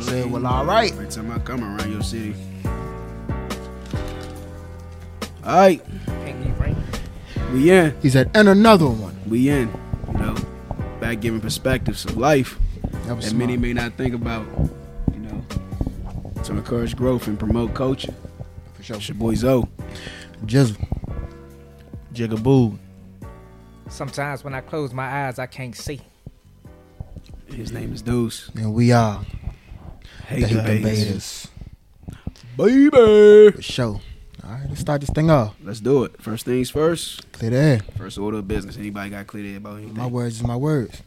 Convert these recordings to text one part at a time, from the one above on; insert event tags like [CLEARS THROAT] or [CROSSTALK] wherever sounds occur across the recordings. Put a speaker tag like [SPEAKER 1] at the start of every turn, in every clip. [SPEAKER 1] Said, well, all right.
[SPEAKER 2] Every time I come around your city. All right, we in,
[SPEAKER 1] He said, and another one.
[SPEAKER 2] we in. You know, back giving perspectives of life
[SPEAKER 1] That was
[SPEAKER 2] that many
[SPEAKER 1] smart.
[SPEAKER 2] may not think about. You know, to encourage growth and promote culture.
[SPEAKER 1] for sure.
[SPEAKER 2] It's your boy Zoe.
[SPEAKER 1] Jizzle.
[SPEAKER 3] Jigaboo.
[SPEAKER 4] Sometimes when I close my eyes, I can't see.
[SPEAKER 2] His name is Deuce.
[SPEAKER 1] And we are
[SPEAKER 2] Hey,
[SPEAKER 1] the
[SPEAKER 2] guys.
[SPEAKER 1] Hate Invaders.
[SPEAKER 2] baby.
[SPEAKER 1] For sure. All right, let's start this thing off.
[SPEAKER 2] Let's do it. First things first.
[SPEAKER 1] Clear the air.
[SPEAKER 2] First order of business. Anybody got clear there about anything?
[SPEAKER 1] My words is my words.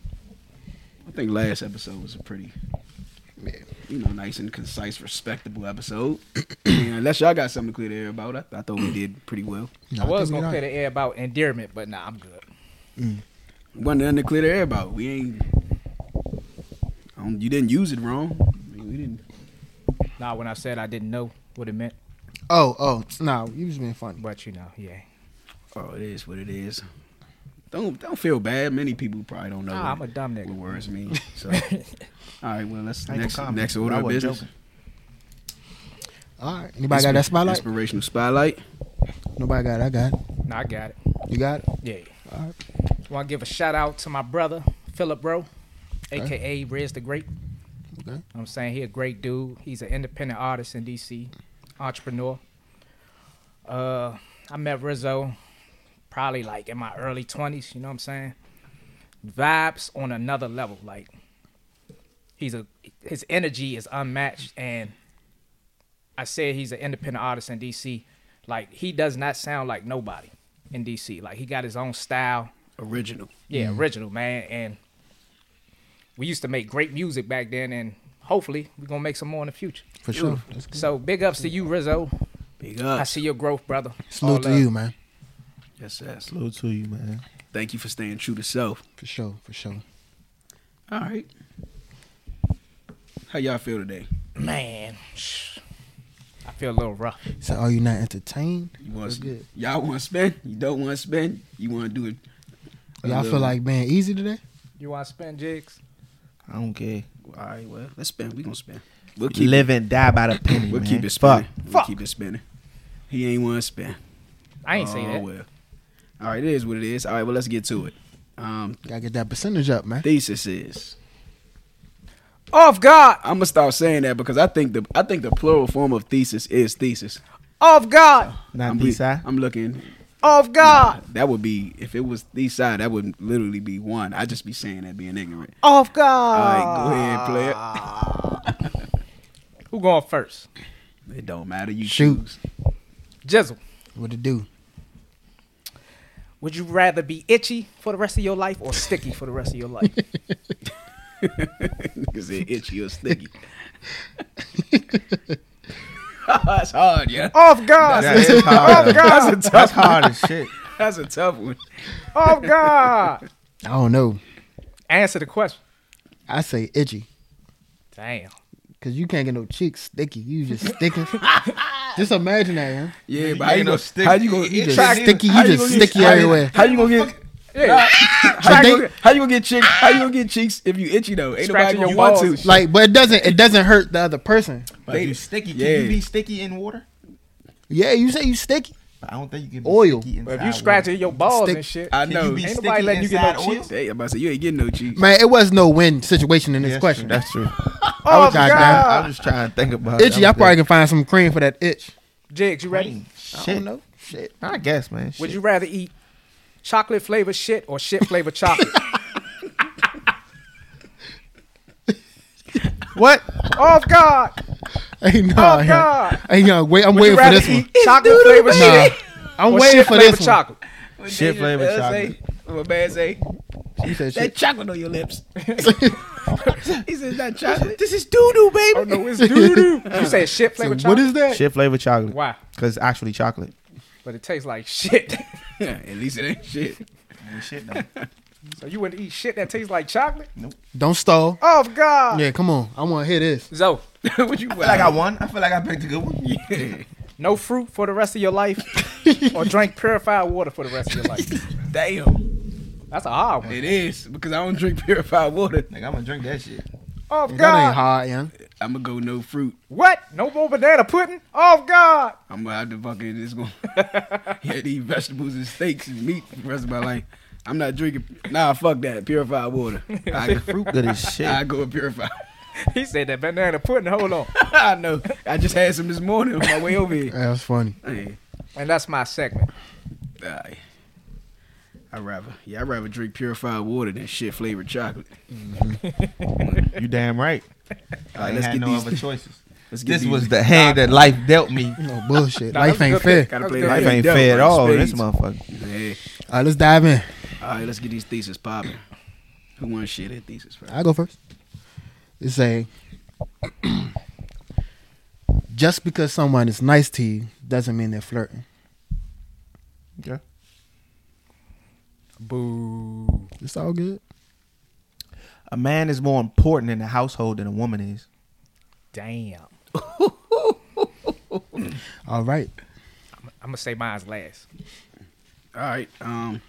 [SPEAKER 2] I think last episode was a pretty, you know, nice and concise, respectable episode. [CLEARS THROAT] and unless y'all got something to clear the air about, I, I thought we did pretty well.
[SPEAKER 1] No,
[SPEAKER 4] I was
[SPEAKER 1] think we
[SPEAKER 4] gonna
[SPEAKER 1] not.
[SPEAKER 4] clear the air about endearment, but nah, I'm good.
[SPEAKER 2] Wasn't nothing to clear the air about. We ain't. I don't- you didn't use it wrong. I mean, we didn't.
[SPEAKER 4] Nah, when I said I didn't know what it meant,
[SPEAKER 1] Oh, oh, nah, you was being funny.
[SPEAKER 4] but you know, yeah.
[SPEAKER 2] Oh, it is what it is. Don't don't feel bad. Many people probably don't know.
[SPEAKER 4] Nah, I'm
[SPEAKER 2] what-
[SPEAKER 4] a dumb
[SPEAKER 2] what
[SPEAKER 4] nigga.
[SPEAKER 2] words mean. So, all right. Well, let's
[SPEAKER 3] Ain't no
[SPEAKER 2] next
[SPEAKER 3] comment.
[SPEAKER 2] next
[SPEAKER 3] I
[SPEAKER 2] order of
[SPEAKER 3] wasn't
[SPEAKER 2] business.
[SPEAKER 3] joking.
[SPEAKER 1] All right, anybody got that spotlight?
[SPEAKER 2] Inspirational spotlight.
[SPEAKER 1] Nobody got it. I got it.
[SPEAKER 4] Nah, I got it.
[SPEAKER 1] You got it?
[SPEAKER 4] Yeah.
[SPEAKER 1] All right.
[SPEAKER 4] Want to give a shout out to my brother Philip Bro, aka Rez the Great.
[SPEAKER 1] Okay.
[SPEAKER 4] I'm saying he a great dude. He's an independent artist in DC, entrepreneur. Uh, I met Rizzo probably like in my early 20s, you know what I'm saying? Vibes on another level. Like he's a his energy is unmatched and I said he's an independent artist in DC. Like he does not sound like nobody in DC. Like he got his own style.
[SPEAKER 2] Original.
[SPEAKER 4] Yeah, original, man. And we used to make great music back then, and hopefully we're going to make some more in the future.
[SPEAKER 1] For sure. That's good.
[SPEAKER 4] So big ups to you, Rizzo.
[SPEAKER 2] Big
[SPEAKER 4] I
[SPEAKER 2] up.
[SPEAKER 4] see your growth, brother. All
[SPEAKER 1] Salute to
[SPEAKER 4] love.
[SPEAKER 1] you, man.
[SPEAKER 2] Yes, yes.
[SPEAKER 3] Salute to you, man.
[SPEAKER 2] Thank you for staying true to self.
[SPEAKER 1] For sure. For sure.
[SPEAKER 2] All right. How y'all feel today?
[SPEAKER 4] Man, shh. I feel a little rough.
[SPEAKER 1] So, are you not entertained?
[SPEAKER 2] You want
[SPEAKER 1] Feel good.
[SPEAKER 2] y'all want to spend? You don't want to spend? You want to do it? a
[SPEAKER 1] Y'all feel
[SPEAKER 2] little-
[SPEAKER 1] like being easy today?
[SPEAKER 4] You want to spin jigs?
[SPEAKER 3] I don't care.
[SPEAKER 2] All right, well, let's spend. We gonna spend. We'll keep
[SPEAKER 3] Live and die by the penny.
[SPEAKER 2] It, we'll
[SPEAKER 3] man.
[SPEAKER 2] keep it
[SPEAKER 3] Fuck.
[SPEAKER 2] spinning. We'll
[SPEAKER 4] Fuck.
[SPEAKER 2] keep it spinning. He ain't want to spend.
[SPEAKER 4] I ain't say
[SPEAKER 2] Oh,
[SPEAKER 4] that.
[SPEAKER 2] well. All right, it is what it is. All right, well, let's get to it. Um,
[SPEAKER 1] Gotta get that percentage up, man.
[SPEAKER 2] thesis is.
[SPEAKER 4] Off guard!
[SPEAKER 2] I'm gonna start saying that because I think the I think the plural form of thesis is thesis.
[SPEAKER 4] Off guard!
[SPEAKER 3] Not
[SPEAKER 2] I'm,
[SPEAKER 3] this side.
[SPEAKER 2] I'm looking.
[SPEAKER 4] Off guard!
[SPEAKER 2] That would be if it was the side. That would literally be one. I'd just be saying that being ignorant.
[SPEAKER 4] Off
[SPEAKER 2] All
[SPEAKER 4] guard!
[SPEAKER 2] right, go ahead, play
[SPEAKER 4] Who going first?
[SPEAKER 2] [LAUGHS] it. It don't matter. You
[SPEAKER 1] Shoot.
[SPEAKER 2] choose. [LAUGHS]
[SPEAKER 4] Jizzle.
[SPEAKER 1] What it do?
[SPEAKER 4] Would you rather be itchy for the rest of your life or sticky for the rest of
[SPEAKER 2] [LAUGHS]
[SPEAKER 4] your life?
[SPEAKER 2] Because it itchy or sticky. [LAUGHS] That's hard, yeah.
[SPEAKER 4] Off guard!
[SPEAKER 3] That is hard.
[SPEAKER 2] [LAUGHS]
[SPEAKER 4] [LAUGHS] God.
[SPEAKER 3] That's hard as shit.
[SPEAKER 2] That's a tough one.
[SPEAKER 4] Off guard!
[SPEAKER 1] I don't know.
[SPEAKER 4] Answer the question.
[SPEAKER 1] I say itchy.
[SPEAKER 4] Damn.
[SPEAKER 1] Cause you can't get no cheeks sticky. [LAUGHS] You just sticking. just imagine that, man.
[SPEAKER 2] Yeah, but
[SPEAKER 3] ain't
[SPEAKER 2] how you
[SPEAKER 3] no
[SPEAKER 2] gonna
[SPEAKER 3] stick-
[SPEAKER 2] how you gonna
[SPEAKER 3] it
[SPEAKER 1] You just
[SPEAKER 3] Track-
[SPEAKER 1] sticky.
[SPEAKER 2] how
[SPEAKER 1] You just
[SPEAKER 2] gonna
[SPEAKER 1] sticky
[SPEAKER 2] how you-
[SPEAKER 1] everywhere.
[SPEAKER 2] How you gonna get?
[SPEAKER 4] Yeah.
[SPEAKER 2] How you,
[SPEAKER 1] think-
[SPEAKER 2] gonna, [LAUGHS] how you gonna get cheeks? How you gonna get cheeks if you itchy though? Ain't nobody
[SPEAKER 4] Scratching
[SPEAKER 2] gonna
[SPEAKER 4] your
[SPEAKER 2] want
[SPEAKER 4] balls.
[SPEAKER 2] to.
[SPEAKER 1] Like, but it doesn't. It doesn't hurt the other person.
[SPEAKER 3] But you sticky. Can
[SPEAKER 2] Yeah.
[SPEAKER 3] you be sticky in water?
[SPEAKER 1] Yeah, you say you sticky.
[SPEAKER 3] But I don't think you can be
[SPEAKER 1] Oil.
[SPEAKER 3] sticky inside
[SPEAKER 4] But if you
[SPEAKER 3] water.
[SPEAKER 4] scratching your balls
[SPEAKER 1] Stick-
[SPEAKER 4] and shit,
[SPEAKER 2] I
[SPEAKER 3] Can
[SPEAKER 2] know.
[SPEAKER 3] you be
[SPEAKER 4] Ain't
[SPEAKER 3] sticky
[SPEAKER 4] nobody letting you get no
[SPEAKER 3] inside oil?
[SPEAKER 4] cheeks.
[SPEAKER 2] Hey, I'm about to say you ain't getting no cheeks.
[SPEAKER 1] Man, it was no win situation in this
[SPEAKER 3] Yeah, that's
[SPEAKER 1] question.
[SPEAKER 3] true. That's [LAUGHS] true.
[SPEAKER 1] I
[SPEAKER 4] oh
[SPEAKER 1] was trying to-
[SPEAKER 4] god,
[SPEAKER 3] I'm just trying to think about it.
[SPEAKER 1] itchy. I probably can find some cream for that itch.
[SPEAKER 4] Jigs, you ready?
[SPEAKER 3] Shit.
[SPEAKER 1] I don't know. Shit.
[SPEAKER 3] I guess, man.
[SPEAKER 4] Would
[SPEAKER 3] Shit.
[SPEAKER 4] you rather eat chocolate flavored shit or shit
[SPEAKER 1] [LAUGHS]
[SPEAKER 4] flavored chocolate?
[SPEAKER 3] What?
[SPEAKER 4] oh god,
[SPEAKER 1] [LAUGHS] Hey, no.
[SPEAKER 4] Oh,
[SPEAKER 1] yeah.
[SPEAKER 4] God.
[SPEAKER 1] Hey, yo, wait. I'm
[SPEAKER 4] would
[SPEAKER 1] waiting
[SPEAKER 4] you
[SPEAKER 1] for
[SPEAKER 4] rather
[SPEAKER 1] this
[SPEAKER 4] [LAUGHS]
[SPEAKER 1] one.
[SPEAKER 4] eat chocolate flavored
[SPEAKER 1] Nah,
[SPEAKER 4] shit
[SPEAKER 1] I'm
[SPEAKER 4] or
[SPEAKER 1] waiting
[SPEAKER 4] shit
[SPEAKER 1] for this
[SPEAKER 4] flavored
[SPEAKER 1] one.
[SPEAKER 4] chocolate?
[SPEAKER 3] Shit flavored chocolate.
[SPEAKER 2] What man say?
[SPEAKER 1] You said
[SPEAKER 2] That
[SPEAKER 1] shit.
[SPEAKER 2] chocolate on your lips. [LAUGHS] he said that chocolate.
[SPEAKER 3] This is doo doo, baby.
[SPEAKER 4] Oh no, it's doo doo. You said shit flavored
[SPEAKER 1] What
[SPEAKER 4] chocolate.
[SPEAKER 1] is that?
[SPEAKER 3] Shit flavored chocolate.
[SPEAKER 4] Why?
[SPEAKER 3] Because it's actually chocolate.
[SPEAKER 4] But it tastes like shit. [LAUGHS]
[SPEAKER 2] Yeah, [LAUGHS] at least it ain't shit.
[SPEAKER 3] shit, though.
[SPEAKER 4] so you wouldn't eat shit that tastes like chocolate?
[SPEAKER 1] Don't stall.
[SPEAKER 4] Oh god.
[SPEAKER 1] Yeah, come on. I want to hear this.
[SPEAKER 4] [LAUGHS] Zo,
[SPEAKER 2] what you
[SPEAKER 3] I feel like I won. I feel like I picked a good one.
[SPEAKER 2] Yeah.
[SPEAKER 4] no fruit for the rest of
[SPEAKER 1] [LAUGHS]
[SPEAKER 4] your life, or drink purified water for the rest of your life.
[SPEAKER 2] Damn.
[SPEAKER 4] That's a hard one.
[SPEAKER 2] It is because I don't drink purified water.
[SPEAKER 3] Like, I'm going to drink that shit.
[SPEAKER 4] Oh
[SPEAKER 1] That ain't
[SPEAKER 4] god.
[SPEAKER 1] hard, young.
[SPEAKER 2] I'm gonna go no fruit.
[SPEAKER 4] What? No more banana pudding? Oh God!
[SPEAKER 2] I'm gonna [LAUGHS] have to fucking just
[SPEAKER 3] [LAUGHS]
[SPEAKER 2] go. yeah, eat vegetables and steaks and meat for the rest of my life. I'm not drinking. Nah, fuck that. Purified water.
[SPEAKER 3] [LAUGHS]
[SPEAKER 2] I,
[SPEAKER 3] Fruit good as shit.
[SPEAKER 2] I go with purified.
[SPEAKER 4] He said that banana pudding. Hold on,
[SPEAKER 2] [LAUGHS] I know. I just had some this morning on my way over
[SPEAKER 3] [LAUGHS]
[SPEAKER 2] here.
[SPEAKER 1] That's funny.
[SPEAKER 2] Hey,
[SPEAKER 4] and that's my segment.
[SPEAKER 2] I, I rather, yeah, I would rather drink purified water than shit flavored chocolate.
[SPEAKER 3] you damn right. I
[SPEAKER 2] Alright,
[SPEAKER 3] ain't
[SPEAKER 2] let's
[SPEAKER 3] had
[SPEAKER 2] get
[SPEAKER 3] no
[SPEAKER 2] these-
[SPEAKER 3] other [LAUGHS] choices.
[SPEAKER 2] [LAUGHS] Let's get
[SPEAKER 3] This
[SPEAKER 2] these-
[SPEAKER 3] [LAUGHS] was the hand that life dealt me.
[SPEAKER 1] No bullshit.
[SPEAKER 4] Nah,
[SPEAKER 1] Life
[SPEAKER 4] that
[SPEAKER 1] ain't
[SPEAKER 4] was a good
[SPEAKER 1] fair.
[SPEAKER 4] pick.
[SPEAKER 1] All
[SPEAKER 2] Gotta
[SPEAKER 4] That
[SPEAKER 2] play
[SPEAKER 4] was
[SPEAKER 2] life
[SPEAKER 4] good.
[SPEAKER 3] Life ain't
[SPEAKER 2] devil,
[SPEAKER 3] fair at
[SPEAKER 2] right?
[SPEAKER 3] all.
[SPEAKER 2] Spades.
[SPEAKER 3] This motherfucker.
[SPEAKER 2] Yeah.
[SPEAKER 1] right, let's dive in.
[SPEAKER 2] All right, let's get these thesis popping. Who wants shit at thesis first?
[SPEAKER 1] I'll go first. It's a [CLEARS THROAT] just because someone is nice to you doesn't mean they're flirting.
[SPEAKER 3] Yeah.
[SPEAKER 4] Boo!
[SPEAKER 1] It's all good.
[SPEAKER 3] A man is more important in the household than a woman is.
[SPEAKER 4] Damn.
[SPEAKER 1] All right.
[SPEAKER 4] I'm gonna say mine's last.
[SPEAKER 2] All right. Um.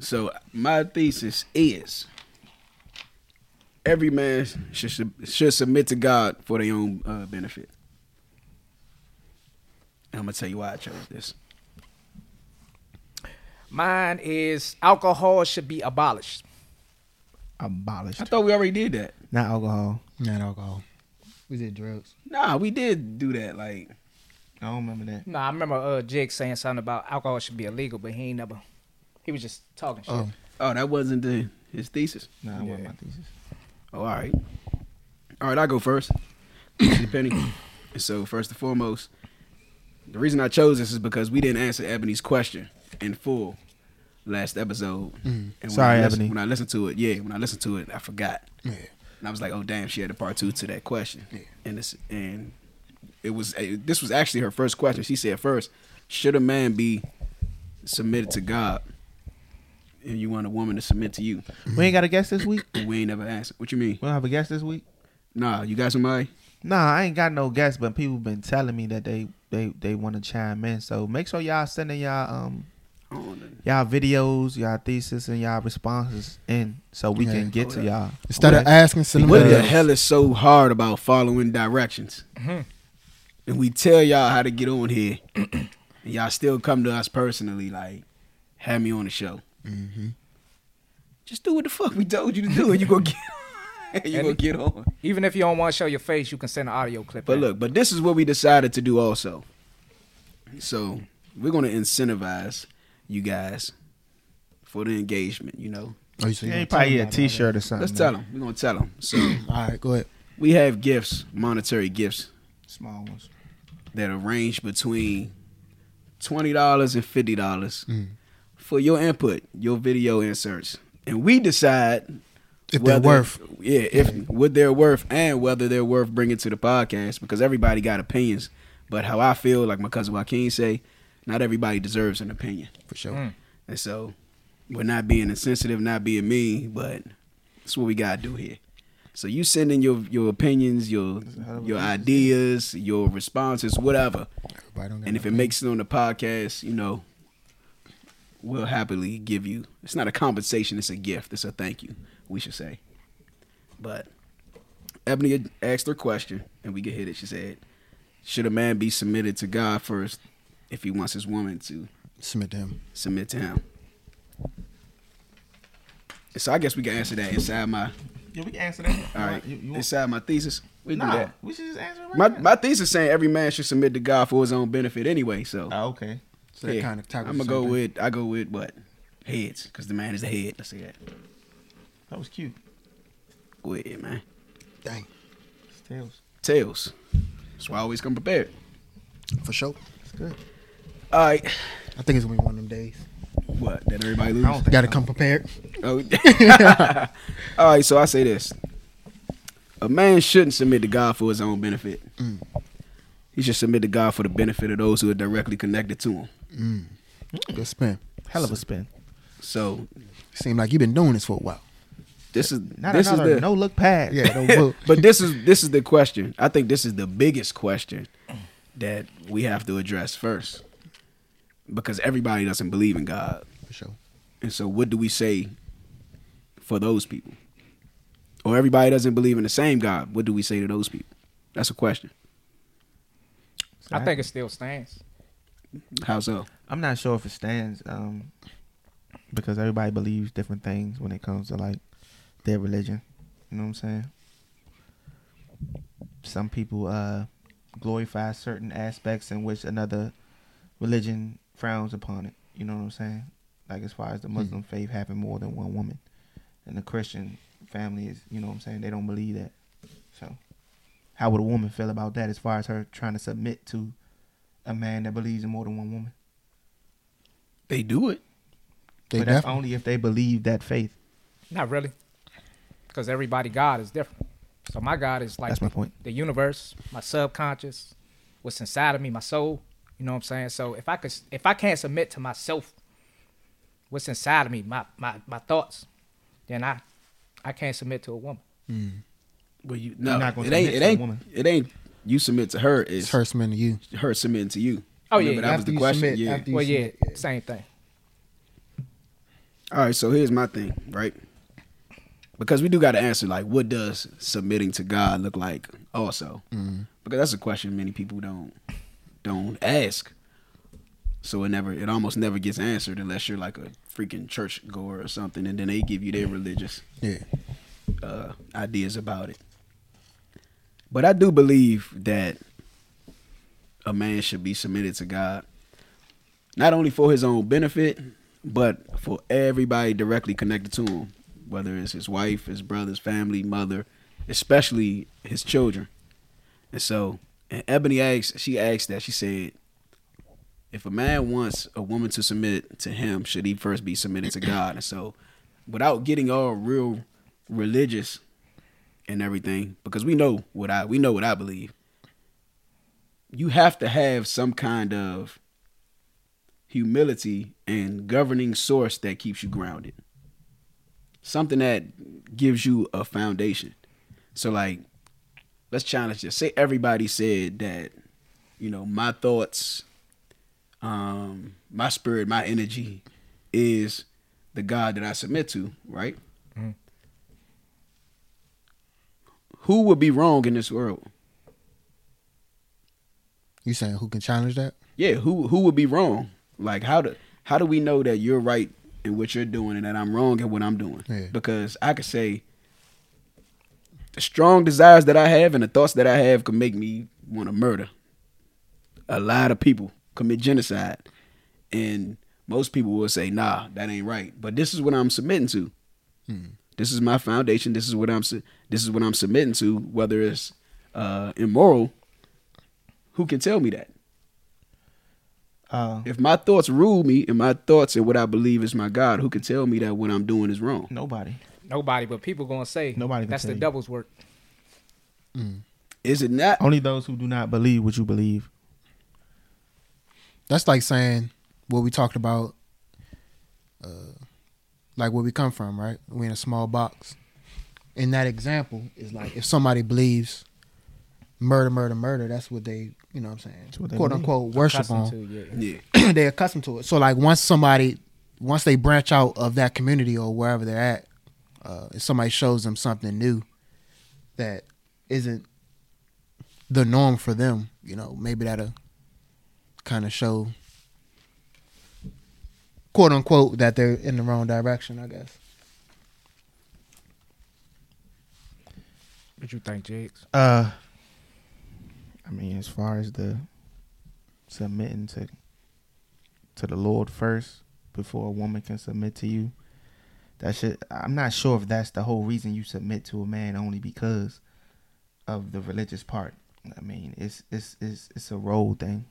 [SPEAKER 2] So my thesis is every man should should, should submit to God for their own uh, benefit. And I'm gonna tell you why I chose this.
[SPEAKER 4] Mine is alcohol should be abolished.
[SPEAKER 3] Abolished.
[SPEAKER 2] I thought we already did that.
[SPEAKER 3] Not alcohol.
[SPEAKER 1] Not alcohol. We did drugs.
[SPEAKER 2] Nah, we did do that. Like,
[SPEAKER 3] I don't remember that.
[SPEAKER 4] No, I remember uh Jig saying something about alcohol should be illegal, but he ain't never. He was just talking shit.
[SPEAKER 1] Oh.
[SPEAKER 2] oh, that wasn't the, his thesis.
[SPEAKER 3] Nah, I
[SPEAKER 4] Yeah.
[SPEAKER 3] wasn't my thesis.
[SPEAKER 2] Oh, all right. All right, I go first. [CLEARS THROAT] It's the Penny. So first and foremost, the reason I chose this is because we didn't answer Ebony's question in full last episode. And when
[SPEAKER 3] Mm-hmm. Sorry,
[SPEAKER 2] I listened-
[SPEAKER 3] Ebony.
[SPEAKER 2] When I listened to it, yeah, when I listened to it, I forgot,
[SPEAKER 1] Yeah.
[SPEAKER 2] and I was like, "Oh damn, she had a part two to that question." And this and it was eh, this was actually her first question. She said first, "Should a man be submitted to God?" And you want a woman to submit to you?
[SPEAKER 3] We ain't got a guest this week.
[SPEAKER 2] And we ain't never answered. What you mean?
[SPEAKER 3] We don't have a guest this week.
[SPEAKER 2] Nah, you got somebody?
[SPEAKER 3] Nah, I ain't got no guest, but people been telling me that they they they want to chime in. So make sure y'all sending y'all um
[SPEAKER 2] I don't know.
[SPEAKER 3] y'all videos, y'all thesis, and y'all responses in, so we
[SPEAKER 1] Yeah.
[SPEAKER 3] can get to
[SPEAKER 2] Hold
[SPEAKER 3] y'all.
[SPEAKER 1] Instead of asking, send them
[SPEAKER 2] What the
[SPEAKER 1] videos.
[SPEAKER 2] hell is so hard about following directions? And we tell y'all how to get on here, [CLEARS THROAT] and y'all still come to us personally, like, have me on the show.
[SPEAKER 1] Mm-hmm.
[SPEAKER 2] Just do what the fuck we told you to do, and you gonna get, [LAUGHS] you gonna get on.
[SPEAKER 4] Even if you don't want to show your face, you can send an audio clip.
[SPEAKER 2] But
[SPEAKER 4] in.
[SPEAKER 2] look, but this is what we decided to do also. So we're gonna incentivize you guys for the engagement. You know,
[SPEAKER 1] Oh, you see,
[SPEAKER 3] Yeah,
[SPEAKER 1] you gonna
[SPEAKER 3] you
[SPEAKER 1] tell
[SPEAKER 3] probably
[SPEAKER 1] them
[SPEAKER 3] get a
[SPEAKER 1] about
[SPEAKER 3] T-shirt or something.
[SPEAKER 2] let's tell them. We're gonna tell them. So
[SPEAKER 1] that. All right, go ahead.
[SPEAKER 2] we have gifts, monetary gifts
[SPEAKER 3] Small ones.
[SPEAKER 2] that are ranged between twenty dollars and fifty dollars for your input, your video inserts, and we decide
[SPEAKER 1] If they're worth.
[SPEAKER 2] yeah, if what they're worth and whether they're worth bringing to the podcast because everybody got opinions. But how I feel, like my cousin Joaquin say, not everybody deserves an opinion,
[SPEAKER 1] For sure.
[SPEAKER 2] and so we're not being insensitive, not being mean, but that's what we gotta do here. So you send in your your opinions, your your ideas, your responses, whatever.
[SPEAKER 1] Everybody don't got
[SPEAKER 2] And if it makes it on the podcast, you know, we'll happily give you. It's not a compensation; it's a gift. It's a thank you. We should say. But Ebony had asked her question, and we could hit it. She said, "Should a man be submitted to God first if he wants his woman to
[SPEAKER 1] submit to him.
[SPEAKER 2] submit to him?" So I guess we can answer that inside my
[SPEAKER 3] Yeah, we can answer that.
[SPEAKER 2] all right inside my thesis. We do that.
[SPEAKER 3] we should just answer it
[SPEAKER 2] My my thesis saying every man should submit to God for his own benefit anyway. So
[SPEAKER 3] oh, okay.
[SPEAKER 1] So that kind of
[SPEAKER 2] I'm gonna go with I go with what heads because the man is the head. Let's say that.
[SPEAKER 3] That was cute.
[SPEAKER 2] Go ahead, man.
[SPEAKER 1] Dang.
[SPEAKER 3] It's tails.
[SPEAKER 2] Tails. That's why I always come prepared.
[SPEAKER 1] For sure.
[SPEAKER 3] It's good.
[SPEAKER 2] All right.
[SPEAKER 1] I think it's gonna be one of them days.
[SPEAKER 2] What? That everybody lose?
[SPEAKER 3] I don't think.
[SPEAKER 1] Gotta come prepared.
[SPEAKER 2] Oh. [LAUGHS] All right, so I say this. A man shouldn't submit to God for his own benefit.
[SPEAKER 1] Mm.
[SPEAKER 2] He should submit to God for the benefit of those who are directly connected to him.
[SPEAKER 1] Good spin.
[SPEAKER 3] Hell of a spin.
[SPEAKER 2] So
[SPEAKER 1] Seem like you've been doing this for a while.
[SPEAKER 2] this is
[SPEAKER 3] Not
[SPEAKER 2] this
[SPEAKER 3] another
[SPEAKER 2] is the
[SPEAKER 3] no look pass.
[SPEAKER 1] Yeah, [LAUGHS] don't
[SPEAKER 3] [LAUGHS]
[SPEAKER 1] book.
[SPEAKER 2] but this is this is the question. I think this is the biggest question that we have to address first. Because everybody doesn't believe in God.
[SPEAKER 1] For sure.
[SPEAKER 2] And so what do we say for those people? or everybody doesn't believe in the same God, what do we say to those people? That's a question.
[SPEAKER 4] I think it still stands.
[SPEAKER 2] How so?
[SPEAKER 3] I'm not sure if it stands, um, because everybody believes different things when it comes to like their religion. You know what I'm saying? Some people uh, glorify certain aspects in which another religion frowns upon it. You know what I'm saying? Like as far as the Muslim faith having more than one woman, and the Christian family is, you know what I'm saying? They don't believe that. So, how would a woman feel about that? As far as her trying to submit to a man that believes in more than one woman?
[SPEAKER 2] They do it.
[SPEAKER 1] They
[SPEAKER 3] but that's
[SPEAKER 1] definitely-
[SPEAKER 3] only if they believe that faith.
[SPEAKER 4] Not really, because everybody God is different. So my God is like
[SPEAKER 3] That's my point.
[SPEAKER 4] the universe, my subconscious, what's inside of me, my soul. You know what I'm saying? So if I could, if I can't submit to myself, what's inside of me, my my, my thoughts, then I I can't submit to a woman.
[SPEAKER 2] Well, you no,
[SPEAKER 3] You're not gonna
[SPEAKER 2] it ain't.
[SPEAKER 3] submit
[SPEAKER 2] It
[SPEAKER 3] to a
[SPEAKER 2] ain't.
[SPEAKER 3] woman.
[SPEAKER 2] It ain't. You submit to her. It's
[SPEAKER 1] it's her submitting to you.
[SPEAKER 2] her submitting to you.
[SPEAKER 4] Oh, yeah,
[SPEAKER 2] Remember, that was
[SPEAKER 1] After
[SPEAKER 2] the
[SPEAKER 1] you
[SPEAKER 2] question.
[SPEAKER 1] submit-
[SPEAKER 2] yeah.
[SPEAKER 1] after you
[SPEAKER 4] well, yeah,
[SPEAKER 1] submit,
[SPEAKER 4] same thing.
[SPEAKER 2] All right, so here's my thing, right? Because we do got to answer, like, what does submitting to God look like? Also, because that's a question many people don't don't ask. So it never, it almost never gets answered unless you're like a freaking church goer or something, and then they give you their religious
[SPEAKER 1] Yeah.
[SPEAKER 2] uh, ideas about it. But I do believe that a man should be submitted to God, not only for his own benefit, but for everybody directly connected to him, whether it's his wife, his brothers, family, mother, especially his children. And so, and Ebony asked, she asked that, she said, if a man wants a woman to submit to him, should he first be submitted to God? And so, without getting all real religious and everything, because we know what I we know what I believe. You have to have some kind of humility and governing source that keeps you grounded. Something that gives you a foundation. So like let's challenge this. Say everybody said that, you know, my thoughts um, my spirit, my energy is the God that I submit to, right? Who would be wrong in this world?
[SPEAKER 1] You saying who can challenge that?
[SPEAKER 2] Yeah, who who would be wrong? Like how do how do we know that you're right in what you're doing and that I'm wrong in what I'm doing?
[SPEAKER 1] Yeah.
[SPEAKER 2] Because I could say the strong desires that I have and the thoughts that I have could make me want to murder a lot of people, commit genocide, and most people will say, "Nah, that ain't right." But this is what I'm submitting to. This is my foundation. This is what I'm. su- This is what I'm submitting to. Whether it's uh, immoral, who can tell me that?
[SPEAKER 3] Uh,
[SPEAKER 2] If my thoughts rule me and my thoughts and what I believe is my God, who can tell me that what I'm doing is wrong?
[SPEAKER 3] nobody.
[SPEAKER 4] Nobody, but people gonna say
[SPEAKER 3] Nobody can
[SPEAKER 4] that's the
[SPEAKER 3] tell you.
[SPEAKER 4] devil's work.
[SPEAKER 2] Is it not?
[SPEAKER 3] Only those who do not believe what you believe.
[SPEAKER 1] That's like saying what we talked about, uh, like where we come from, right? We in a small box. In that example, is like if somebody believes murder, murder, murder, that's what they, you know what I'm saying,
[SPEAKER 3] what they
[SPEAKER 1] quote
[SPEAKER 3] believe.
[SPEAKER 1] unquote, worship
[SPEAKER 4] Accustomed
[SPEAKER 1] on.
[SPEAKER 4] to, yeah.
[SPEAKER 2] Yeah.
[SPEAKER 1] [CLEARS THROAT] they accustomed to it. So like once somebody, once they branch out of that community or wherever they're at, uh, if somebody shows them something new that isn't the norm for them, you know, maybe that'll kind of show, quote unquote, that they're in the wrong direction. I guess.
[SPEAKER 4] What you think, Jigs?
[SPEAKER 3] Uh, I mean, as far as the submitting to to the Lord first before a woman can submit to you, that shit. I'm not sure if that's the whole reason you submit to a man only because of the religious part. I mean, it's it's it's it's a role thing.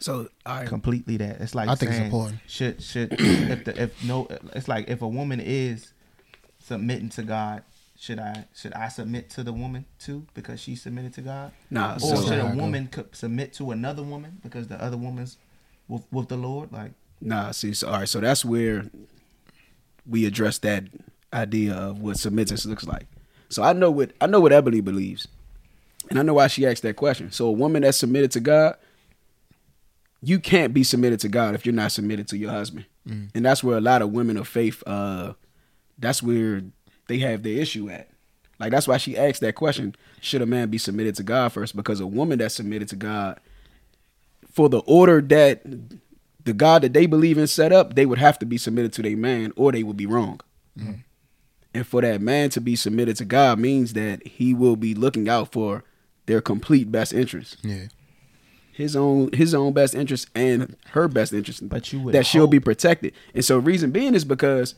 [SPEAKER 2] So I
[SPEAKER 3] completely that. It's like
[SPEAKER 1] I think it's
[SPEAKER 3] saying,
[SPEAKER 1] important. [CLEARS THROAT]
[SPEAKER 3] Should should if the, if no, it's like if a woman is submitting to God, should I should I submit to the woman too because she submitted to God?
[SPEAKER 2] nah.
[SPEAKER 3] or
[SPEAKER 1] so-
[SPEAKER 3] should a
[SPEAKER 1] I go.
[SPEAKER 3] woman co- submit to another woman because the other woman's with, with the Lord? Like
[SPEAKER 2] Nah, see, so, all right, so that's where we address that idea of what submittance looks like. So I know what I know what Ebony believes, and I know why she asked that question. So a woman that's submitted to God, you can't be submitted to God if you're not submitted to your husband, and that's where a lot of women of faith, uh, that's where they have their issue at. Like that's why she asked that question: Should a man be submitted to God first? Because a woman that's submitted to God for the order that the God that they believe in set up, they would have to be submitted to their man, or they would be wrong. And for that man to be submitted to God means that he will be looking out for their complete best interest,
[SPEAKER 1] Yeah.
[SPEAKER 2] his own his own best interest and her best interest.
[SPEAKER 3] But you would
[SPEAKER 2] that she'll be
[SPEAKER 3] hope.
[SPEAKER 2] protected. And so reason being is because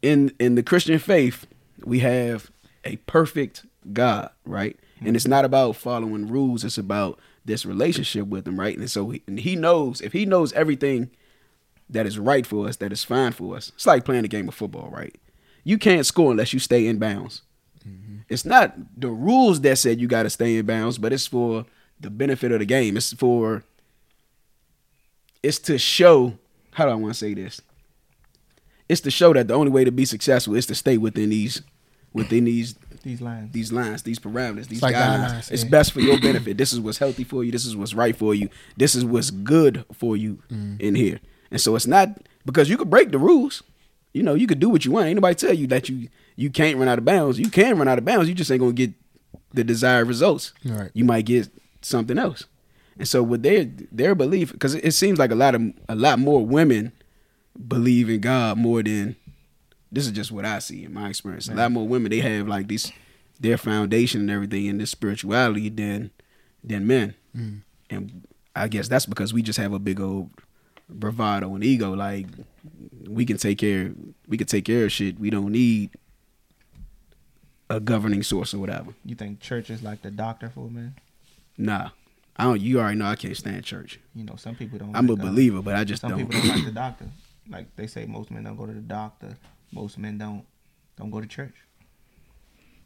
[SPEAKER 2] in in the Christian faith, we have a perfect God, right? And it's not about following rules, it's about this relationship with him, right? And so he, and he knows if he knows everything that is right for us, that is fine for us. It's like playing a game of football, right? You can't score unless you stay in bounds. Mm-hmm. It's not the rules that said you got to stay in bounds, but it's for the benefit of the game. It's for it's to show how do I want to say this? It's to show that the only way to be successful is to stay within these within these
[SPEAKER 3] These lines.
[SPEAKER 2] these lines, these parameters, these
[SPEAKER 1] like
[SPEAKER 2] guidelines.
[SPEAKER 1] guidelines,
[SPEAKER 2] It's
[SPEAKER 1] yeah.
[SPEAKER 2] best for your benefit. This is what's healthy for you. This is what's right for you. This is what's good for you
[SPEAKER 1] Mm.
[SPEAKER 2] in here. And so it's not because you could break the rules. You know, you could do what you want. Ain't nobody tell you that you you can't run out of bounds. You can run out of bounds. You just ain't gonna get the desired results.
[SPEAKER 1] Right.
[SPEAKER 2] You might get something else. And so with their their belief, because it it seems like a lot of a lot more women believe in God more than this is just what I see in my experience. A lot more women they have like this their foundation and everything in this spirituality than than men. And I guess that's because we just have a big old bravado and ego. Like we can take care we can take care of shit. We don't need a governing source or whatever.
[SPEAKER 3] You think church is like the doctor for men?
[SPEAKER 2] Nah. I don't you already know I can't stand church.
[SPEAKER 3] You know, some people don't.
[SPEAKER 2] I'm a
[SPEAKER 3] like, uh,
[SPEAKER 2] believer, but I just
[SPEAKER 3] Some
[SPEAKER 2] don't.
[SPEAKER 3] people don't
[SPEAKER 2] [LAUGHS]
[SPEAKER 3] like the doctor. Like they say, most men don't go to the doctor. Most men don't don't go to church.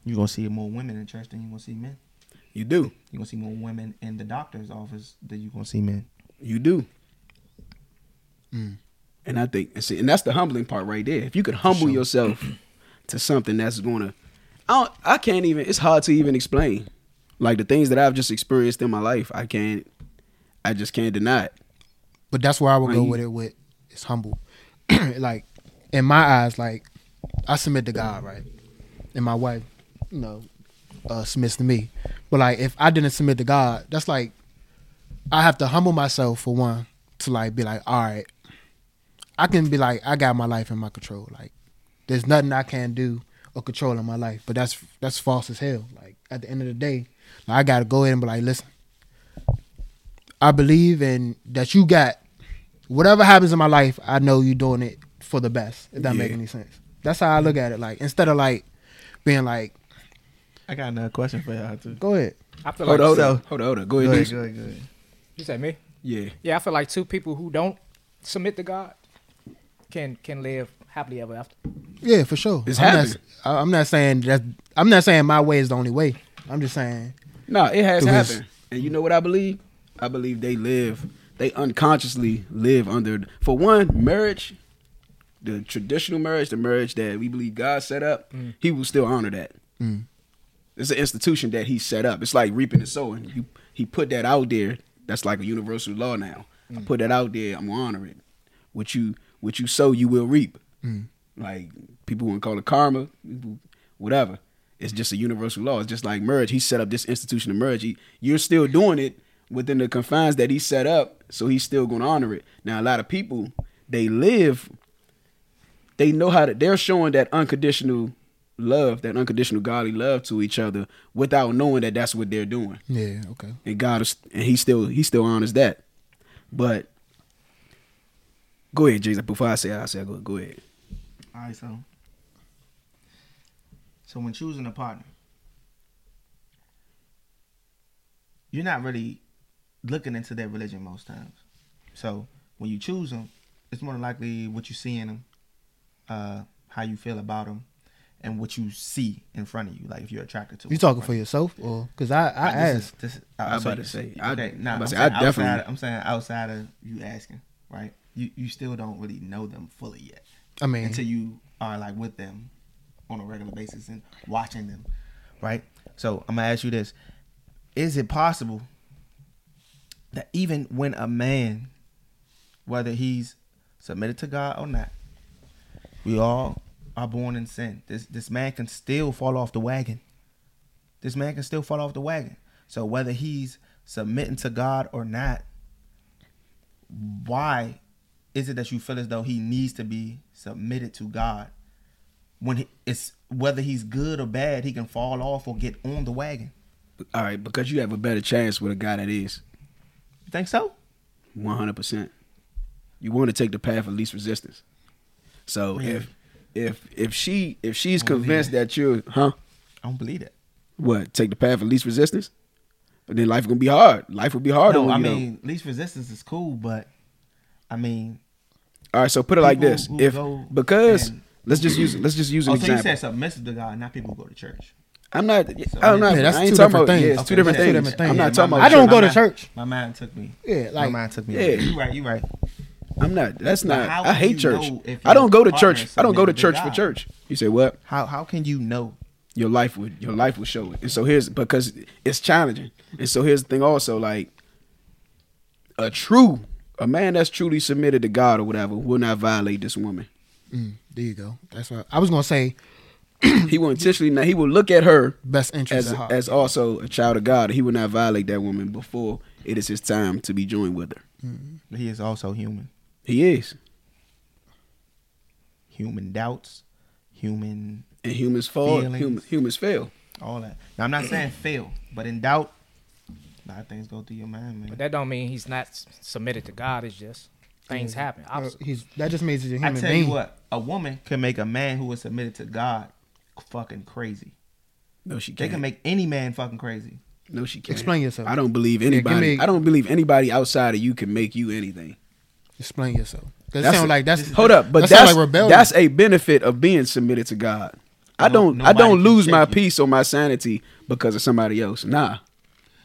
[SPEAKER 3] You're gonna see more women in church than you're gonna see men.
[SPEAKER 2] You do.
[SPEAKER 3] You're gonna see more women in the doctor's office than you're gonna see men.
[SPEAKER 2] You do. Mm. And I think and see, and that's the humbling part right there. If you could humble yourself to something that's gonna I don't, I can't even it's hard to even explain. Like the things that I've just experienced in my life, I can't I just can't deny it.
[SPEAKER 1] But that's where I would
[SPEAKER 2] Why
[SPEAKER 1] go
[SPEAKER 2] you-
[SPEAKER 1] with it. With it's humble, [CLEARS THROAT] like in my eyes, like I submit to God, right? And my wife, you know, uh, submits to me. But like if I didn't submit to God, that's like I have to humble myself for one to like be like, all right, I can be like I got my life in my control. Like there's nothing I can do or control in my life. But that's that's false as hell. Like at the end of the day, like, I gotta go in and be like, listen. I believe in that you got whatever happens in my life, I know you're doing it for the best. If that make
[SPEAKER 2] Yeah.
[SPEAKER 1] any sense. That's how I look at it. Like instead of like being like,
[SPEAKER 3] I got another question for y'all too.
[SPEAKER 1] go ahead.
[SPEAKER 4] I feel
[SPEAKER 2] Hold on,
[SPEAKER 4] like
[SPEAKER 2] hold
[SPEAKER 4] two-
[SPEAKER 2] on, hold on, hold on. Go ahead. Deuce.
[SPEAKER 3] good, good.
[SPEAKER 4] you said me.
[SPEAKER 2] Yeah.
[SPEAKER 4] Yeah, I feel like two people who don't submit to God can can live happily ever after.
[SPEAKER 1] Yeah, for sure.
[SPEAKER 2] It's
[SPEAKER 1] I'm not,
[SPEAKER 2] happening.
[SPEAKER 1] I- I'm not saying that. I'm not saying my way is the only way. I'm just saying
[SPEAKER 2] No, it has
[SPEAKER 1] Through his-
[SPEAKER 2] happened. And you know what I believe? I believe they live, they unconsciously live under, for one, marriage, the traditional marriage, the marriage that we believe God set up, He will still honor that. It's an institution that He set up. It's like reaping and sowing. You, he put that out there. That's like a universal law now. I put that out there. I'm gonna honor it. What you what you sow, you will reap. Like people wouldn't call it karma, whatever. It's just a universal law. It's just like marriage. He set up this institution of marriage. He, you're still doing it within the confines that he set up, so he's still going to honor it. Now, a lot of people they live, they know how to. They're showing that unconditional love, that unconditional godly love to each other, without knowing that that's what they're doing
[SPEAKER 1] Yeah, okay.
[SPEAKER 2] and God is, and he still he still honors that. But go ahead, Jesus. Before I say I say I go go ahead.
[SPEAKER 3] All right, so so when choosing a partner, you're not really looking into their religion most times. So when you choose them, it's more than likely what you see in them, uh, how you feel about them, and what you see in front of you. Like if you're attracted to
[SPEAKER 1] You talking for yourself, or because I I
[SPEAKER 3] I this
[SPEAKER 1] asked.
[SPEAKER 3] Is, this is,
[SPEAKER 2] I was
[SPEAKER 3] so
[SPEAKER 2] about
[SPEAKER 3] you-
[SPEAKER 2] to say, I-
[SPEAKER 3] Okay,
[SPEAKER 2] I
[SPEAKER 3] nah,
[SPEAKER 2] was about to
[SPEAKER 3] I'm,
[SPEAKER 2] say,
[SPEAKER 3] saying
[SPEAKER 2] I
[SPEAKER 3] outside,
[SPEAKER 2] definitely-
[SPEAKER 3] I'm saying outside of you asking, right? You you still don't really know them fully yet
[SPEAKER 1] I mean,
[SPEAKER 3] until you are like with them on a regular basis and watching them, right? So I'm gonna ask you this: Is it possible that even when a man, whether he's submitted to God or not, we all are born in sin. This this man can still fall off the wagon. This man can still fall off the wagon. So whether he's submitting to God or not, why is it that you feel as though he needs to be submitted to God when he, it's whether he's good or bad, he can fall off or get on the wagon.
[SPEAKER 2] All right, because you have a better chance with a guy that is
[SPEAKER 3] You think so?
[SPEAKER 2] 100%. You want to take the path of least resistance. So if if if she if she's convinced that you're huh
[SPEAKER 3] I don't believe that.
[SPEAKER 2] what take the path of least resistance, then life gonna be hard. Life will be harder.
[SPEAKER 3] no,
[SPEAKER 2] when
[SPEAKER 3] I
[SPEAKER 2] you don't.
[SPEAKER 3] mean least resistance is cool, but I mean,
[SPEAKER 2] All right, so put it like
[SPEAKER 3] people
[SPEAKER 2] this:
[SPEAKER 3] who
[SPEAKER 2] if
[SPEAKER 3] go
[SPEAKER 2] because
[SPEAKER 3] and-
[SPEAKER 2] let's just use let's just use an
[SPEAKER 3] oh, so you
[SPEAKER 2] example.
[SPEAKER 3] said submissive to God, not people who go to church.
[SPEAKER 2] I'm not.
[SPEAKER 3] So-
[SPEAKER 2] I'm not.
[SPEAKER 1] Yeah, that's
[SPEAKER 2] I ain't
[SPEAKER 1] two
[SPEAKER 2] talking
[SPEAKER 1] different
[SPEAKER 2] about. Yeah,
[SPEAKER 1] things.
[SPEAKER 2] it's two
[SPEAKER 1] Okay,
[SPEAKER 2] different
[SPEAKER 1] that's
[SPEAKER 2] things.
[SPEAKER 1] two different things.
[SPEAKER 2] I'm not
[SPEAKER 1] Yeah,
[SPEAKER 2] talking
[SPEAKER 1] my-
[SPEAKER 2] about.
[SPEAKER 1] I don't
[SPEAKER 2] church.
[SPEAKER 1] go to church.
[SPEAKER 3] My mind took me.
[SPEAKER 1] Yeah,
[SPEAKER 3] my
[SPEAKER 1] like-
[SPEAKER 3] mind took me.
[SPEAKER 2] Yeah.
[SPEAKER 3] You right. You right.
[SPEAKER 2] I'm not. That's
[SPEAKER 3] But
[SPEAKER 2] not.
[SPEAKER 3] how
[SPEAKER 2] I
[SPEAKER 3] do
[SPEAKER 2] hate
[SPEAKER 3] you
[SPEAKER 2] church.
[SPEAKER 3] know if
[SPEAKER 2] I don't
[SPEAKER 3] your
[SPEAKER 2] go to
[SPEAKER 3] partner
[SPEAKER 2] church. I don't go to
[SPEAKER 3] submitted to
[SPEAKER 2] church for
[SPEAKER 3] God?
[SPEAKER 2] church. You say what?
[SPEAKER 3] How how can you know?
[SPEAKER 2] Your life would. Your life would show it. And so here's because it's challenging. And so here's the thing. Also, like a true a man that's truly submitted to God or whatever will not violate this woman.
[SPEAKER 1] Mm, there you go. That's what I was gonna say.
[SPEAKER 2] He will intentionally. Now he will look at her
[SPEAKER 1] Best interest
[SPEAKER 2] as
[SPEAKER 1] at heart.
[SPEAKER 2] as also a child of God. He will not violate that woman before it is his time to be joined with her.
[SPEAKER 3] He is also human.
[SPEAKER 2] He is.
[SPEAKER 3] Human doubts, human
[SPEAKER 2] And humans fall.
[SPEAKER 3] Feelings.
[SPEAKER 2] Hum, humans fail.
[SPEAKER 3] all that. Now I'm not saying fail, but in doubt, a lot of things go through your mind,
[SPEAKER 4] But
[SPEAKER 3] man.
[SPEAKER 4] that don't mean he's not s- submitted to God. It's just things happen.
[SPEAKER 1] Uh,
[SPEAKER 4] Obst-
[SPEAKER 1] he's that just means he's a
[SPEAKER 3] I
[SPEAKER 1] human
[SPEAKER 3] tell
[SPEAKER 1] being.
[SPEAKER 3] you what, a woman can make a man who is submitted to God fucking crazy.
[SPEAKER 2] No, she
[SPEAKER 3] They
[SPEAKER 2] can't.
[SPEAKER 3] can make any man fucking crazy.
[SPEAKER 2] no, she can't.
[SPEAKER 1] Explain yourself.
[SPEAKER 2] I don't believe
[SPEAKER 1] give
[SPEAKER 2] anybody.
[SPEAKER 1] me-
[SPEAKER 2] I don't believe anybody outside of you can make you anything.
[SPEAKER 1] Explain yourself. That
[SPEAKER 2] That's
[SPEAKER 1] sound
[SPEAKER 2] a-
[SPEAKER 1] like that's
[SPEAKER 2] Hold up, but
[SPEAKER 1] that sound
[SPEAKER 2] that's
[SPEAKER 1] like rebellion.
[SPEAKER 2] that's a benefit of being submitted to God. I
[SPEAKER 3] No-
[SPEAKER 2] don't. I
[SPEAKER 3] nobody
[SPEAKER 2] don't
[SPEAKER 3] can
[SPEAKER 2] lose
[SPEAKER 3] shake
[SPEAKER 2] my
[SPEAKER 3] you.
[SPEAKER 2] peace or my sanity because of somebody else. Nah.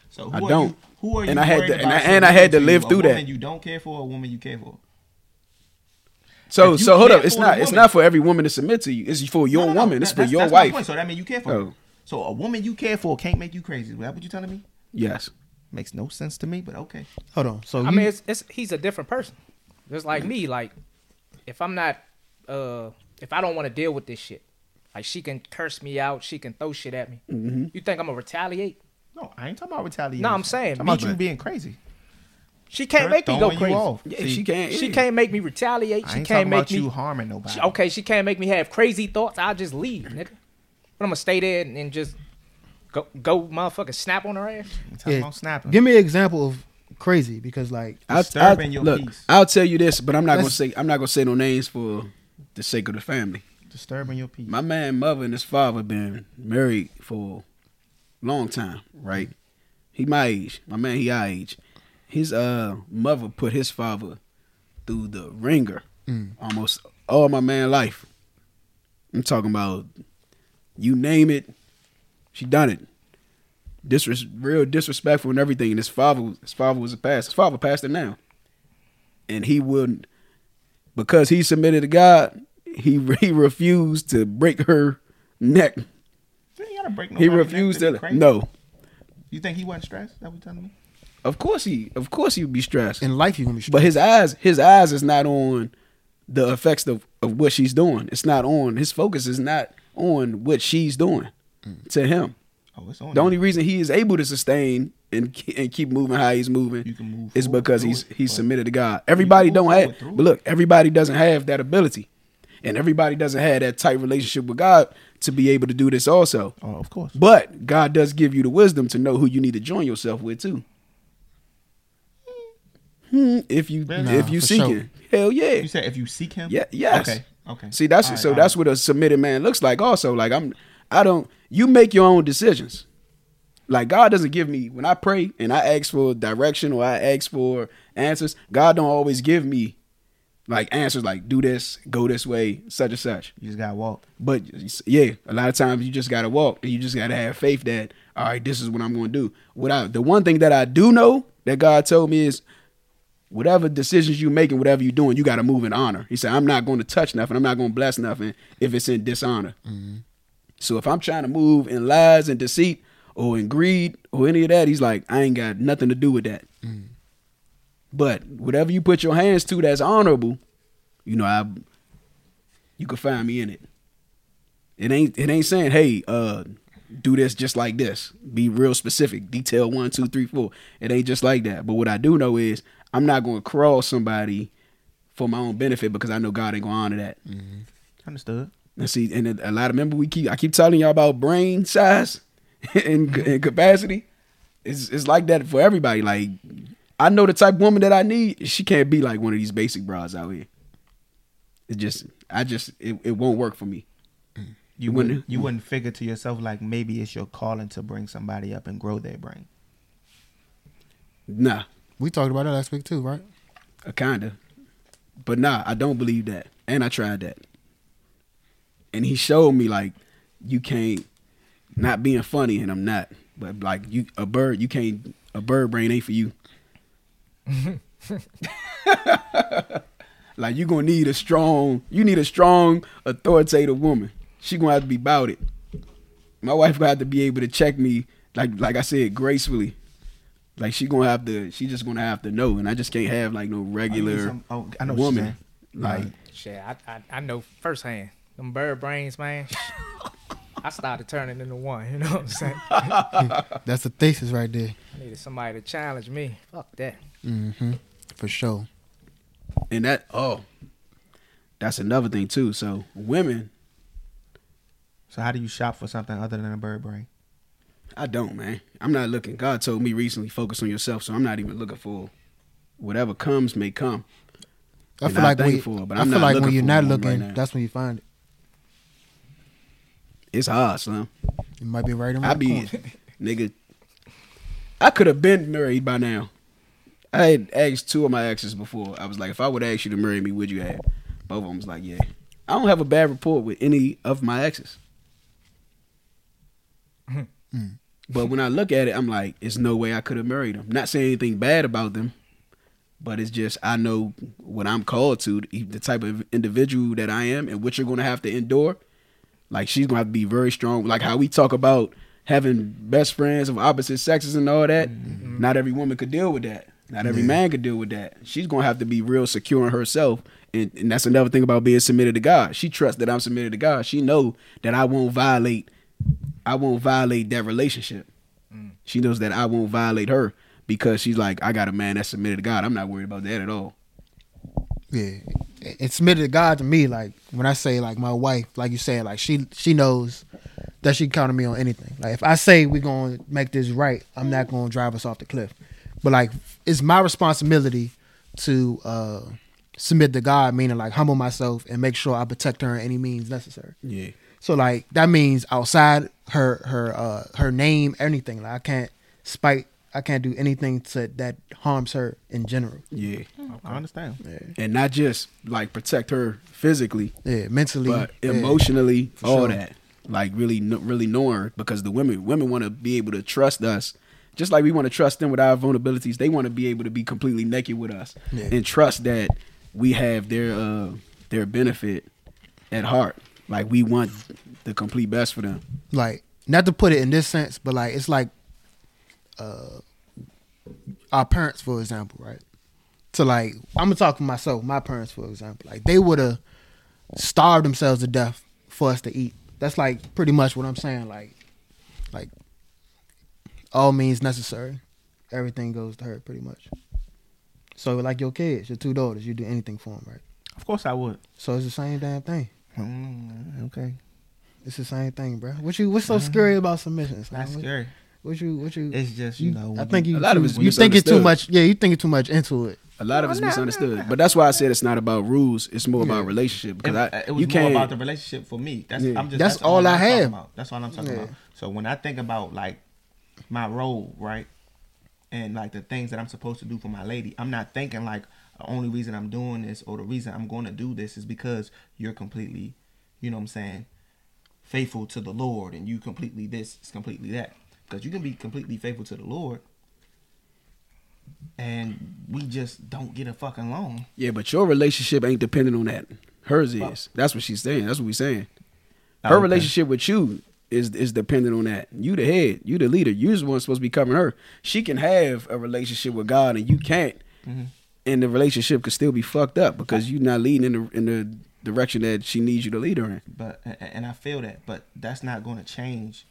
[SPEAKER 3] So
[SPEAKER 2] I
[SPEAKER 3] who are
[SPEAKER 2] don't.
[SPEAKER 3] You, who are you?
[SPEAKER 2] And I had
[SPEAKER 3] worried
[SPEAKER 2] to- and
[SPEAKER 3] about
[SPEAKER 2] I- and I had to
[SPEAKER 3] submitting
[SPEAKER 2] live
[SPEAKER 3] you?
[SPEAKER 2] through
[SPEAKER 3] a
[SPEAKER 2] that.
[SPEAKER 3] Woman you don't care for, a woman you care for.
[SPEAKER 2] So
[SPEAKER 3] If you
[SPEAKER 2] so hold
[SPEAKER 3] can't
[SPEAKER 2] up. It's
[SPEAKER 3] afford a
[SPEAKER 2] not. It's
[SPEAKER 3] woman-
[SPEAKER 2] not for every woman to submit to you. It's for your
[SPEAKER 3] No, no, no.
[SPEAKER 2] woman. It's
[SPEAKER 3] That-
[SPEAKER 2] for
[SPEAKER 3] that's-
[SPEAKER 2] your
[SPEAKER 3] that's my
[SPEAKER 2] wife.
[SPEAKER 3] point. So that means you care for.
[SPEAKER 2] Oh.
[SPEAKER 3] her. So a woman you care for can't make you crazy. Is that what you telling me?
[SPEAKER 2] Yes.
[SPEAKER 3] Makes no sense to me, but okay.
[SPEAKER 1] Hold on. So
[SPEAKER 4] I
[SPEAKER 1] you-
[SPEAKER 4] mean, it's, it's he's a different person. Just like me, like if I'm not, uh, if I don't want to deal with this shit, like she can curse me out, she can throw shit at me.
[SPEAKER 3] Mm-hmm.
[SPEAKER 4] You think I'm gonna retaliate?
[SPEAKER 3] No, I ain't talking about retaliation.
[SPEAKER 4] No, I'm saying,
[SPEAKER 3] talking about
[SPEAKER 4] me-
[SPEAKER 3] you being crazy.
[SPEAKER 4] She can't
[SPEAKER 3] Her
[SPEAKER 4] make me go
[SPEAKER 3] throwing you
[SPEAKER 4] crazy.
[SPEAKER 3] off.
[SPEAKER 2] Yeah,
[SPEAKER 3] See,
[SPEAKER 2] she can't.
[SPEAKER 4] She
[SPEAKER 2] yeah.
[SPEAKER 4] can't make me retaliate.
[SPEAKER 3] I
[SPEAKER 4] She
[SPEAKER 3] ain't
[SPEAKER 4] can't
[SPEAKER 3] talking
[SPEAKER 4] make
[SPEAKER 3] about
[SPEAKER 4] me.
[SPEAKER 3] you harming nobody.
[SPEAKER 4] she- okay, she can't make me have crazy thoughts. I'll just leave, nigga. But I'm gonna stay there and, and just go go motherfucker snap on her ass.
[SPEAKER 3] I'm talking
[SPEAKER 1] yeah,
[SPEAKER 3] about snapping.
[SPEAKER 1] give me an example of crazy because like
[SPEAKER 2] I'll,
[SPEAKER 3] disturbing
[SPEAKER 2] I'll-
[SPEAKER 3] your
[SPEAKER 2] look,
[SPEAKER 3] peace.
[SPEAKER 2] I'll tell you this, but I'm not
[SPEAKER 1] That's-
[SPEAKER 2] gonna say I'm not gonna say no names for the sake of the family.
[SPEAKER 3] disturbing your peace.
[SPEAKER 2] My man, mother, and his father been married for a long time, right? He my age. My man, he our age. His uh mother put his father through the ringer almost all my man life. I'm talking about you name it, she done it. Disres- real disrespectful and everything. And his father, was- his father was a past. His father passed it now, and he wouldn't because he submitted to God. He [LAUGHS] he refused to break her neck.
[SPEAKER 3] You ain't gotta break
[SPEAKER 2] he
[SPEAKER 3] nobody's neck
[SPEAKER 2] refused
[SPEAKER 3] be
[SPEAKER 2] to
[SPEAKER 3] crazy.
[SPEAKER 2] no.
[SPEAKER 3] You think he wasn't stressed? Is That what you telling me?
[SPEAKER 2] Of course he, of course he would be stressed.
[SPEAKER 1] in life you're gonna be
[SPEAKER 2] But his eyes, his eyes is not on the effects of, of what she's doing. It's not on his focus is not on what she's doing to him.
[SPEAKER 3] Oh, it's on.
[SPEAKER 2] The
[SPEAKER 3] you.
[SPEAKER 2] only reason he is able to sustain and ke- and keep moving how he's moving
[SPEAKER 3] You can move
[SPEAKER 2] is
[SPEAKER 3] forward
[SPEAKER 2] because
[SPEAKER 3] through
[SPEAKER 2] he's
[SPEAKER 3] it,
[SPEAKER 2] he's
[SPEAKER 3] but-
[SPEAKER 2] submitted to God. Everybody
[SPEAKER 3] move
[SPEAKER 2] don't have,
[SPEAKER 3] forward through
[SPEAKER 2] but look, everybody doesn't have that ability, and everybody doesn't have that tight relationship with God to be able to do this also.
[SPEAKER 3] Oh, of course.
[SPEAKER 2] e- But God does give you the wisdom to know who you need to join yourself with too. Hmm, if you
[SPEAKER 3] Nah,
[SPEAKER 2] if you
[SPEAKER 1] for
[SPEAKER 2] seek
[SPEAKER 1] sure.
[SPEAKER 2] it, hell yeah,
[SPEAKER 3] You said if you seek him.
[SPEAKER 2] yeah, yes.
[SPEAKER 3] Okay. Okay.
[SPEAKER 2] See, that's
[SPEAKER 3] All right,
[SPEAKER 2] so
[SPEAKER 3] all
[SPEAKER 2] that's
[SPEAKER 3] right.
[SPEAKER 2] what a submitted man looks like. Also, like I'm, I don't. You make your own decisions. Like God doesn't give me when I pray and I ask for direction or I ask for answers. God don't always give me like answers like do this, go this way, such and such.
[SPEAKER 3] you just gotta walk.
[SPEAKER 2] But yeah, a lot of times you just gotta walk and you just gotta have faith that all right, this is what I'm gonna do. What I the one thing that I do know that God told me is whatever decisions you making, whatever you're doing, you gotta move in honor. He said, I'm not gonna touch nothing, I'm not gonna bless nothing if it's in dishonor. So if I'm trying to move in lies and deceit or in greed or any of that, he's like, I ain't got nothing to do with that. But whatever you put your hands to that's honorable, you know, I you can find me in it. It ain't it ain't saying, hey, uh, do this just like this. Be real specific. Detail one, two, three, four. It ain't just like that. But what I do know is I'm not gonna crawl somebody for my own benefit because I know God ain't gonna honor that.
[SPEAKER 3] Understood.
[SPEAKER 2] And see, and a lot of remember we keep I keep telling y'all about brain size [LAUGHS] and, and capacity. It's it's like that for everybody. Like I know the type of woman that I need. She can't be like one of these basic bras out here. It just I just it, it won't work for me.
[SPEAKER 3] You
[SPEAKER 2] When-
[SPEAKER 3] wouldn't you wouldn't figure to yourself like maybe it's your calling to bring somebody up and grow their brain.
[SPEAKER 2] Nah,
[SPEAKER 1] We talked about that last week too, right?
[SPEAKER 2] a kinda. But nah, I don't believe that. And I tried that. And he showed me like you can't not being funny and I'm not. But like you a bird, you can't a bird brain ain't for
[SPEAKER 3] [LAUGHS]
[SPEAKER 2] you. like you gonna need a strong you need a strong authoritative woman. She gonna have to be about it. My wife gonna have to be able to check me like like I said, gracefully. Like she gonna have to she just gonna have to know and I just can't have like no
[SPEAKER 3] you need
[SPEAKER 2] regular
[SPEAKER 3] some- oh, I know what you're
[SPEAKER 2] woman. Like
[SPEAKER 4] Shit, I, I I know firsthand. Them bird brains, man. I started turning into one. You know what I'm [LAUGHS] saying? I
[SPEAKER 1] That's the thesis right there, Mm-hmm.
[SPEAKER 4] needed somebody to challenge me. Fuck that.
[SPEAKER 1] for sure.
[SPEAKER 2] and that oh that's another thing too. So women,
[SPEAKER 3] So how do you shop for something other than a bird brain?
[SPEAKER 2] I don't, man. I'm not looking. God told me recently, focus on yourself. So I'm not even looking for whatever comes may come.
[SPEAKER 1] I
[SPEAKER 2] And
[SPEAKER 1] feel
[SPEAKER 2] I'm
[SPEAKER 1] like when
[SPEAKER 2] thankful, but
[SPEAKER 1] I
[SPEAKER 2] I'm
[SPEAKER 1] feel
[SPEAKER 2] not
[SPEAKER 1] like when
[SPEAKER 2] looking
[SPEAKER 1] you're
[SPEAKER 2] for one
[SPEAKER 1] not
[SPEAKER 2] right
[SPEAKER 1] looking,
[SPEAKER 2] now.
[SPEAKER 1] that's when you find it.
[SPEAKER 2] It's hard, son.
[SPEAKER 1] It might be right around
[SPEAKER 2] I
[SPEAKER 1] the
[SPEAKER 2] be
[SPEAKER 1] corner.
[SPEAKER 2] [LAUGHS] nigga. I could have been married by now. I had asked two of my exes before. I was like, if I would ask you to marry me, would you have? Both of them was like, yeah. I don't have a bad rapport with any of my
[SPEAKER 1] [LAUGHS]
[SPEAKER 2] exes. but when I look at it, I'm like, it's no way I could have married them. Not saying anything bad about them, but it's just I know what I'm called to, the the type of individual that I am, and what you're going to have to endure. Like she's gonna have to be very strong. Like how we talk about having best friends of opposite sexes and all that. Not every woman could deal with that. Not every man could deal with that. She's gonna have to be real secure in herself. And, and that's another thing about being submitted to God. She trusts that I'm submitted to God. She know that I won't violate I won't violate that relationship. She knows that I won't violate her because she's like, I got a man that's submitted to God. I'm not worried about that at all.
[SPEAKER 1] Yeah, It- it's submitted to God to me. Like when I say like my wife, like you said, like she she knows that she can count on me on anything. Like if I say we're gonna make this right, I'm not gonna drive us off the cliff. But like it's my responsibility to uh submit to God, meaning like humble myself and make sure I protect her in any means necessary.
[SPEAKER 2] Yeah.
[SPEAKER 1] So like that means outside her her uh her name, anything. Like I can't spite. I can't do anything to that harms her in general.
[SPEAKER 2] Yeah.
[SPEAKER 4] Mm.
[SPEAKER 3] I understand.
[SPEAKER 2] And not just like protect her physically,
[SPEAKER 1] Yeah, mentally,
[SPEAKER 2] but
[SPEAKER 1] yeah.
[SPEAKER 2] emotionally,
[SPEAKER 1] for
[SPEAKER 2] all
[SPEAKER 1] sure.
[SPEAKER 2] that. Like really, kn- really knowing her because the women, women want to be able to trust us, just like we want to trust them with our vulnerabilities. They want to be able to be completely naked with us
[SPEAKER 1] Yeah.
[SPEAKER 2] and trust that we have their uh their benefit at heart. Like we want the complete best for them.
[SPEAKER 1] like not to put it in this sense, but like it's like uh our parents, for example, right? To like I'm gonna talk for myself, my parents, for example, like they would have starved themselves to death for us to eat. That's like pretty much what I'm saying. Like, like all means necessary. Everything goes to her, pretty much. So like your kids, your two daughters, you do anything for them, right?
[SPEAKER 3] Of course I would.
[SPEAKER 1] So it's the same damn thing.
[SPEAKER 3] Mm, okay.
[SPEAKER 1] It's the same thing, bro. What you? What's so scary about submissions?
[SPEAKER 3] Not
[SPEAKER 1] man? What-
[SPEAKER 3] scary.
[SPEAKER 1] What you? What you?
[SPEAKER 3] It's just, you know,
[SPEAKER 1] I
[SPEAKER 3] when
[SPEAKER 1] think
[SPEAKER 3] you-
[SPEAKER 1] you.
[SPEAKER 2] a lot
[SPEAKER 1] too,
[SPEAKER 2] of it's
[SPEAKER 1] you thinking too
[SPEAKER 2] misunderstood.
[SPEAKER 1] much. Yeah, you thinking too much into it.
[SPEAKER 2] A lot of it's misunderstood, but that's why I said it's not about rules. It's more about relationship because
[SPEAKER 3] It,
[SPEAKER 2] I,
[SPEAKER 3] it was
[SPEAKER 2] you
[SPEAKER 3] more
[SPEAKER 2] can't.
[SPEAKER 3] about the relationship for me. That's
[SPEAKER 2] Yeah.
[SPEAKER 3] I'm just
[SPEAKER 1] That's all I
[SPEAKER 3] I'm talking
[SPEAKER 1] have.
[SPEAKER 3] about. That's all I'm talking
[SPEAKER 1] Yeah.
[SPEAKER 3] about. So when I think about like my role, right, and like the things that I'm supposed to do for my lady, I'm not thinking like the only reason I'm doing this or the reason I'm going to do this is because you're completely, you know, what I'm saying, faithful to the Lord, and you completely this, it's completely that. Because you can be completely faithful to the Lord, and we just don't get a fucking loan.
[SPEAKER 2] yeah, but your relationship ain't dependent on that. Hers is. That's what she's saying. That's what we're saying. her
[SPEAKER 3] Oh, Okay.
[SPEAKER 2] relationship with you is is dependent on that. You the head, you the leader. You're the one supposed to be covering her. She can have a relationship with God,
[SPEAKER 3] Mm-hmm.
[SPEAKER 2] and you can't, and the relationship could still be fucked up because you're not leading in the in the direction that she needs you to lead her in.
[SPEAKER 3] but a- and I feel that, but that's not going to change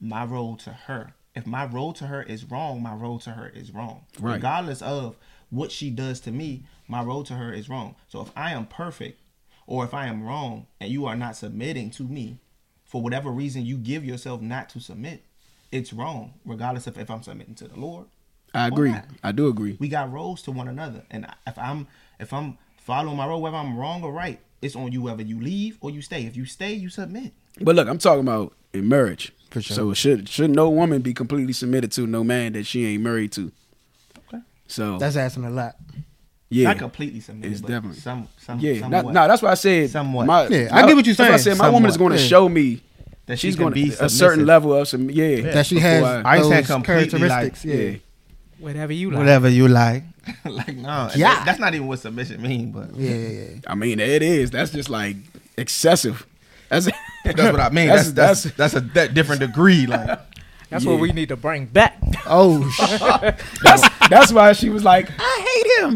[SPEAKER 3] my role to her. If my role to her is wrong, my role to her is wrong.
[SPEAKER 2] Right.
[SPEAKER 3] Regardless of what she does to me, my role to her is wrong. So if I am perfect or if I am wrong and you are not submitting to me for whatever reason you give yourself not to submit, it's wrong regardless of if I'm submitting to the Lord
[SPEAKER 2] I agree.
[SPEAKER 3] not?
[SPEAKER 2] I do agree.
[SPEAKER 3] we got roles to one another and if i'm if i'm following my role whether i'm wrong or right it's on you whether you leave or you stay if you stay you submit
[SPEAKER 2] But look, I'm talking about in marriage.
[SPEAKER 1] For sure.
[SPEAKER 2] So should should no woman be completely submitted to no man that she ain't married to?
[SPEAKER 3] Okay.
[SPEAKER 2] So
[SPEAKER 3] Oh.
[SPEAKER 1] That's asking a lot.
[SPEAKER 2] yeah,
[SPEAKER 3] not completely submit
[SPEAKER 2] It's
[SPEAKER 3] but
[SPEAKER 2] definitely-
[SPEAKER 3] some some
[SPEAKER 2] yeah.
[SPEAKER 3] somewhat.
[SPEAKER 2] Not, nah, that's why I said.
[SPEAKER 3] Somewhat.
[SPEAKER 2] My,
[SPEAKER 1] Yeah, I get what you're
[SPEAKER 2] that's why I
[SPEAKER 1] saying.
[SPEAKER 2] said my woman is
[SPEAKER 1] Somewhat.
[SPEAKER 2] going to
[SPEAKER 1] Yeah.
[SPEAKER 2] show me
[SPEAKER 3] That she
[SPEAKER 2] she's
[SPEAKER 3] can
[SPEAKER 2] going to
[SPEAKER 3] be
[SPEAKER 2] be a certain
[SPEAKER 3] submissive. [LAUGHS]
[SPEAKER 2] level of some yeah,
[SPEAKER 1] That she has
[SPEAKER 2] before
[SPEAKER 3] I ain't saying
[SPEAKER 1] those
[SPEAKER 3] completely like-
[SPEAKER 1] characteristics.
[SPEAKER 2] yeah.
[SPEAKER 1] yeah.
[SPEAKER 4] Whatever you like.
[SPEAKER 3] whatever you like like no
[SPEAKER 1] Yeah.
[SPEAKER 3] yeah that's not even what submission mean but
[SPEAKER 1] yeah, yeah, yeah.
[SPEAKER 2] I mean, it is. That's just like excessive. That's [LAUGHS]
[SPEAKER 3] that's what i mean that's that's that's, a de- different
[SPEAKER 2] [LAUGHS]
[SPEAKER 3] degree like
[SPEAKER 4] That's
[SPEAKER 2] Yeah.
[SPEAKER 4] what we need to bring back.
[SPEAKER 3] [LAUGHS]
[SPEAKER 1] Oh, shit.
[SPEAKER 2] that's that's why she was like, I hate him.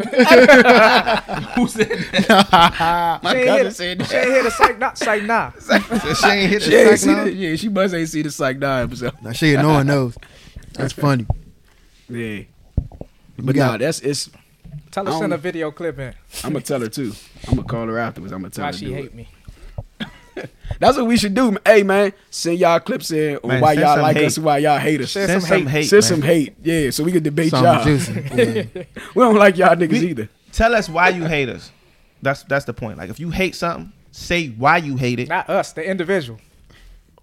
[SPEAKER 3] who said that
[SPEAKER 2] My
[SPEAKER 4] She ain't here
[SPEAKER 2] cousin
[SPEAKER 4] to-
[SPEAKER 2] said
[SPEAKER 4] she ain't here to say not
[SPEAKER 2] [LAUGHS]
[SPEAKER 4] say nah.
[SPEAKER 3] she ain't hit
[SPEAKER 2] She ain't
[SPEAKER 3] the
[SPEAKER 2] see
[SPEAKER 3] now?
[SPEAKER 2] the, yeah, she must ain't see the psych nine episode.
[SPEAKER 1] Now, she annoying those. That's
[SPEAKER 2] [LAUGHS]
[SPEAKER 1] funny.
[SPEAKER 2] Yeah,
[SPEAKER 1] We
[SPEAKER 2] but
[SPEAKER 1] got-
[SPEAKER 2] nah, that's it's.
[SPEAKER 4] Tell
[SPEAKER 2] I
[SPEAKER 4] her
[SPEAKER 2] don't-
[SPEAKER 4] send a video clip in.
[SPEAKER 2] I'm gonna tell her too. I'm gonna call her afterwards. I'm gonna tell
[SPEAKER 4] Why
[SPEAKER 2] her.
[SPEAKER 4] she
[SPEAKER 2] do it.
[SPEAKER 4] hate me.
[SPEAKER 2] That's what we should do. Hey man, send y'all clips in on
[SPEAKER 3] Man,
[SPEAKER 2] why
[SPEAKER 3] send
[SPEAKER 2] y'all
[SPEAKER 3] some
[SPEAKER 2] like
[SPEAKER 3] hate.
[SPEAKER 2] us and why y'all hate us.
[SPEAKER 4] Send
[SPEAKER 3] Send
[SPEAKER 4] some
[SPEAKER 3] some
[SPEAKER 4] hate.
[SPEAKER 3] hate,
[SPEAKER 2] send
[SPEAKER 3] man.
[SPEAKER 2] some hate. Yeah, so we can debate y'all.
[SPEAKER 1] Something juicy. Yeah.
[SPEAKER 2] [LAUGHS] We don't like y'all niggas
[SPEAKER 3] We-
[SPEAKER 2] either.
[SPEAKER 3] tell us why you hate us that's that's the point like if you hate something say why you hate it
[SPEAKER 4] Not us, the individual.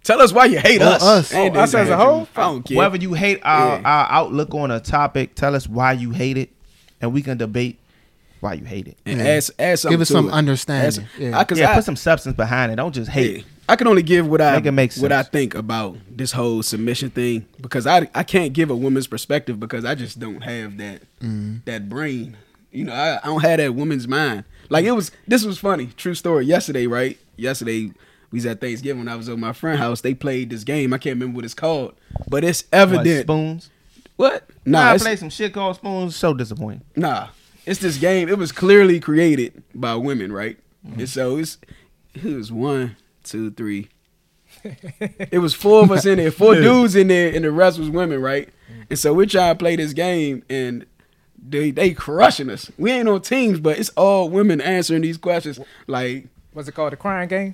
[SPEAKER 2] Tell us why you hate
[SPEAKER 1] Or
[SPEAKER 2] us.
[SPEAKER 1] us.
[SPEAKER 2] And
[SPEAKER 4] Oh, us
[SPEAKER 2] then
[SPEAKER 4] as a
[SPEAKER 2] hate
[SPEAKER 4] whole?
[SPEAKER 2] you. I don't care.
[SPEAKER 3] Whether you hate our,
[SPEAKER 2] Yeah.
[SPEAKER 3] our outlook on a topic, tell us why you hate it, and we can debate why you hate it.
[SPEAKER 2] And
[SPEAKER 1] Yeah.
[SPEAKER 2] ask, ask something
[SPEAKER 1] Give us
[SPEAKER 2] to
[SPEAKER 1] some
[SPEAKER 2] it.
[SPEAKER 1] understanding.
[SPEAKER 2] Ask-
[SPEAKER 1] Yeah.
[SPEAKER 2] I, 'cause
[SPEAKER 3] Yeah,
[SPEAKER 2] I-
[SPEAKER 3] put some substance behind it. Don't just hate.
[SPEAKER 2] Yeah. I can only give what I
[SPEAKER 3] Make it make
[SPEAKER 2] what I
[SPEAKER 3] sense.
[SPEAKER 2] think about this whole submission thing because I I can't give a woman's perspective because I just don't have that
[SPEAKER 3] Mm-hmm.
[SPEAKER 2] that brain. You know, I, I don't have that woman's mind. Like it was this was funny, true story. Yesterday, right? Yesterday we was at Thanksgiving when I was at my friend's house. They played this game. I can't remember what it's called, but it's
[SPEAKER 3] What,
[SPEAKER 2] evident.
[SPEAKER 3] spoons.
[SPEAKER 2] What?
[SPEAKER 3] Nah,
[SPEAKER 2] Nah,
[SPEAKER 3] I
[SPEAKER 2] it's-
[SPEAKER 3] play some shit called spoons. So disappointing.
[SPEAKER 2] Nah, it's this game. It was clearly created by women, right? And so it's it was one, two, three. it was four of us in there, four dudes in there, and the rest was women, right? And so we're trying to play this game, and they they crushing us. We ain't on teams, but it's all women answering these questions. Like,
[SPEAKER 4] What's it called? The crying game?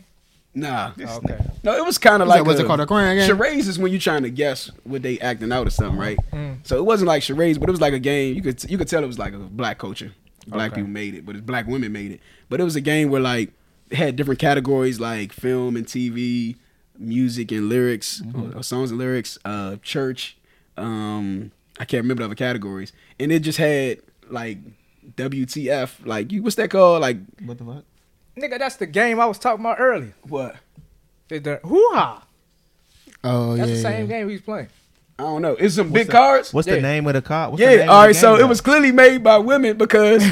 [SPEAKER 2] nah,
[SPEAKER 4] Okay.
[SPEAKER 2] no, it was kind of
[SPEAKER 1] What's
[SPEAKER 2] like
[SPEAKER 1] that- what's it called, a crying game?
[SPEAKER 2] Charades is when you're trying to guess what they acting out or something, right?
[SPEAKER 3] Mm.
[SPEAKER 2] So it wasn't like charades, but it was like a game. You could you could tell it was like a black culture. Black
[SPEAKER 4] Okay.
[SPEAKER 2] people made it, but it's black women made it. But it was a game where like it had different categories like film and TV, music and lyrics,
[SPEAKER 3] Mm-hmm.
[SPEAKER 2] or, or songs and lyrics, uh, church. Um, I can't remember the other categories, and it just had like WTF, like you what's that called? Like
[SPEAKER 3] What the fuck?
[SPEAKER 4] Nigga, that's the game I was talking about earlier.
[SPEAKER 2] what?
[SPEAKER 4] The, the hoo-ha.
[SPEAKER 1] Oh,
[SPEAKER 4] That's
[SPEAKER 1] yeah.
[SPEAKER 4] the same
[SPEAKER 1] yeah.
[SPEAKER 4] game we was playing.
[SPEAKER 2] I don't know. It's some big
[SPEAKER 3] the-
[SPEAKER 2] cards.
[SPEAKER 3] What's
[SPEAKER 2] Yeah.
[SPEAKER 3] the name of the card? What's The
[SPEAKER 2] Yeah,
[SPEAKER 3] name
[SPEAKER 2] all
[SPEAKER 3] of the
[SPEAKER 2] right. So
[SPEAKER 3] game,
[SPEAKER 2] it was clearly made by women
[SPEAKER 3] [LAUGHS]
[SPEAKER 2] because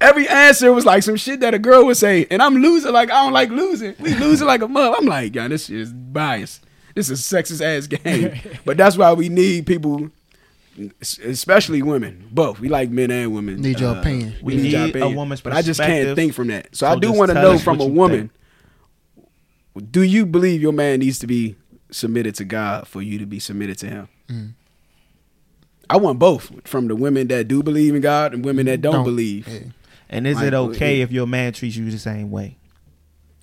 [SPEAKER 2] every answer was like some shit that a girl would say, and I'm losing. Like I don't like losing. We losing like a mug. I'm like, yeah, this shit is biased. This is sexist ass
[SPEAKER 3] [LAUGHS]
[SPEAKER 2] game. but that's why we need people, es- especially women. Both. We like men and women. Uh,
[SPEAKER 1] Need your opinion.
[SPEAKER 2] We
[SPEAKER 3] We
[SPEAKER 2] need, your
[SPEAKER 3] need a
[SPEAKER 2] opinion.
[SPEAKER 3] woman's
[SPEAKER 2] But I just can't
[SPEAKER 3] perspective.
[SPEAKER 2] think from that. So,
[SPEAKER 3] So
[SPEAKER 2] I do
[SPEAKER 3] just
[SPEAKER 2] want to
[SPEAKER 3] tell
[SPEAKER 2] know
[SPEAKER 3] us
[SPEAKER 2] from a
[SPEAKER 3] what you
[SPEAKER 2] woman. Do you believe your man needs to be submitted to God for you to be submitted to him?
[SPEAKER 3] Mm.
[SPEAKER 2] I want both from the women that do believe in God and women that don't,
[SPEAKER 1] Don't.
[SPEAKER 2] believe.
[SPEAKER 1] Yeah.
[SPEAKER 3] And is
[SPEAKER 2] Like,
[SPEAKER 3] it okay
[SPEAKER 2] yeah.
[SPEAKER 3] if your man treats you the same way?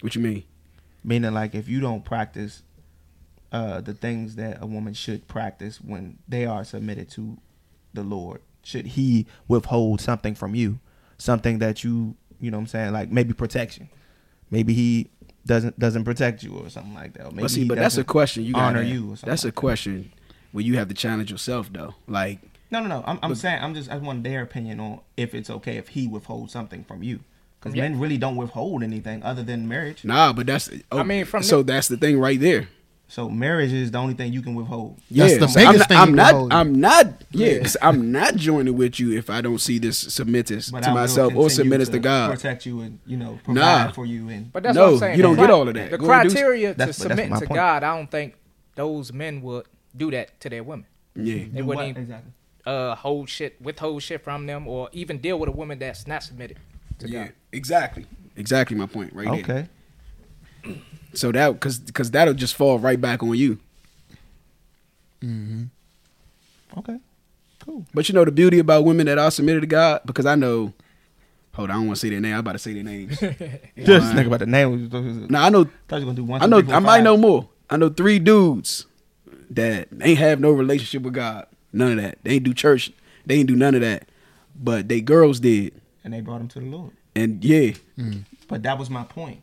[SPEAKER 2] What you mean?
[SPEAKER 3] Meaning, like if you don't practice uh, the things that a woman should practice when they are submitted to the Lord, should He withhold something from you, something that you, you know, what I'm saying, like maybe protection. Maybe He doesn't doesn't protect you or something like that. Or maybe
[SPEAKER 2] But see,
[SPEAKER 3] he
[SPEAKER 2] but that's a
[SPEAKER 3] doesn't
[SPEAKER 2] question you gotta
[SPEAKER 3] honor
[SPEAKER 2] have.
[SPEAKER 3] you. Or something
[SPEAKER 2] That's a
[SPEAKER 3] like that.
[SPEAKER 2] question where you have to challenge yourself though. Like
[SPEAKER 3] no, no, no. I'm, I'm saying I'm just I want their opinion on if it's okay if He withholds something from you, because men really don't withhold anything other than marriage.
[SPEAKER 2] nah, but that's oh,
[SPEAKER 4] I mean, from
[SPEAKER 2] so
[SPEAKER 4] the-
[SPEAKER 2] that's the thing right there.
[SPEAKER 3] So marriage is the only thing you can withhold.
[SPEAKER 1] That's the
[SPEAKER 2] so I'm not-
[SPEAKER 1] biggest thing
[SPEAKER 2] I'm
[SPEAKER 1] you
[SPEAKER 2] not.
[SPEAKER 1] withholding.
[SPEAKER 2] I'm not. Yes, I'm not joining with you if I don't see this submittance
[SPEAKER 3] But
[SPEAKER 2] to
[SPEAKER 3] I will
[SPEAKER 2] myself "Oh, or
[SPEAKER 3] continue
[SPEAKER 2] submittance to, God.
[SPEAKER 3] Protect you and you know
[SPEAKER 2] Nah.
[SPEAKER 3] provide for you and
[SPEAKER 4] But that's
[SPEAKER 2] No,
[SPEAKER 4] what I'm saying.
[SPEAKER 2] you
[SPEAKER 4] The
[SPEAKER 2] don't
[SPEAKER 4] cri-
[SPEAKER 2] get all of that.
[SPEAKER 4] The
[SPEAKER 2] Go and do s-
[SPEAKER 4] criteria to
[SPEAKER 3] That's- that's
[SPEAKER 4] submitting
[SPEAKER 3] my
[SPEAKER 4] to
[SPEAKER 3] point.
[SPEAKER 4] God, I don't think those men would do that to their women.
[SPEAKER 2] Yeah,
[SPEAKER 4] They wouldn't even
[SPEAKER 3] exactly.
[SPEAKER 4] uh, hold shit, withhold shit from them, or even deal with a woman that's not submitted to
[SPEAKER 2] yeah,
[SPEAKER 4] God.
[SPEAKER 2] exactly. Exactly my point right there.
[SPEAKER 3] Okay.
[SPEAKER 2] So that because because that'll just fall right back on you.
[SPEAKER 3] Okay. Cool.
[SPEAKER 2] But you know the beauty about women that I submitted to God because I know. Hold on, I don't want to say their name. I'm about to say their names.
[SPEAKER 3] Just think about the name.
[SPEAKER 2] now I know
[SPEAKER 3] Thought you were gonna do one.
[SPEAKER 2] I
[SPEAKER 3] two,
[SPEAKER 2] know
[SPEAKER 3] three, four,
[SPEAKER 2] I might
[SPEAKER 3] five.
[SPEAKER 2] know more. I know three dudes that ain't have no relationship with God. None of that. They ain't do church. They ain't do none of that. But they girls did.
[SPEAKER 3] and they brought him to the Lord.
[SPEAKER 2] And yeah.
[SPEAKER 3] But that was my point.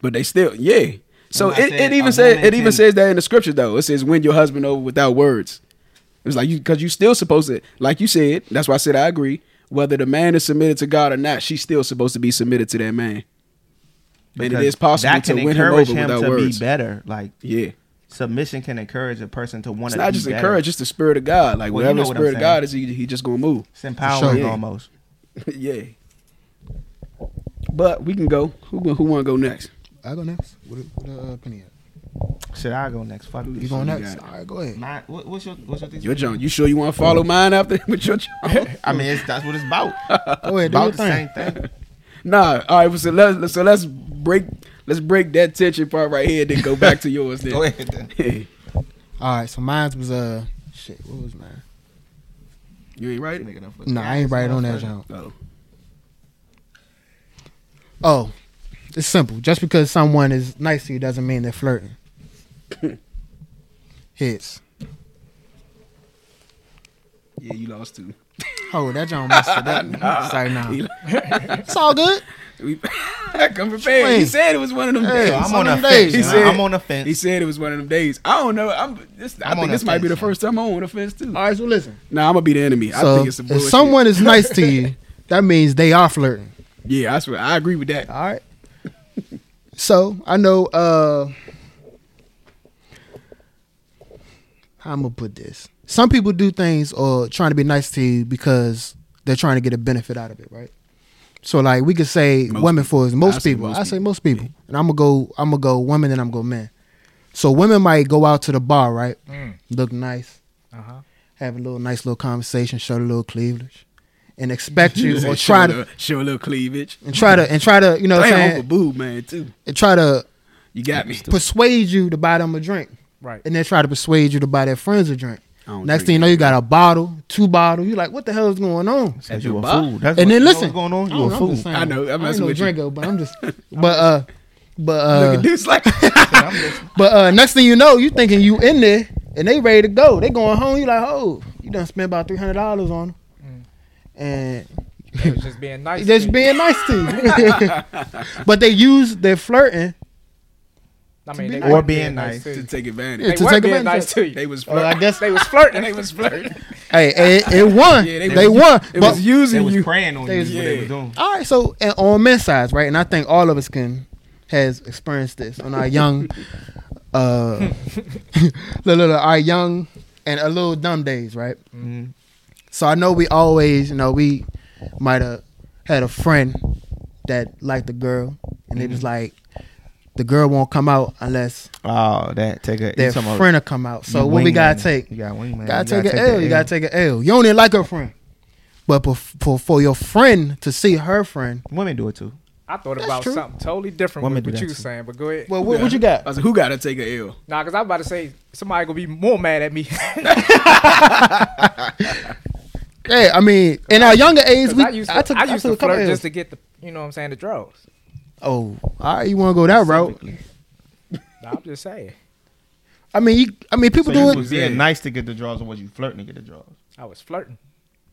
[SPEAKER 2] But they still yeah. So
[SPEAKER 3] When I
[SPEAKER 2] it,
[SPEAKER 3] said
[SPEAKER 2] it
[SPEAKER 3] a
[SPEAKER 2] even says
[SPEAKER 3] woman
[SPEAKER 2] it even
[SPEAKER 3] can-
[SPEAKER 2] says that in the scripture though. It says win your husband over without words. It's like you because you still supposed to like you said, that's why I said I agree. Whether the man is submitted to God or not, she's still supposed to be submitted to that man. and it
[SPEAKER 3] Because
[SPEAKER 2] is possible
[SPEAKER 3] that
[SPEAKER 2] to
[SPEAKER 3] can
[SPEAKER 2] win him
[SPEAKER 3] encourage
[SPEAKER 2] over without
[SPEAKER 3] to
[SPEAKER 2] words.
[SPEAKER 3] be better. Like
[SPEAKER 2] Yeah.
[SPEAKER 3] submission can encourage a person to
[SPEAKER 2] It's
[SPEAKER 3] want to.
[SPEAKER 2] not
[SPEAKER 3] be
[SPEAKER 2] just
[SPEAKER 3] better.
[SPEAKER 2] encourage, it's the spirit of God. Like
[SPEAKER 3] Well, you
[SPEAKER 2] whatever
[SPEAKER 3] know
[SPEAKER 2] the
[SPEAKER 3] what I'm
[SPEAKER 2] spirit of
[SPEAKER 3] saying.
[SPEAKER 2] God is, he, he just gonna move. [LAUGHS]
[SPEAKER 3] It's empowering
[SPEAKER 1] Sure.
[SPEAKER 3] almost.
[SPEAKER 2] yeah. But we can go. Who who want to go next?
[SPEAKER 1] I go next. What, what uh, Penny? at?
[SPEAKER 3] Should I go next? Fuck
[SPEAKER 1] You
[SPEAKER 3] it.
[SPEAKER 1] going
[SPEAKER 2] you
[SPEAKER 1] next?
[SPEAKER 2] got
[SPEAKER 1] All right, go
[SPEAKER 3] [LAUGHS]
[SPEAKER 1] ahead.
[SPEAKER 3] My, what, what's your what's your thing?
[SPEAKER 2] Your John. You sure you want to follow mine after [LAUGHS] with
[SPEAKER 3] [LAUGHS]
[SPEAKER 2] your John?
[SPEAKER 3] I mean, it's, that's what it's about.
[SPEAKER 1] Go ahead. Do your
[SPEAKER 3] about the
[SPEAKER 1] thing.
[SPEAKER 3] same thing.
[SPEAKER 2] nah. All right. So let's so let's break let's break that tension part right here. Then go back to yours. Then.
[SPEAKER 3] [LAUGHS] Go ahead. Then.
[SPEAKER 1] All right, so mine was uh shit. What was mine?
[SPEAKER 2] [LAUGHS] you ain't right.
[SPEAKER 1] No, I ain't right on that, John.
[SPEAKER 2] Oh.
[SPEAKER 1] Oh, it's simple. Just because someone is nice to you doesn't mean
[SPEAKER 2] [LAUGHS]
[SPEAKER 1] they're flirting. Hits.
[SPEAKER 2] Yeah, you lost too.
[SPEAKER 1] Oh, that John messed
[SPEAKER 2] [LAUGHS]
[SPEAKER 1] it up. Sorry, now.
[SPEAKER 2] He- [LAUGHS]
[SPEAKER 1] It's all good.
[SPEAKER 2] we, [LAUGHS] come prepared. He
[SPEAKER 1] Wait.
[SPEAKER 2] said it was one of them
[SPEAKER 1] Hey,
[SPEAKER 2] days.
[SPEAKER 1] It's
[SPEAKER 3] I'm
[SPEAKER 1] one
[SPEAKER 3] on
[SPEAKER 1] of
[SPEAKER 3] a
[SPEAKER 1] them days.
[SPEAKER 3] fence.
[SPEAKER 2] He
[SPEAKER 3] man.
[SPEAKER 2] said-
[SPEAKER 3] I'm on a fence.
[SPEAKER 2] He said it was one of them days. I don't know. I'm. This, I
[SPEAKER 3] I'm on
[SPEAKER 2] think
[SPEAKER 3] the
[SPEAKER 2] this might be the
[SPEAKER 3] fence,
[SPEAKER 2] first time I'm on the fence too.
[SPEAKER 1] All right, so listen.
[SPEAKER 2] Nah, I'm gonna be the enemy. I
[SPEAKER 1] so
[SPEAKER 2] think it's some
[SPEAKER 1] if
[SPEAKER 2] bullshit.
[SPEAKER 1] someone is nice
[SPEAKER 2] [LAUGHS]
[SPEAKER 1] to you, that means they are flirting.
[SPEAKER 2] Yeah, I swear. I agree with that.
[SPEAKER 1] All right. so I know. uh How I'm gonna put this. Some people do things or trying to be nice to you because they're trying to get a benefit out of it, right? So like we could say
[SPEAKER 2] Most
[SPEAKER 1] women for is
[SPEAKER 2] I
[SPEAKER 1] most
[SPEAKER 2] say
[SPEAKER 1] people.
[SPEAKER 2] most
[SPEAKER 1] I say
[SPEAKER 2] people.
[SPEAKER 1] most people, and I'm gonna go. I'm gonna go women, and I'm gonna go men. So women might go out to the bar, right?
[SPEAKER 4] Mm.
[SPEAKER 1] Look nice,
[SPEAKER 4] Uh huh.
[SPEAKER 1] have a little nice little conversation, show a little cleavage,
[SPEAKER 2] [LAUGHS]
[SPEAKER 1] and expect you or
[SPEAKER 2] Show
[SPEAKER 1] try
[SPEAKER 2] a
[SPEAKER 1] to
[SPEAKER 2] little- show a little cleavage.
[SPEAKER 1] and try to and try to you know what I'm
[SPEAKER 2] Damn, Uncle
[SPEAKER 1] saying
[SPEAKER 2] Boo, man, too.
[SPEAKER 1] and try to
[SPEAKER 2] You got me.
[SPEAKER 1] persuade you to buy them a drink,
[SPEAKER 4] Right.
[SPEAKER 1] and then try to persuade you to buy their friends a drink.
[SPEAKER 2] I don't
[SPEAKER 1] Next
[SPEAKER 2] drink.
[SPEAKER 1] thing you know, you got a bottle, two bottles. You like, what the hell is going on?
[SPEAKER 3] Said
[SPEAKER 2] you
[SPEAKER 3] you a
[SPEAKER 2] buy?
[SPEAKER 3] fool.
[SPEAKER 1] And
[SPEAKER 3] That's what-
[SPEAKER 1] then
[SPEAKER 3] you know
[SPEAKER 1] listen,
[SPEAKER 3] what's going
[SPEAKER 1] I
[SPEAKER 3] on? You
[SPEAKER 1] don't
[SPEAKER 3] a
[SPEAKER 1] know, I'm just
[SPEAKER 3] fool.
[SPEAKER 1] saying.
[SPEAKER 2] I know, I'm
[SPEAKER 1] I ain't
[SPEAKER 2] messing
[SPEAKER 1] no
[SPEAKER 2] with you.
[SPEAKER 1] drinker, but
[SPEAKER 2] [LAUGHS]
[SPEAKER 1] I'm just, but uh,
[SPEAKER 2] Look
[SPEAKER 1] but
[SPEAKER 2] at
[SPEAKER 1] uh,
[SPEAKER 2] this, like [LAUGHS]
[SPEAKER 1] but uh, next thing you know, you thinking you in there, and they ready to go. They going home. You like, oh, you done spent about three hundred dollars on them,
[SPEAKER 2] Mm.
[SPEAKER 1] and
[SPEAKER 4] They was just being nice.
[SPEAKER 1] just
[SPEAKER 4] to you.
[SPEAKER 1] being nice to you.
[SPEAKER 2] [LAUGHS]
[SPEAKER 1] but they use their flirting
[SPEAKER 4] I
[SPEAKER 1] be
[SPEAKER 4] mean, they
[SPEAKER 1] nice.
[SPEAKER 4] were
[SPEAKER 3] Or being nice.
[SPEAKER 4] to
[SPEAKER 2] to
[SPEAKER 4] you.
[SPEAKER 2] take advantage.
[SPEAKER 1] Yeah,
[SPEAKER 4] They
[SPEAKER 1] to
[SPEAKER 4] were
[SPEAKER 1] take
[SPEAKER 4] being
[SPEAKER 1] advantage
[SPEAKER 4] nice
[SPEAKER 1] of-
[SPEAKER 4] to you.
[SPEAKER 2] They was
[SPEAKER 1] Well,
[SPEAKER 2] flirting.
[SPEAKER 1] Oh, I guess-
[SPEAKER 4] they was flirting.
[SPEAKER 2] [LAUGHS] they was flirting.
[SPEAKER 1] Hey, it, it won.
[SPEAKER 2] Yeah, they
[SPEAKER 1] they,
[SPEAKER 2] was-
[SPEAKER 1] won.
[SPEAKER 2] It
[SPEAKER 1] but,
[SPEAKER 2] was using
[SPEAKER 3] They was
[SPEAKER 2] you.
[SPEAKER 3] praying on you.
[SPEAKER 1] They
[SPEAKER 3] is
[SPEAKER 1] was-
[SPEAKER 3] what they was
[SPEAKER 2] yeah.
[SPEAKER 3] doing.
[SPEAKER 1] all right, so and on men's sides, right? And I think all of us can has experienced this on our young, [LAUGHS] uh, [LAUGHS] look, look, look, our young and a little dumb days, right?
[SPEAKER 3] Mhm.
[SPEAKER 1] So I know we always, you know, we might have had a friend that liked the girl, and it was
[SPEAKER 3] Mm-hmm.
[SPEAKER 1] like the girl won't come out unless
[SPEAKER 3] Oh, that take a.
[SPEAKER 1] their friend will come out. So what we gotta take?
[SPEAKER 3] You got wingman.
[SPEAKER 1] gotta take an L. You gotta take an L. You don't even like her friend, but bef- for for your friend to see her friend.
[SPEAKER 3] Women do it too.
[SPEAKER 4] I thought
[SPEAKER 1] That's
[SPEAKER 4] about
[SPEAKER 1] true.
[SPEAKER 4] something totally different
[SPEAKER 3] Women
[SPEAKER 4] with
[SPEAKER 3] do
[SPEAKER 4] what
[SPEAKER 3] that
[SPEAKER 4] you
[SPEAKER 3] too.
[SPEAKER 4] saying, but go ahead.
[SPEAKER 1] Well, what, what you got?
[SPEAKER 2] I was like, who got to take a L?
[SPEAKER 4] Nah, because I was about to say somebody gonna be more mad at me. [LAUGHS]
[SPEAKER 1] Yeah, I mean, in our younger age,
[SPEAKER 4] 'Cause
[SPEAKER 1] we
[SPEAKER 4] I used to,
[SPEAKER 1] I took, I
[SPEAKER 4] used
[SPEAKER 1] took
[SPEAKER 4] to
[SPEAKER 1] a couple
[SPEAKER 4] flirt
[SPEAKER 1] L's.
[SPEAKER 4] just to get the, you know what I'm saying, the drugs.
[SPEAKER 1] Oh, all right, you want to go that route?
[SPEAKER 4] Nah, I'm just saying.
[SPEAKER 1] I mean, you, I mean, people
[SPEAKER 3] So you
[SPEAKER 1] do
[SPEAKER 3] was
[SPEAKER 1] it.
[SPEAKER 3] being nice to get the draws, or was you flirting to get the draws?
[SPEAKER 4] I was flirting,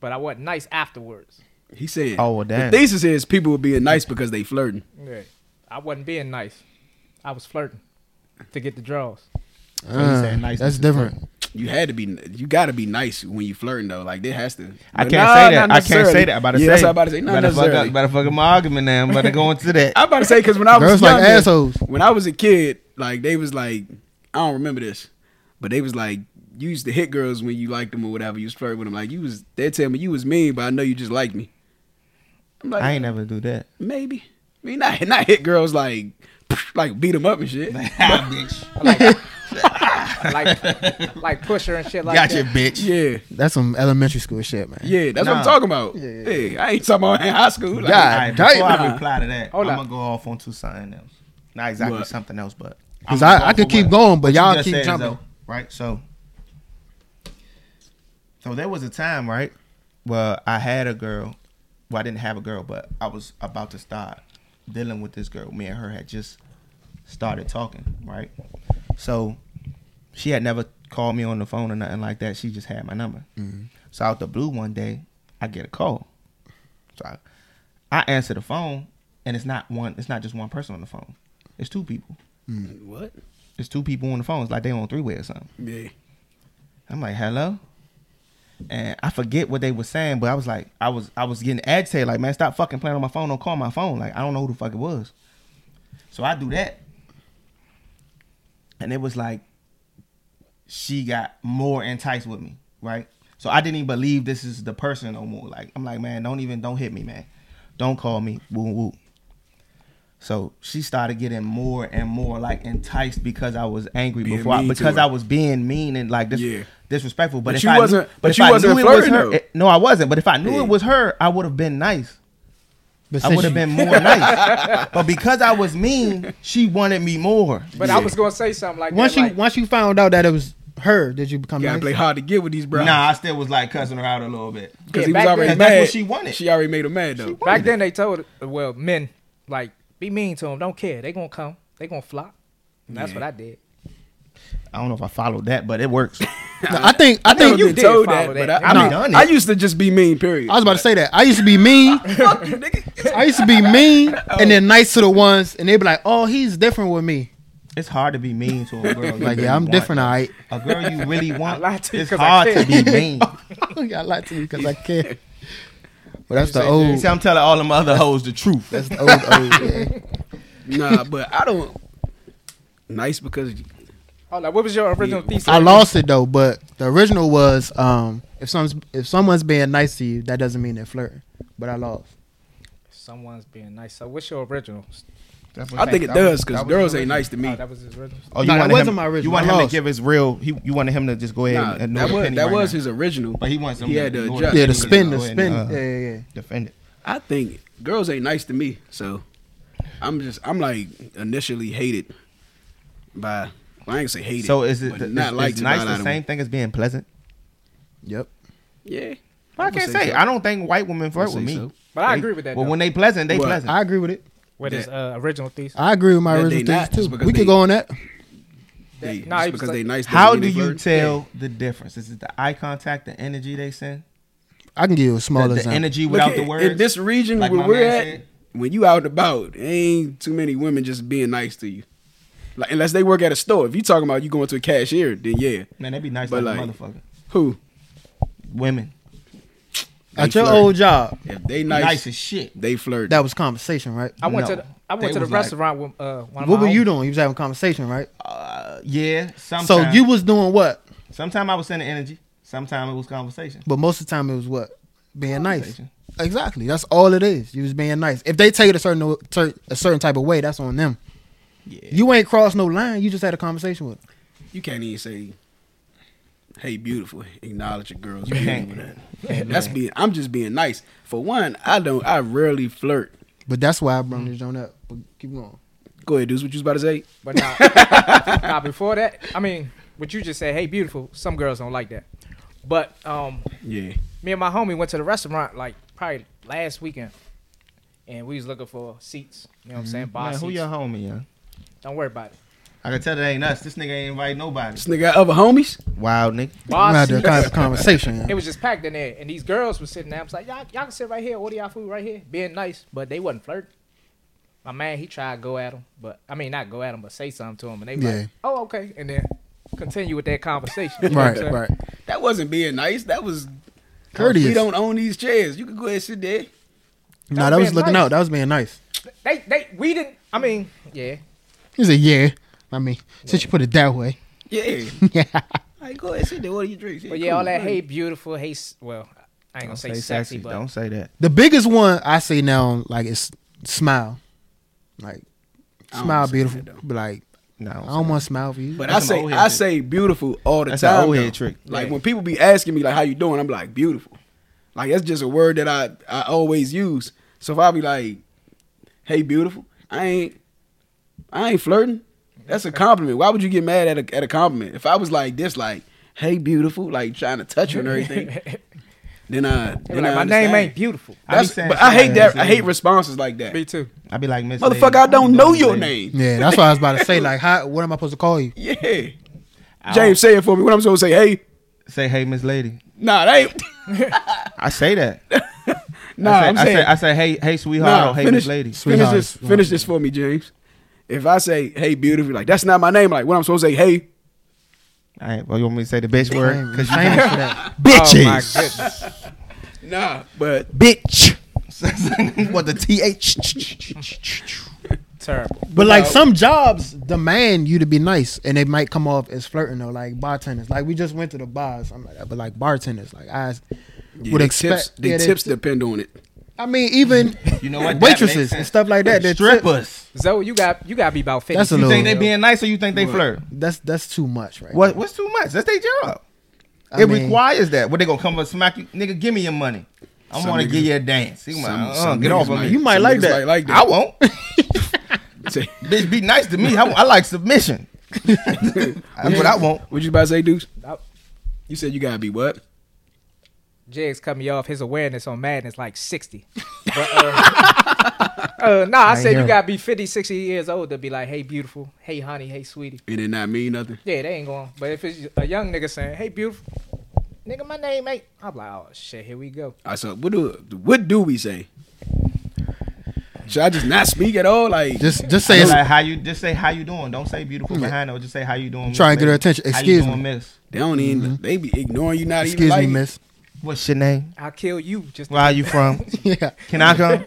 [SPEAKER 4] but I wasn't nice afterwards.
[SPEAKER 2] He said.
[SPEAKER 3] Oh, well, damn.
[SPEAKER 2] The thesis is people were being nice because they flirting.
[SPEAKER 4] Yeah. I wasn't being nice. I was flirting to get the draws.
[SPEAKER 1] Uh,
[SPEAKER 3] saying niceness
[SPEAKER 1] that's
[SPEAKER 3] is
[SPEAKER 1] different.
[SPEAKER 2] You had to be. You got to be nice when you flirting though. Like there has to.
[SPEAKER 3] I
[SPEAKER 2] But
[SPEAKER 3] can't
[SPEAKER 2] nah,
[SPEAKER 3] say that.
[SPEAKER 2] not
[SPEAKER 3] I can't
[SPEAKER 2] necessarily.
[SPEAKER 3] say that. I'm about to
[SPEAKER 2] yeah,
[SPEAKER 3] say.
[SPEAKER 2] that's what I'm about to say. Not
[SPEAKER 3] better fuck
[SPEAKER 2] necessarily.
[SPEAKER 3] up. Better fuck up my argument now. I'm about to go
[SPEAKER 2] [LAUGHS]
[SPEAKER 3] into that.
[SPEAKER 2] I'm about to say because when I was
[SPEAKER 1] Girls like
[SPEAKER 2] younger,
[SPEAKER 1] assholes.
[SPEAKER 2] when I was a kid, like they was like, I don't remember this, but they was like, you used to hit girls when you liked them or whatever. You was flirting with them. Like you was, they tell me you was mean, but I know you just like me. I'm like,
[SPEAKER 3] I ain't never do
[SPEAKER 2] [LAUGHS]
[SPEAKER 3] that.
[SPEAKER 2] maybe. I mean, not [LAUGHS] not hit girls like, like beat them up and shit.
[SPEAKER 3] bitch.
[SPEAKER 4] I like, like like pusher and shit like
[SPEAKER 3] Got
[SPEAKER 4] that.
[SPEAKER 3] you, bitch.
[SPEAKER 2] Yeah,
[SPEAKER 1] That's some elementary school shit, man.
[SPEAKER 2] yeah, that's what
[SPEAKER 3] Nah.
[SPEAKER 2] I'm talking about. Yeah, I ain't talking about in high school. Like,
[SPEAKER 1] God.
[SPEAKER 3] All right,
[SPEAKER 1] Damn.
[SPEAKER 3] before I reply to that,
[SPEAKER 4] Hold
[SPEAKER 3] I'm
[SPEAKER 4] up.
[SPEAKER 3] gonna go off onto something else. Not exactly
[SPEAKER 2] What?
[SPEAKER 3] something else, but
[SPEAKER 1] Because
[SPEAKER 3] I'ma go
[SPEAKER 1] I, I
[SPEAKER 3] off
[SPEAKER 1] could
[SPEAKER 3] of
[SPEAKER 1] keep
[SPEAKER 3] what-
[SPEAKER 1] going, but
[SPEAKER 3] what you
[SPEAKER 1] y'all
[SPEAKER 3] just
[SPEAKER 1] keep
[SPEAKER 3] said,
[SPEAKER 1] jumping.
[SPEAKER 3] though, right? So, so there was a time, right? Well, I had a girl. Well, I didn't have a girl, but I was about to start dealing with this girl. Me and her had just started talking, right? So, she had never called me on the phone or nothing like that. She just had my number. So out the blue one day, I get a call. So I, I answer the phone, and it's not one. It's not just one person on the phone. It's two people.
[SPEAKER 2] What?
[SPEAKER 3] It's two people on the phone. It's like they on three way or something.
[SPEAKER 2] Yeah.
[SPEAKER 3] I'm like, hello. And I forget what they were saying, but I was like, I was I was getting agitated. Like, man, stop fucking playing on my phone. Don't call my phone. Like, I don't know who the fuck it was. So I do that. And it was like she got more enticed with me, right? So I didn't even believe this is the person no more. Like, I'm like, man, don't even don't hit me, man. Don't call me. Woo woo. So she started getting more and more like enticed because I was angry
[SPEAKER 2] Being
[SPEAKER 3] before I,
[SPEAKER 2] mean to
[SPEAKER 3] because
[SPEAKER 2] her.
[SPEAKER 3] I was being mean and like dis-
[SPEAKER 2] Yeah.
[SPEAKER 3] disrespectful. But,
[SPEAKER 2] But
[SPEAKER 3] if
[SPEAKER 2] you
[SPEAKER 3] I
[SPEAKER 2] wasn't-
[SPEAKER 3] knew,
[SPEAKER 2] but
[SPEAKER 3] if
[SPEAKER 2] you
[SPEAKER 3] I
[SPEAKER 2] wasn't
[SPEAKER 3] knew it was
[SPEAKER 2] flirting,
[SPEAKER 3] her,
[SPEAKER 2] though.
[SPEAKER 3] it- no, I wasn't. But if I knew
[SPEAKER 2] Yeah.
[SPEAKER 3] it was her, I would have been nice.
[SPEAKER 1] But
[SPEAKER 3] I
[SPEAKER 1] since
[SPEAKER 3] would have
[SPEAKER 1] you-
[SPEAKER 3] been
[SPEAKER 1] [LAUGHS]
[SPEAKER 3] more nice. But because I was mean, she wanted me more.
[SPEAKER 4] But I
[SPEAKER 2] Yeah.
[SPEAKER 4] was gonna say something like
[SPEAKER 1] once
[SPEAKER 4] that,
[SPEAKER 1] you
[SPEAKER 4] like,
[SPEAKER 1] once you found out that it was her, did you become
[SPEAKER 2] You gotta
[SPEAKER 1] nice?
[SPEAKER 2] play hard to get with these bros.
[SPEAKER 3] Nah, I still was like cussing her out a little bit.
[SPEAKER 2] because
[SPEAKER 4] Yeah,
[SPEAKER 2] he was
[SPEAKER 4] back
[SPEAKER 2] already
[SPEAKER 4] then-
[SPEAKER 2] mad.
[SPEAKER 3] That's what she wanted.
[SPEAKER 2] She already made him mad though.
[SPEAKER 4] back then they told well men like be mean to them, don't care, they gonna come, they gonna flock. And that's
[SPEAKER 2] Yeah.
[SPEAKER 4] what I did.
[SPEAKER 3] I don't know if I followed that, but it
[SPEAKER 2] [LAUGHS]
[SPEAKER 3] works.
[SPEAKER 4] [LAUGHS]
[SPEAKER 1] No, I think I
[SPEAKER 2] I
[SPEAKER 1] think
[SPEAKER 2] you
[SPEAKER 1] you.
[SPEAKER 4] did
[SPEAKER 2] been told that,
[SPEAKER 4] follow that.
[SPEAKER 2] but I, I,
[SPEAKER 3] Nah.
[SPEAKER 2] mean,
[SPEAKER 3] Done it.
[SPEAKER 2] I used to just be mean. Period.
[SPEAKER 1] I was about to say that I used to be
[SPEAKER 4] [LAUGHS]
[SPEAKER 1] mean.
[SPEAKER 2] Fuck you, nigga.
[SPEAKER 1] I used to be mean
[SPEAKER 4] Oh.
[SPEAKER 1] and then nice to the ones, and they'd be like, "Oh, he's different with me."
[SPEAKER 3] It's hard to be mean to a girl. you
[SPEAKER 1] Like,
[SPEAKER 3] really
[SPEAKER 1] yeah, I'm
[SPEAKER 3] want.
[SPEAKER 1] different, all right.
[SPEAKER 3] A girl you
[SPEAKER 2] [LAUGHS]
[SPEAKER 3] really want.
[SPEAKER 4] lied to you
[SPEAKER 3] it's
[SPEAKER 4] 'cause I
[SPEAKER 3] hard to be
[SPEAKER 1] [LAUGHS]
[SPEAKER 4] cared.
[SPEAKER 3] mean.
[SPEAKER 1] I lied to you because
[SPEAKER 4] [LAUGHS]
[SPEAKER 1] I care. But that's the
[SPEAKER 3] You
[SPEAKER 1] old,
[SPEAKER 3] See, I'm telling all them other hoes the truth.
[SPEAKER 1] that's the old, old. yeah.
[SPEAKER 2] Nah, but I don't. Nice because
[SPEAKER 4] Hold on, what was your original
[SPEAKER 2] Yeah.
[SPEAKER 4] thesis?
[SPEAKER 1] I lost it though, but the original was um, if someone's if someone's being nice to you, that doesn't mean they're flirting. But I lost.
[SPEAKER 4] Someone's being nice. So what's your original?
[SPEAKER 2] I think it does because girls ain't nice to
[SPEAKER 4] Oh,
[SPEAKER 2] me.
[SPEAKER 4] that was his original.
[SPEAKER 3] Oh, you
[SPEAKER 1] No, that
[SPEAKER 3] wanted
[SPEAKER 1] wasn't
[SPEAKER 3] him,
[SPEAKER 1] my original.
[SPEAKER 3] You want
[SPEAKER 1] I
[SPEAKER 3] him to
[SPEAKER 1] lost.
[SPEAKER 3] give his real. He, you wanted him to just go ahead
[SPEAKER 2] Nah,
[SPEAKER 3] and ignore
[SPEAKER 2] that
[SPEAKER 3] the
[SPEAKER 2] was
[SPEAKER 3] penny
[SPEAKER 2] that
[SPEAKER 3] right
[SPEAKER 2] was
[SPEAKER 3] now.
[SPEAKER 2] his original.
[SPEAKER 3] But he wants
[SPEAKER 2] He had to
[SPEAKER 3] ignore
[SPEAKER 2] adjust.
[SPEAKER 3] that
[SPEAKER 1] Yeah, the
[SPEAKER 2] He
[SPEAKER 3] penny
[SPEAKER 1] spin,
[SPEAKER 2] was
[SPEAKER 1] the
[SPEAKER 3] go ahead
[SPEAKER 1] spin.
[SPEAKER 3] and,
[SPEAKER 1] Yeah,
[SPEAKER 3] uh,
[SPEAKER 1] yeah, yeah.
[SPEAKER 3] Defend it.
[SPEAKER 2] I think girls ain't nice to me, so I'm just I'm like initially hated by. Well, I ain't gonna say hated.
[SPEAKER 3] So is it
[SPEAKER 2] but
[SPEAKER 3] the,
[SPEAKER 2] not
[SPEAKER 3] is,
[SPEAKER 2] liked
[SPEAKER 3] is nice
[SPEAKER 2] by a lot
[SPEAKER 3] the
[SPEAKER 2] of
[SPEAKER 3] same thing as being pleasant?
[SPEAKER 1] Yep.
[SPEAKER 2] Yeah.
[SPEAKER 3] I
[SPEAKER 2] would
[SPEAKER 3] can't say.
[SPEAKER 2] so.
[SPEAKER 3] I don't think white women
[SPEAKER 2] I would
[SPEAKER 3] flirt with
[SPEAKER 2] say
[SPEAKER 3] me.
[SPEAKER 2] so.
[SPEAKER 4] But I
[SPEAKER 3] They-
[SPEAKER 4] agree with that.
[SPEAKER 3] Well,
[SPEAKER 4] though,
[SPEAKER 3] when they pleasant, they
[SPEAKER 2] What?
[SPEAKER 3] pleasant.
[SPEAKER 1] I agree with it.
[SPEAKER 4] with his uh, original thesis.
[SPEAKER 1] I agree with my
[SPEAKER 2] That they
[SPEAKER 1] original
[SPEAKER 2] not,
[SPEAKER 1] thesis
[SPEAKER 2] just
[SPEAKER 1] too.
[SPEAKER 2] because
[SPEAKER 1] We
[SPEAKER 2] they-
[SPEAKER 1] could go on that.
[SPEAKER 2] They,
[SPEAKER 4] Nah,
[SPEAKER 2] just
[SPEAKER 4] he was
[SPEAKER 2] because
[SPEAKER 4] like-
[SPEAKER 2] they nice. doesn't
[SPEAKER 3] How
[SPEAKER 2] mean
[SPEAKER 3] do
[SPEAKER 2] they
[SPEAKER 3] you
[SPEAKER 2] flirt.
[SPEAKER 3] tell the difference? Is it the eye contact, the energy they send,
[SPEAKER 1] I can give you a
[SPEAKER 3] the,
[SPEAKER 1] small
[SPEAKER 3] the
[SPEAKER 1] example.
[SPEAKER 3] energy
[SPEAKER 2] Look
[SPEAKER 3] without
[SPEAKER 2] at-
[SPEAKER 3] the words?
[SPEAKER 2] In this region
[SPEAKER 3] Like
[SPEAKER 2] where
[SPEAKER 3] my
[SPEAKER 2] we're
[SPEAKER 3] man
[SPEAKER 2] at,
[SPEAKER 3] said.
[SPEAKER 2] when you out and about, ain't too many women just being nice to you. Like unless they work at a store. If you talking about you going to a cashier, then yeah.
[SPEAKER 3] man, they be nice
[SPEAKER 2] But
[SPEAKER 3] like, a
[SPEAKER 2] like-
[SPEAKER 3] motherfucker.
[SPEAKER 2] Who?
[SPEAKER 3] Women
[SPEAKER 2] They
[SPEAKER 1] At your
[SPEAKER 2] flirt.
[SPEAKER 1] old job,
[SPEAKER 2] If they
[SPEAKER 3] nice,
[SPEAKER 2] nice,
[SPEAKER 3] as shit.
[SPEAKER 2] they flirt.
[SPEAKER 1] that was conversation, right?
[SPEAKER 4] I went
[SPEAKER 3] No.
[SPEAKER 4] to the, I
[SPEAKER 3] They
[SPEAKER 4] went to the
[SPEAKER 3] was like-
[SPEAKER 4] restaurant with uh, one of
[SPEAKER 1] What
[SPEAKER 4] my
[SPEAKER 1] were you
[SPEAKER 4] homies.
[SPEAKER 1] doing? You was having conversation, right?
[SPEAKER 3] Uh, yeah. Sometimes.
[SPEAKER 1] So you was doing what?
[SPEAKER 3] Sometimes I was sending energy. Sometimes it was conversation.
[SPEAKER 1] But most of the time it was what? Being nice.
[SPEAKER 3] Conversation.
[SPEAKER 1] Exactly. That's all it is. You was being nice. If they take it a certain cer- a certain type of way, that's on them.
[SPEAKER 3] Yeah.
[SPEAKER 1] You ain't crossed no line. You just had a conversation with. Them.
[SPEAKER 2] You can't even say, "Hey, beautiful." Acknowledge a girl's
[SPEAKER 3] You
[SPEAKER 2] beauty
[SPEAKER 3] can't.
[SPEAKER 2] with that. That's being. I'm just being nice. For one, I don't. I rarely flirt.
[SPEAKER 1] But that's why I brought this joint up. But keep going.
[SPEAKER 2] Go ahead, dudes. What you was about to say?
[SPEAKER 4] But [LAUGHS] now, now before that, I mean, what you just said, hey, beautiful. Some girls don't like that. But um,
[SPEAKER 2] Yeah.
[SPEAKER 4] me and my homie went to the restaurant like probably last weekend, and we was looking for seats. You know what I'm saying? Bar
[SPEAKER 3] Mm-hmm. Man, who
[SPEAKER 4] seats.
[SPEAKER 3] your homie, yeah?
[SPEAKER 4] Don't worry about it.
[SPEAKER 3] I can tell it ain't us. This nigga ain't invite nobody.
[SPEAKER 2] This nigga got other homies.
[SPEAKER 3] Wild nigga.
[SPEAKER 1] I
[SPEAKER 4] Bar
[SPEAKER 1] had a
[SPEAKER 4] seats.
[SPEAKER 1] kind of conversation.
[SPEAKER 4] It was just packed in there, and these girls were sitting there. I was like, y'all, y'all can sit right here, order y'all food right here, being nice, but they wasn't flirting. My man, he tried to go at them, but I mean, not go at them, but say something to them, and they was
[SPEAKER 1] Yeah.
[SPEAKER 4] like, oh, okay, and then continue with that conversation. [LAUGHS] You know what I'm
[SPEAKER 1] right,
[SPEAKER 4] saying?
[SPEAKER 1] right.
[SPEAKER 2] That wasn't being nice. That was
[SPEAKER 1] Courteous.
[SPEAKER 2] We don't own these chairs. You can go ahead and sit there.
[SPEAKER 1] No, that was
[SPEAKER 4] being
[SPEAKER 1] looking
[SPEAKER 4] nice.
[SPEAKER 1] out. That was being nice.
[SPEAKER 4] They, they, we didn't. I mean, yeah,
[SPEAKER 1] He said, "Yeah." I mean, since you put it that way, [LAUGHS]
[SPEAKER 3] [LAUGHS]
[SPEAKER 2] Yeah.
[SPEAKER 1] yeah.
[SPEAKER 2] I go ahead and sit there. What are you drinking?
[SPEAKER 4] but yeah, all that hey, beautiful, hey, s- well, I ain't gonna say, sexy, but
[SPEAKER 3] Don't say that.
[SPEAKER 1] The biggest one I see now, like, is smile. Like,
[SPEAKER 2] I don't
[SPEAKER 1] smile
[SPEAKER 2] see
[SPEAKER 1] beautiful.
[SPEAKER 2] that, though.
[SPEAKER 1] But like,
[SPEAKER 3] No,
[SPEAKER 1] I don't want to smile for you.
[SPEAKER 2] But
[SPEAKER 1] But
[SPEAKER 3] That's
[SPEAKER 2] I
[SPEAKER 3] some
[SPEAKER 2] say
[SPEAKER 3] old head
[SPEAKER 2] I
[SPEAKER 3] shit.
[SPEAKER 2] say beautiful all the
[SPEAKER 3] That's an
[SPEAKER 2] time.
[SPEAKER 3] old head
[SPEAKER 2] though.
[SPEAKER 3] trick.
[SPEAKER 2] Like
[SPEAKER 3] Yeah.
[SPEAKER 2] when people be asking me like how you doing, I'm like beautiful. Like that's just a word that I I always use. So if I be like, hey beautiful, I ain't I ain't flirting. That's a compliment. Why would you get mad at a at a compliment? If I was like this, like hey beautiful, like trying to touch you and
[SPEAKER 3] [LAUGHS]
[SPEAKER 2] everything, then I
[SPEAKER 4] They
[SPEAKER 2] then I
[SPEAKER 4] like, my name
[SPEAKER 2] understand."
[SPEAKER 4] ain't beautiful.
[SPEAKER 3] I be
[SPEAKER 2] That's,
[SPEAKER 3] saying
[SPEAKER 2] but I
[SPEAKER 3] shit
[SPEAKER 2] hate
[SPEAKER 3] like
[SPEAKER 2] that.
[SPEAKER 3] that.
[SPEAKER 2] I hate responses like that.
[SPEAKER 5] Me too.
[SPEAKER 3] I be like, Miss
[SPEAKER 2] Motherfucker,
[SPEAKER 3] Lady,
[SPEAKER 2] I don't
[SPEAKER 3] you
[SPEAKER 2] know
[SPEAKER 3] Miss
[SPEAKER 2] your
[SPEAKER 3] Lady?
[SPEAKER 2] name.
[SPEAKER 3] [LAUGHS]
[SPEAKER 1] yeah, that's what I was about to say. Like, how? What am I supposed to call you?
[SPEAKER 2] Yeah.
[SPEAKER 3] I
[SPEAKER 2] James, say it for me. What I'm supposed to say? Hey,
[SPEAKER 3] don't Say, hey, Miss Lady.
[SPEAKER 2] nah, that ain't.
[SPEAKER 3] I say that.
[SPEAKER 2] Nah,
[SPEAKER 3] I,
[SPEAKER 2] I'm
[SPEAKER 3] say, I
[SPEAKER 2] saying.
[SPEAKER 3] say, I say, hey, hey, sweetheart, or hey,
[SPEAKER 2] finish,
[SPEAKER 3] Miss Lady.
[SPEAKER 2] finish
[SPEAKER 1] Sweetheart.
[SPEAKER 2] this. Finish this for me, James. If I say "Hey, beautiful," like that's not my name. Like what I'm supposed to say? Hey,
[SPEAKER 3] All right, well, you want me to say the bitch word?
[SPEAKER 1] Damn, you
[SPEAKER 3] Because you
[SPEAKER 1] famous for that.
[SPEAKER 4] Oh
[SPEAKER 5] [LAUGHS]
[SPEAKER 4] my goodness.
[SPEAKER 2] nah. But
[SPEAKER 3] bitch. what
[SPEAKER 1] [LAUGHS]
[SPEAKER 3] the th?
[SPEAKER 4] Terrible.
[SPEAKER 1] But like
[SPEAKER 2] No.
[SPEAKER 1] some jobs demand you to be nice, and they might come off as flirting though, like bartenders. Like we just went to the bars, I'm like, but like bartenders, like I
[SPEAKER 2] yeah,
[SPEAKER 1] would
[SPEAKER 2] they
[SPEAKER 1] expect.
[SPEAKER 2] tips, they
[SPEAKER 1] yeah, they-
[SPEAKER 2] tips depend on it.
[SPEAKER 1] I mean,
[SPEAKER 2] [LAUGHS]
[SPEAKER 1] even
[SPEAKER 3] You know what? That makes
[SPEAKER 1] waitresses
[SPEAKER 3] sense.
[SPEAKER 1] and stuff like that. their tip-
[SPEAKER 3] Strippers.
[SPEAKER 4] Zoe, you got you got to be about fifty.
[SPEAKER 1] That's a
[SPEAKER 3] You
[SPEAKER 1] little-
[SPEAKER 3] think they being nice or you think they flirt?
[SPEAKER 1] That's that's too much, right?
[SPEAKER 3] What? What's too much? That's their job.
[SPEAKER 1] I
[SPEAKER 3] it
[SPEAKER 1] mean-
[SPEAKER 3] requires that. What they gonna come up smack you, nigga? Give me your money. I
[SPEAKER 2] Some
[SPEAKER 3] want to
[SPEAKER 2] niggas-
[SPEAKER 3] give you a dance. He
[SPEAKER 2] some-
[SPEAKER 3] like, uh,
[SPEAKER 2] some
[SPEAKER 3] get
[SPEAKER 2] niggas
[SPEAKER 3] off of me.
[SPEAKER 2] might-
[SPEAKER 3] You might
[SPEAKER 2] some
[SPEAKER 3] like
[SPEAKER 2] niggas
[SPEAKER 3] that.
[SPEAKER 2] might like that. [LAUGHS]
[SPEAKER 3] I won't. [LAUGHS]
[SPEAKER 2] Say-
[SPEAKER 3] Bitch, be nice to me. I, I like submission. That's what I want.
[SPEAKER 2] What you about to say, Deuce?
[SPEAKER 4] I-
[SPEAKER 2] You said you gotta be what?
[SPEAKER 4] Jigs cut me off. His awareness on Madden is like 60. But, uh, uh, nah, I,
[SPEAKER 1] I
[SPEAKER 4] said
[SPEAKER 1] hear
[SPEAKER 4] you
[SPEAKER 1] him.
[SPEAKER 4] got to be 50, 60 years old to be like, hey, beautiful. Hey, honey. Hey, sweetie.
[SPEAKER 2] It did not mean nothing.
[SPEAKER 4] Yeah, they ain't going. But if it's a young nigga saying, hey, beautiful. Nigga, my name ain't. I'm like, oh, shit, here we go.
[SPEAKER 2] I said, what do what do we say? Should I just not speak at all? Like
[SPEAKER 1] Just just say it's,
[SPEAKER 3] like how you just say how you doing. Don't say beautiful behind it. Just say how you doing.
[SPEAKER 1] Try
[SPEAKER 3] miss
[SPEAKER 1] and get her
[SPEAKER 3] lady.
[SPEAKER 1] attention.
[SPEAKER 3] How you
[SPEAKER 1] Excuse
[SPEAKER 3] doing,
[SPEAKER 1] me.
[SPEAKER 3] miss.
[SPEAKER 2] they don't even
[SPEAKER 3] Mm-hmm.
[SPEAKER 2] they be ignoring you. Not even
[SPEAKER 1] excuse me,
[SPEAKER 2] like
[SPEAKER 1] miss. [LAUGHS]
[SPEAKER 3] What's your name?
[SPEAKER 4] I'll kill you. Just
[SPEAKER 3] Where are you [LAUGHS] from?
[SPEAKER 1] Yeah,
[SPEAKER 3] Can I [LAUGHS] come?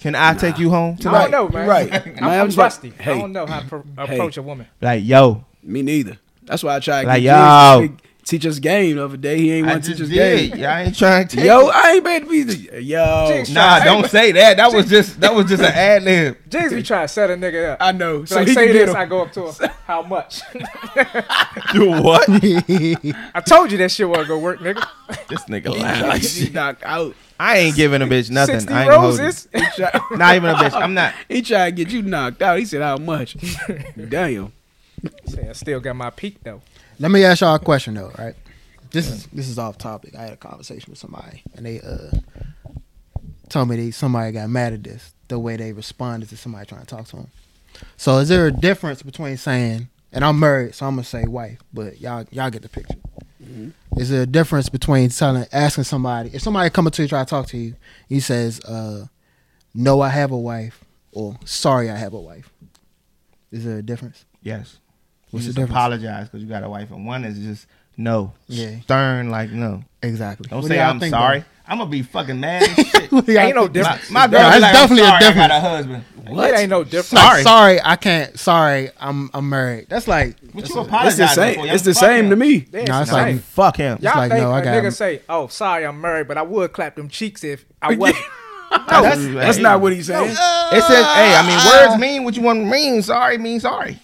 [SPEAKER 3] Can I take you home
[SPEAKER 4] I don't
[SPEAKER 3] tonight?
[SPEAKER 4] know, man.
[SPEAKER 2] Right.
[SPEAKER 4] [LAUGHS] I'm,
[SPEAKER 2] Man,
[SPEAKER 4] I'm
[SPEAKER 2] I'm sorry.
[SPEAKER 4] rusty. I
[SPEAKER 2] Hey.
[SPEAKER 4] don't know how to pro-
[SPEAKER 2] Hey.
[SPEAKER 4] approach a woman.
[SPEAKER 3] Like yo,
[SPEAKER 2] me neither. That's why I tried to
[SPEAKER 3] Like,
[SPEAKER 2] get James
[SPEAKER 3] yo.
[SPEAKER 2] to speak- teach us game the other day. He ain't
[SPEAKER 3] I
[SPEAKER 2] want to
[SPEAKER 3] just
[SPEAKER 2] teach us
[SPEAKER 3] did.
[SPEAKER 2] game.
[SPEAKER 3] Yeah, I ain't trying to.
[SPEAKER 2] Yo, I ain't bad to be the yo.
[SPEAKER 4] Jinx.
[SPEAKER 3] nah, don't say that. That was just that was [LAUGHS] just an ad lib.
[SPEAKER 4] Jigs be trying to set a nigga up.
[SPEAKER 2] I know.
[SPEAKER 4] So like,
[SPEAKER 2] he
[SPEAKER 4] say
[SPEAKER 2] can get
[SPEAKER 4] this,
[SPEAKER 2] him.
[SPEAKER 4] I go up to her. [LAUGHS] How much?
[SPEAKER 3] Do what?
[SPEAKER 2] [LAUGHS]
[SPEAKER 4] I told you that shit wasn't gonna work, nigga.
[SPEAKER 3] this nigga
[SPEAKER 2] Like, [LAUGHS]
[SPEAKER 3] lying.
[SPEAKER 2] he knocked out.
[SPEAKER 3] I ain't giving a bitch nothing.
[SPEAKER 4] Sixty
[SPEAKER 3] I ain't holding.
[SPEAKER 4] roses.
[SPEAKER 2] He tried,
[SPEAKER 3] [LAUGHS] Not even a bitch. I'm not.
[SPEAKER 2] [LAUGHS] he tried to get you knocked out. He said, "How
[SPEAKER 3] [LAUGHS]
[SPEAKER 2] much?" Damn.
[SPEAKER 4] Say, I still got my peak though.
[SPEAKER 1] Let me ask y'all a question though, right? This is this is off topic. I had a conversation with somebody, and they uh told me they somebody got mad at this the way they responded to somebody trying to talk to them. So is there a difference between saying, and I'm married, so I'm gonna say wife, but y'all y'all get the picture. Is there a difference between telling asking somebody if somebody coming to you trying to talk to you, he says, uh, "No, I have a wife," or "Sorry, I have a wife." Is there a difference?
[SPEAKER 3] Yes.
[SPEAKER 1] What's
[SPEAKER 3] you
[SPEAKER 1] the
[SPEAKER 3] just
[SPEAKER 1] difference?
[SPEAKER 3] apologize because you got a wife, and one is just no,
[SPEAKER 1] Yeah.
[SPEAKER 3] stern like no.
[SPEAKER 1] Exactly.
[SPEAKER 3] Don't
[SPEAKER 1] What do
[SPEAKER 3] say
[SPEAKER 1] y'all
[SPEAKER 3] I'm
[SPEAKER 1] think,
[SPEAKER 3] sorry. I'm gonna be fucking mad. as
[SPEAKER 1] [LAUGHS]
[SPEAKER 3] shit.
[SPEAKER 1] though? What do y'all
[SPEAKER 4] Ain't no
[SPEAKER 1] think?
[SPEAKER 4] difference.
[SPEAKER 3] my girl,
[SPEAKER 1] Yeah,
[SPEAKER 3] be
[SPEAKER 1] it's
[SPEAKER 3] like,
[SPEAKER 1] definitely a
[SPEAKER 3] I'm sorry, I
[SPEAKER 1] difference.
[SPEAKER 3] got a husband.
[SPEAKER 4] It ain't no different.
[SPEAKER 1] Sorry. sorry, I can't. Sorry, I'm I'm married. That's like
[SPEAKER 3] What you
[SPEAKER 2] It's
[SPEAKER 3] apologizing
[SPEAKER 2] the same.
[SPEAKER 3] for?
[SPEAKER 2] It's the same to me.
[SPEAKER 4] That's
[SPEAKER 1] No, it's
[SPEAKER 4] insane.
[SPEAKER 1] like-
[SPEAKER 3] Fuck him.
[SPEAKER 4] y'all
[SPEAKER 1] like,
[SPEAKER 4] think
[SPEAKER 1] no, I
[SPEAKER 4] a
[SPEAKER 1] got
[SPEAKER 4] nigga
[SPEAKER 1] him.
[SPEAKER 4] say, "Oh, sorry, I'm married, but I would clap them cheeks if I was."
[SPEAKER 3] that's, uh,
[SPEAKER 2] That's not what he's saying.
[SPEAKER 3] It says, hey, I mean, words mean what you want to mean. Sorry means sorry.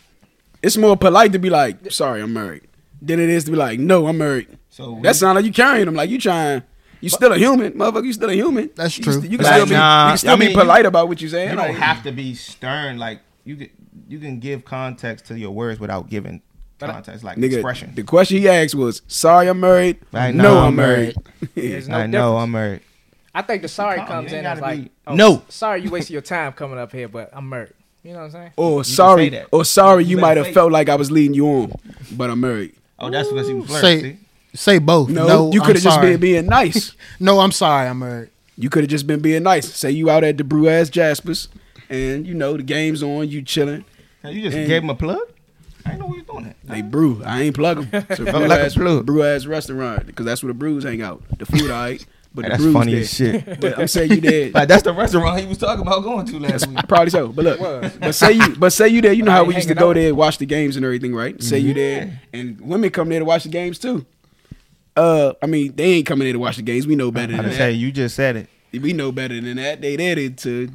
[SPEAKER 2] It's more polite to be like, "Sorry, I'm married," than it is to be like, "No, I'm married."
[SPEAKER 3] So
[SPEAKER 2] that sounds like you carrying him. Like you trying. You still a human, motherfucker. You still a human.
[SPEAKER 1] That's
[SPEAKER 2] You
[SPEAKER 1] true.
[SPEAKER 2] st- You, can
[SPEAKER 3] Like,
[SPEAKER 2] still be,
[SPEAKER 3] nah,
[SPEAKER 2] you can still
[SPEAKER 3] I
[SPEAKER 2] be
[SPEAKER 3] mean,
[SPEAKER 2] polite about what you're saying.
[SPEAKER 3] You don't
[SPEAKER 2] Like,
[SPEAKER 3] have to be stern. Like you can, you can give context to your words without giving context, like
[SPEAKER 2] nigga.
[SPEAKER 3] expression.
[SPEAKER 2] The question he asked was, "Sorry, I'm married."
[SPEAKER 3] Like,
[SPEAKER 2] no,
[SPEAKER 3] nah,
[SPEAKER 2] I'm
[SPEAKER 3] I'm
[SPEAKER 2] married.
[SPEAKER 4] There's no
[SPEAKER 3] I
[SPEAKER 4] difference.
[SPEAKER 3] know I'm married.
[SPEAKER 4] I think the sorry
[SPEAKER 3] Come on,
[SPEAKER 4] comes
[SPEAKER 3] you
[SPEAKER 4] in
[SPEAKER 3] ain't
[SPEAKER 4] as
[SPEAKER 3] gotta
[SPEAKER 4] like,
[SPEAKER 3] be-
[SPEAKER 4] oh,
[SPEAKER 3] No.
[SPEAKER 4] sorry, you wasted your time coming up here, but I'm married. You know what I'm saying?
[SPEAKER 2] [LAUGHS] Or
[SPEAKER 3] say
[SPEAKER 2] sorry,
[SPEAKER 3] that.
[SPEAKER 2] or sorry, you,
[SPEAKER 3] You
[SPEAKER 2] might
[SPEAKER 3] better
[SPEAKER 2] have
[SPEAKER 3] say
[SPEAKER 2] felt like I was leading you on, but I'm married.
[SPEAKER 3] Oh, that's because you flirt.
[SPEAKER 1] say
[SPEAKER 3] see?
[SPEAKER 1] say both.
[SPEAKER 2] No,
[SPEAKER 1] No,
[SPEAKER 2] you
[SPEAKER 1] I'm
[SPEAKER 2] could have just
[SPEAKER 1] sorry.
[SPEAKER 2] been being
[SPEAKER 3] [LAUGHS]
[SPEAKER 2] nice.
[SPEAKER 1] No, I'm sorry, I'm married.
[SPEAKER 2] You could have just been being nice. Say you out at the brew ass Jaspers, and you know the game's on. You chilling.
[SPEAKER 3] Now, you just
[SPEAKER 2] and-
[SPEAKER 3] gave him a plug. I didn't know we was doing that.
[SPEAKER 2] They brew. I ain't
[SPEAKER 4] [LAUGHS]
[SPEAKER 2] plugging. It's a brew
[SPEAKER 3] like a
[SPEAKER 2] ass,
[SPEAKER 3] plug.
[SPEAKER 2] brew ass restaurant because that's where the brews hang out. The food, all right, but
[SPEAKER 3] Hey,
[SPEAKER 2] the
[SPEAKER 3] that's
[SPEAKER 2] brews
[SPEAKER 3] funny
[SPEAKER 2] there. [LAUGHS]
[SPEAKER 3] as shit.
[SPEAKER 2] But I'm saying you did.
[SPEAKER 3] [LAUGHS] Like that's the restaurant he was talking about going to last week.
[SPEAKER 2] Probably so, but
[SPEAKER 4] was.
[SPEAKER 2] look, but say you, but say you there. You know how we used to
[SPEAKER 4] Hanging
[SPEAKER 2] go
[SPEAKER 4] out.
[SPEAKER 2] there, and watch the games and everything, right? Say
[SPEAKER 3] Mm-hmm.
[SPEAKER 2] you there, and women come there to watch the games too. Uh, I mean, they ain't coming there to watch the games. We know better
[SPEAKER 3] I
[SPEAKER 2] than
[SPEAKER 3] just say
[SPEAKER 2] that.
[SPEAKER 3] you just said it.
[SPEAKER 2] We know better than that. They there to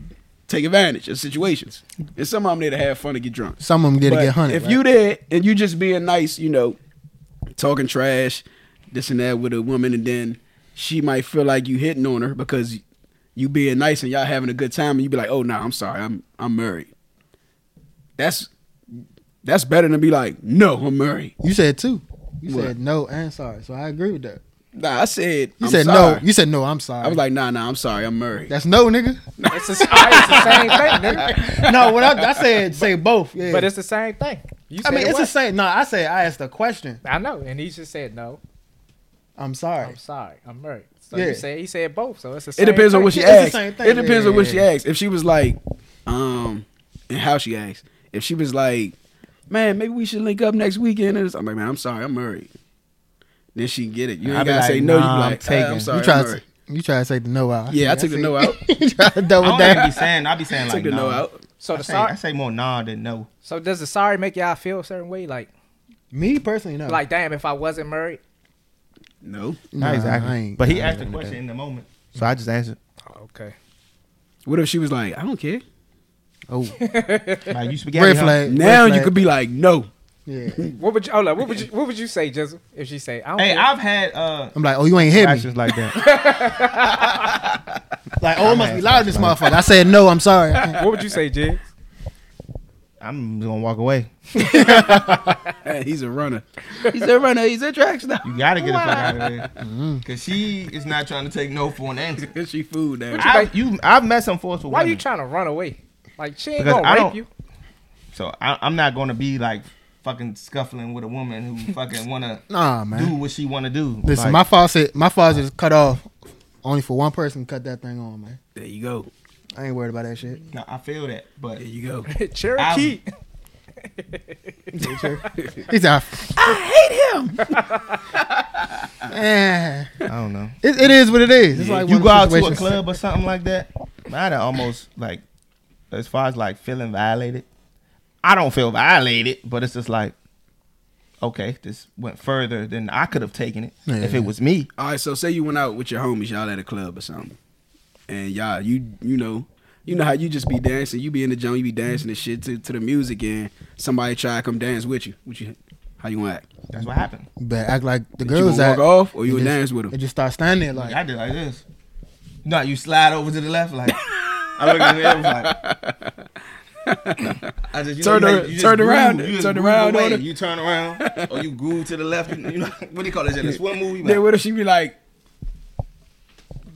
[SPEAKER 2] take advantage of situations. And some of them there to have fun and get drunk.
[SPEAKER 1] Some of them did
[SPEAKER 2] But
[SPEAKER 1] get hunted.
[SPEAKER 2] If you there and you just being nice, you know, talking trash, this and that with a woman, and then she might feel like you hitting on her because you being nice and y'all having a good time, and you be like, "Oh no, nah, I'm sorry, I'm I'm married." That's that's better than be like, "No, I'm married."
[SPEAKER 1] you said two. You
[SPEAKER 2] What?
[SPEAKER 1] said no and sorry. So I agree with that.
[SPEAKER 2] Nah, I said
[SPEAKER 1] You
[SPEAKER 2] I'm
[SPEAKER 1] said
[SPEAKER 2] sorry.
[SPEAKER 1] no. You said no. I'm sorry.
[SPEAKER 2] I was like, "Nah, nah, I'm sorry, I'm married."
[SPEAKER 1] that's no, nigga.
[SPEAKER 4] It's the, s- all right, it's the same thing, nigga.
[SPEAKER 1] [LAUGHS] no, what I, I said, say both. Yeah.
[SPEAKER 4] But it's the same thing. You
[SPEAKER 1] I mean,
[SPEAKER 4] said
[SPEAKER 1] it's the
[SPEAKER 4] what?
[SPEAKER 1] same. No, I said I asked a question.
[SPEAKER 4] I know, and he just said no.
[SPEAKER 1] I'm sorry.
[SPEAKER 4] I'm sorry, I'm married. So
[SPEAKER 1] Yeah.
[SPEAKER 4] you said he said both. So it's the same.
[SPEAKER 2] It depends on
[SPEAKER 4] thing.
[SPEAKER 2] what she
[SPEAKER 1] It's the
[SPEAKER 2] asks.
[SPEAKER 1] same
[SPEAKER 2] It
[SPEAKER 1] thing.
[SPEAKER 2] depends on what she
[SPEAKER 1] Yeah.
[SPEAKER 2] asks. If she was like, um, and how she asks. If she was like, man, maybe we should link up next weekend. And it's- I'm like, man, I'm sorry, I'm married. Then she can get it. You
[SPEAKER 3] I
[SPEAKER 2] ain't
[SPEAKER 3] be
[SPEAKER 2] gotta
[SPEAKER 3] like,
[SPEAKER 2] say no.
[SPEAKER 3] nah,
[SPEAKER 2] you
[SPEAKER 3] I'm
[SPEAKER 2] be like, "Uh, I'm
[SPEAKER 3] taken."
[SPEAKER 2] sorry,
[SPEAKER 1] you try
[SPEAKER 2] I'm
[SPEAKER 1] to
[SPEAKER 2] married.
[SPEAKER 1] you try to take the no out.
[SPEAKER 2] Yeah, I took the
[SPEAKER 1] see.
[SPEAKER 2] no out.
[SPEAKER 1] [LAUGHS] you try to
[SPEAKER 3] I
[SPEAKER 1] double
[SPEAKER 3] don't even
[SPEAKER 1] down.
[SPEAKER 3] be saying. I be saying
[SPEAKER 2] Took
[SPEAKER 3] like
[SPEAKER 2] the
[SPEAKER 3] no.
[SPEAKER 2] no out.
[SPEAKER 4] So
[SPEAKER 3] I,
[SPEAKER 4] the
[SPEAKER 3] say, I
[SPEAKER 4] sorry.
[SPEAKER 3] say more nah than no.
[SPEAKER 4] So does the sorry make y'all feel a certain way? Like,
[SPEAKER 1] Me personally,
[SPEAKER 3] Oh.
[SPEAKER 1] no.
[SPEAKER 4] like damn, if I wasn't married.
[SPEAKER 2] No.
[SPEAKER 1] Nah,
[SPEAKER 3] Not
[SPEAKER 1] I
[SPEAKER 3] exactly.
[SPEAKER 1] ain't-
[SPEAKER 3] But he
[SPEAKER 1] I ain't
[SPEAKER 3] asked the
[SPEAKER 1] doing
[SPEAKER 3] question in the moment, so I just answered.
[SPEAKER 4] Okay.
[SPEAKER 2] What if she was like, I don't care.
[SPEAKER 1] that.
[SPEAKER 3] [LAUGHS]
[SPEAKER 1] Oh,
[SPEAKER 3] Like you spaghetti.
[SPEAKER 1] red
[SPEAKER 3] huh?
[SPEAKER 1] flag.
[SPEAKER 2] Now
[SPEAKER 1] red
[SPEAKER 2] you
[SPEAKER 1] flag.
[SPEAKER 2] could be like, no. [LAUGHS]
[SPEAKER 1] Yeah.
[SPEAKER 4] What would you? Hold on. What would you? What would you say, Jizzle, if she say, "I don't
[SPEAKER 3] Hey,
[SPEAKER 4] care.
[SPEAKER 3] I've had uh
[SPEAKER 1] I'm like, oh, you ain't hit me.
[SPEAKER 3] actions like that.
[SPEAKER 1] Like, oh, it must be loud in this motherfucker. I said no. I'm
[SPEAKER 3] [LAUGHS]
[SPEAKER 1] sorry.
[SPEAKER 4] What would you say, Jizz?
[SPEAKER 3] I'm gonna walk away.
[SPEAKER 2] Hey, he's a
[SPEAKER 3] [LAUGHS]
[SPEAKER 2] runner. He's a runner. He's a trackster.
[SPEAKER 3] You gotta get the fuck out of there because she is not trying to take no for an answer.
[SPEAKER 2] she food now.
[SPEAKER 4] you
[SPEAKER 3] I've,
[SPEAKER 4] think-
[SPEAKER 3] you, I've met some forceful
[SPEAKER 4] Why you
[SPEAKER 3] women,
[SPEAKER 4] trying to run away? Like she ain't
[SPEAKER 3] Because
[SPEAKER 4] gonna
[SPEAKER 3] I
[SPEAKER 4] rape
[SPEAKER 3] don't-
[SPEAKER 4] you. [LAUGHS]
[SPEAKER 3] so I, I'm not gonna be like fucking scuffling with a woman who fucking wanna
[SPEAKER 1] Nah, man.
[SPEAKER 3] do what she wanna do.
[SPEAKER 1] Listen,
[SPEAKER 3] Like,
[SPEAKER 1] my faucet, my faucet is cut off. Only for one person cut that thing on, man.
[SPEAKER 2] There you go.
[SPEAKER 1] I ain't worried about that shit.
[SPEAKER 3] no, I feel that, but
[SPEAKER 2] There you go.
[SPEAKER 4] Cherokee.
[SPEAKER 1] He's out. I hate him. eh,
[SPEAKER 3] I don't know.
[SPEAKER 1] it, it is what it is. It's like one
[SPEAKER 3] you
[SPEAKER 1] of
[SPEAKER 3] go
[SPEAKER 1] those
[SPEAKER 3] out to a
[SPEAKER 1] situations-
[SPEAKER 3] club or something like that. I'd have almost like, as far as like feeling violated, I don't feel violated, but it's just like, okay, this went further than I could have taken it
[SPEAKER 1] Yeah.
[SPEAKER 3] if it was me.
[SPEAKER 2] All right, so say you went out with your homies, y'all at a club or something, and y'all, you you know, you know how you just be dancing, you be in the joint, you be dancing and shit to, to the music, and somebody try to come dance with you. What you, how you gonna act?
[SPEAKER 3] That's what happened.
[SPEAKER 1] But act like the
[SPEAKER 2] you
[SPEAKER 1] girls
[SPEAKER 2] gonna
[SPEAKER 1] act.
[SPEAKER 2] walk off or you
[SPEAKER 1] it
[SPEAKER 2] gonna
[SPEAKER 1] just-
[SPEAKER 2] dance with 'em?
[SPEAKER 1] It just start standing there
[SPEAKER 3] Like
[SPEAKER 1] like,
[SPEAKER 3] I did like this. No, you slide over to the left [LAUGHS] like. I look at him like. [LAUGHS] I just, you
[SPEAKER 2] Turn
[SPEAKER 3] know, you
[SPEAKER 2] ar-
[SPEAKER 3] like- you just
[SPEAKER 2] turn
[SPEAKER 3] groove,
[SPEAKER 2] around,
[SPEAKER 3] you just
[SPEAKER 2] turn
[SPEAKER 3] groove
[SPEAKER 2] around
[SPEAKER 3] away.
[SPEAKER 2] on it.
[SPEAKER 3] You turn around, or you groove to the left. You know, [LAUGHS] what do you call this? In a swim movie,
[SPEAKER 2] Then what if she be like,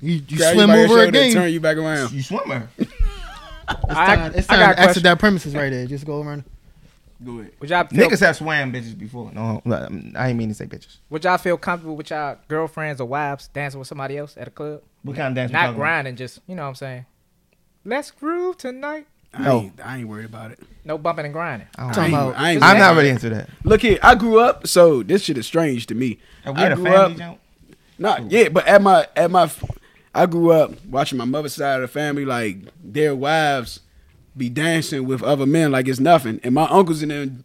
[SPEAKER 1] you, you
[SPEAKER 2] grab
[SPEAKER 1] swim
[SPEAKER 2] by your
[SPEAKER 1] over
[SPEAKER 2] shoulder,
[SPEAKER 1] again.
[SPEAKER 2] turn you back around?
[SPEAKER 3] you swimmer.
[SPEAKER 1] It's
[SPEAKER 4] I-
[SPEAKER 1] time, it's
[SPEAKER 4] I
[SPEAKER 1] time
[SPEAKER 4] got a
[SPEAKER 1] to exit
[SPEAKER 4] question.
[SPEAKER 1] that premises right there. Just go around.
[SPEAKER 2] Go ahead.
[SPEAKER 4] [LAUGHS] Would y'all feel,
[SPEAKER 3] Niggas have swam bitches before. No, I ain't mean to say bitches.
[SPEAKER 4] would y'all feel comfortable with y'all girlfriends or wives dancing with somebody else at a club?
[SPEAKER 3] What kind of dance? we
[SPEAKER 4] Not
[SPEAKER 3] talking about?
[SPEAKER 4] grinding, just you know what I'm saying. Let's groove tonight.
[SPEAKER 2] I
[SPEAKER 3] No.
[SPEAKER 2] ain't, I ain't worried about it.
[SPEAKER 4] No bumping and grinding.
[SPEAKER 3] I don't
[SPEAKER 1] Talking
[SPEAKER 3] know.
[SPEAKER 1] about-
[SPEAKER 2] I ain't, I
[SPEAKER 3] I'm
[SPEAKER 2] ain't
[SPEAKER 3] not really into that.
[SPEAKER 2] Look here, I grew up, so this shit is strange to me.
[SPEAKER 3] Have we
[SPEAKER 2] I
[SPEAKER 3] had a
[SPEAKER 2] grew
[SPEAKER 3] family
[SPEAKER 2] up-
[SPEAKER 3] jump?
[SPEAKER 2] Nah, yeah, but at my at my, I grew up watching my mother's side of the family like their wives be dancing with other men like it's nothing, and my uncles and them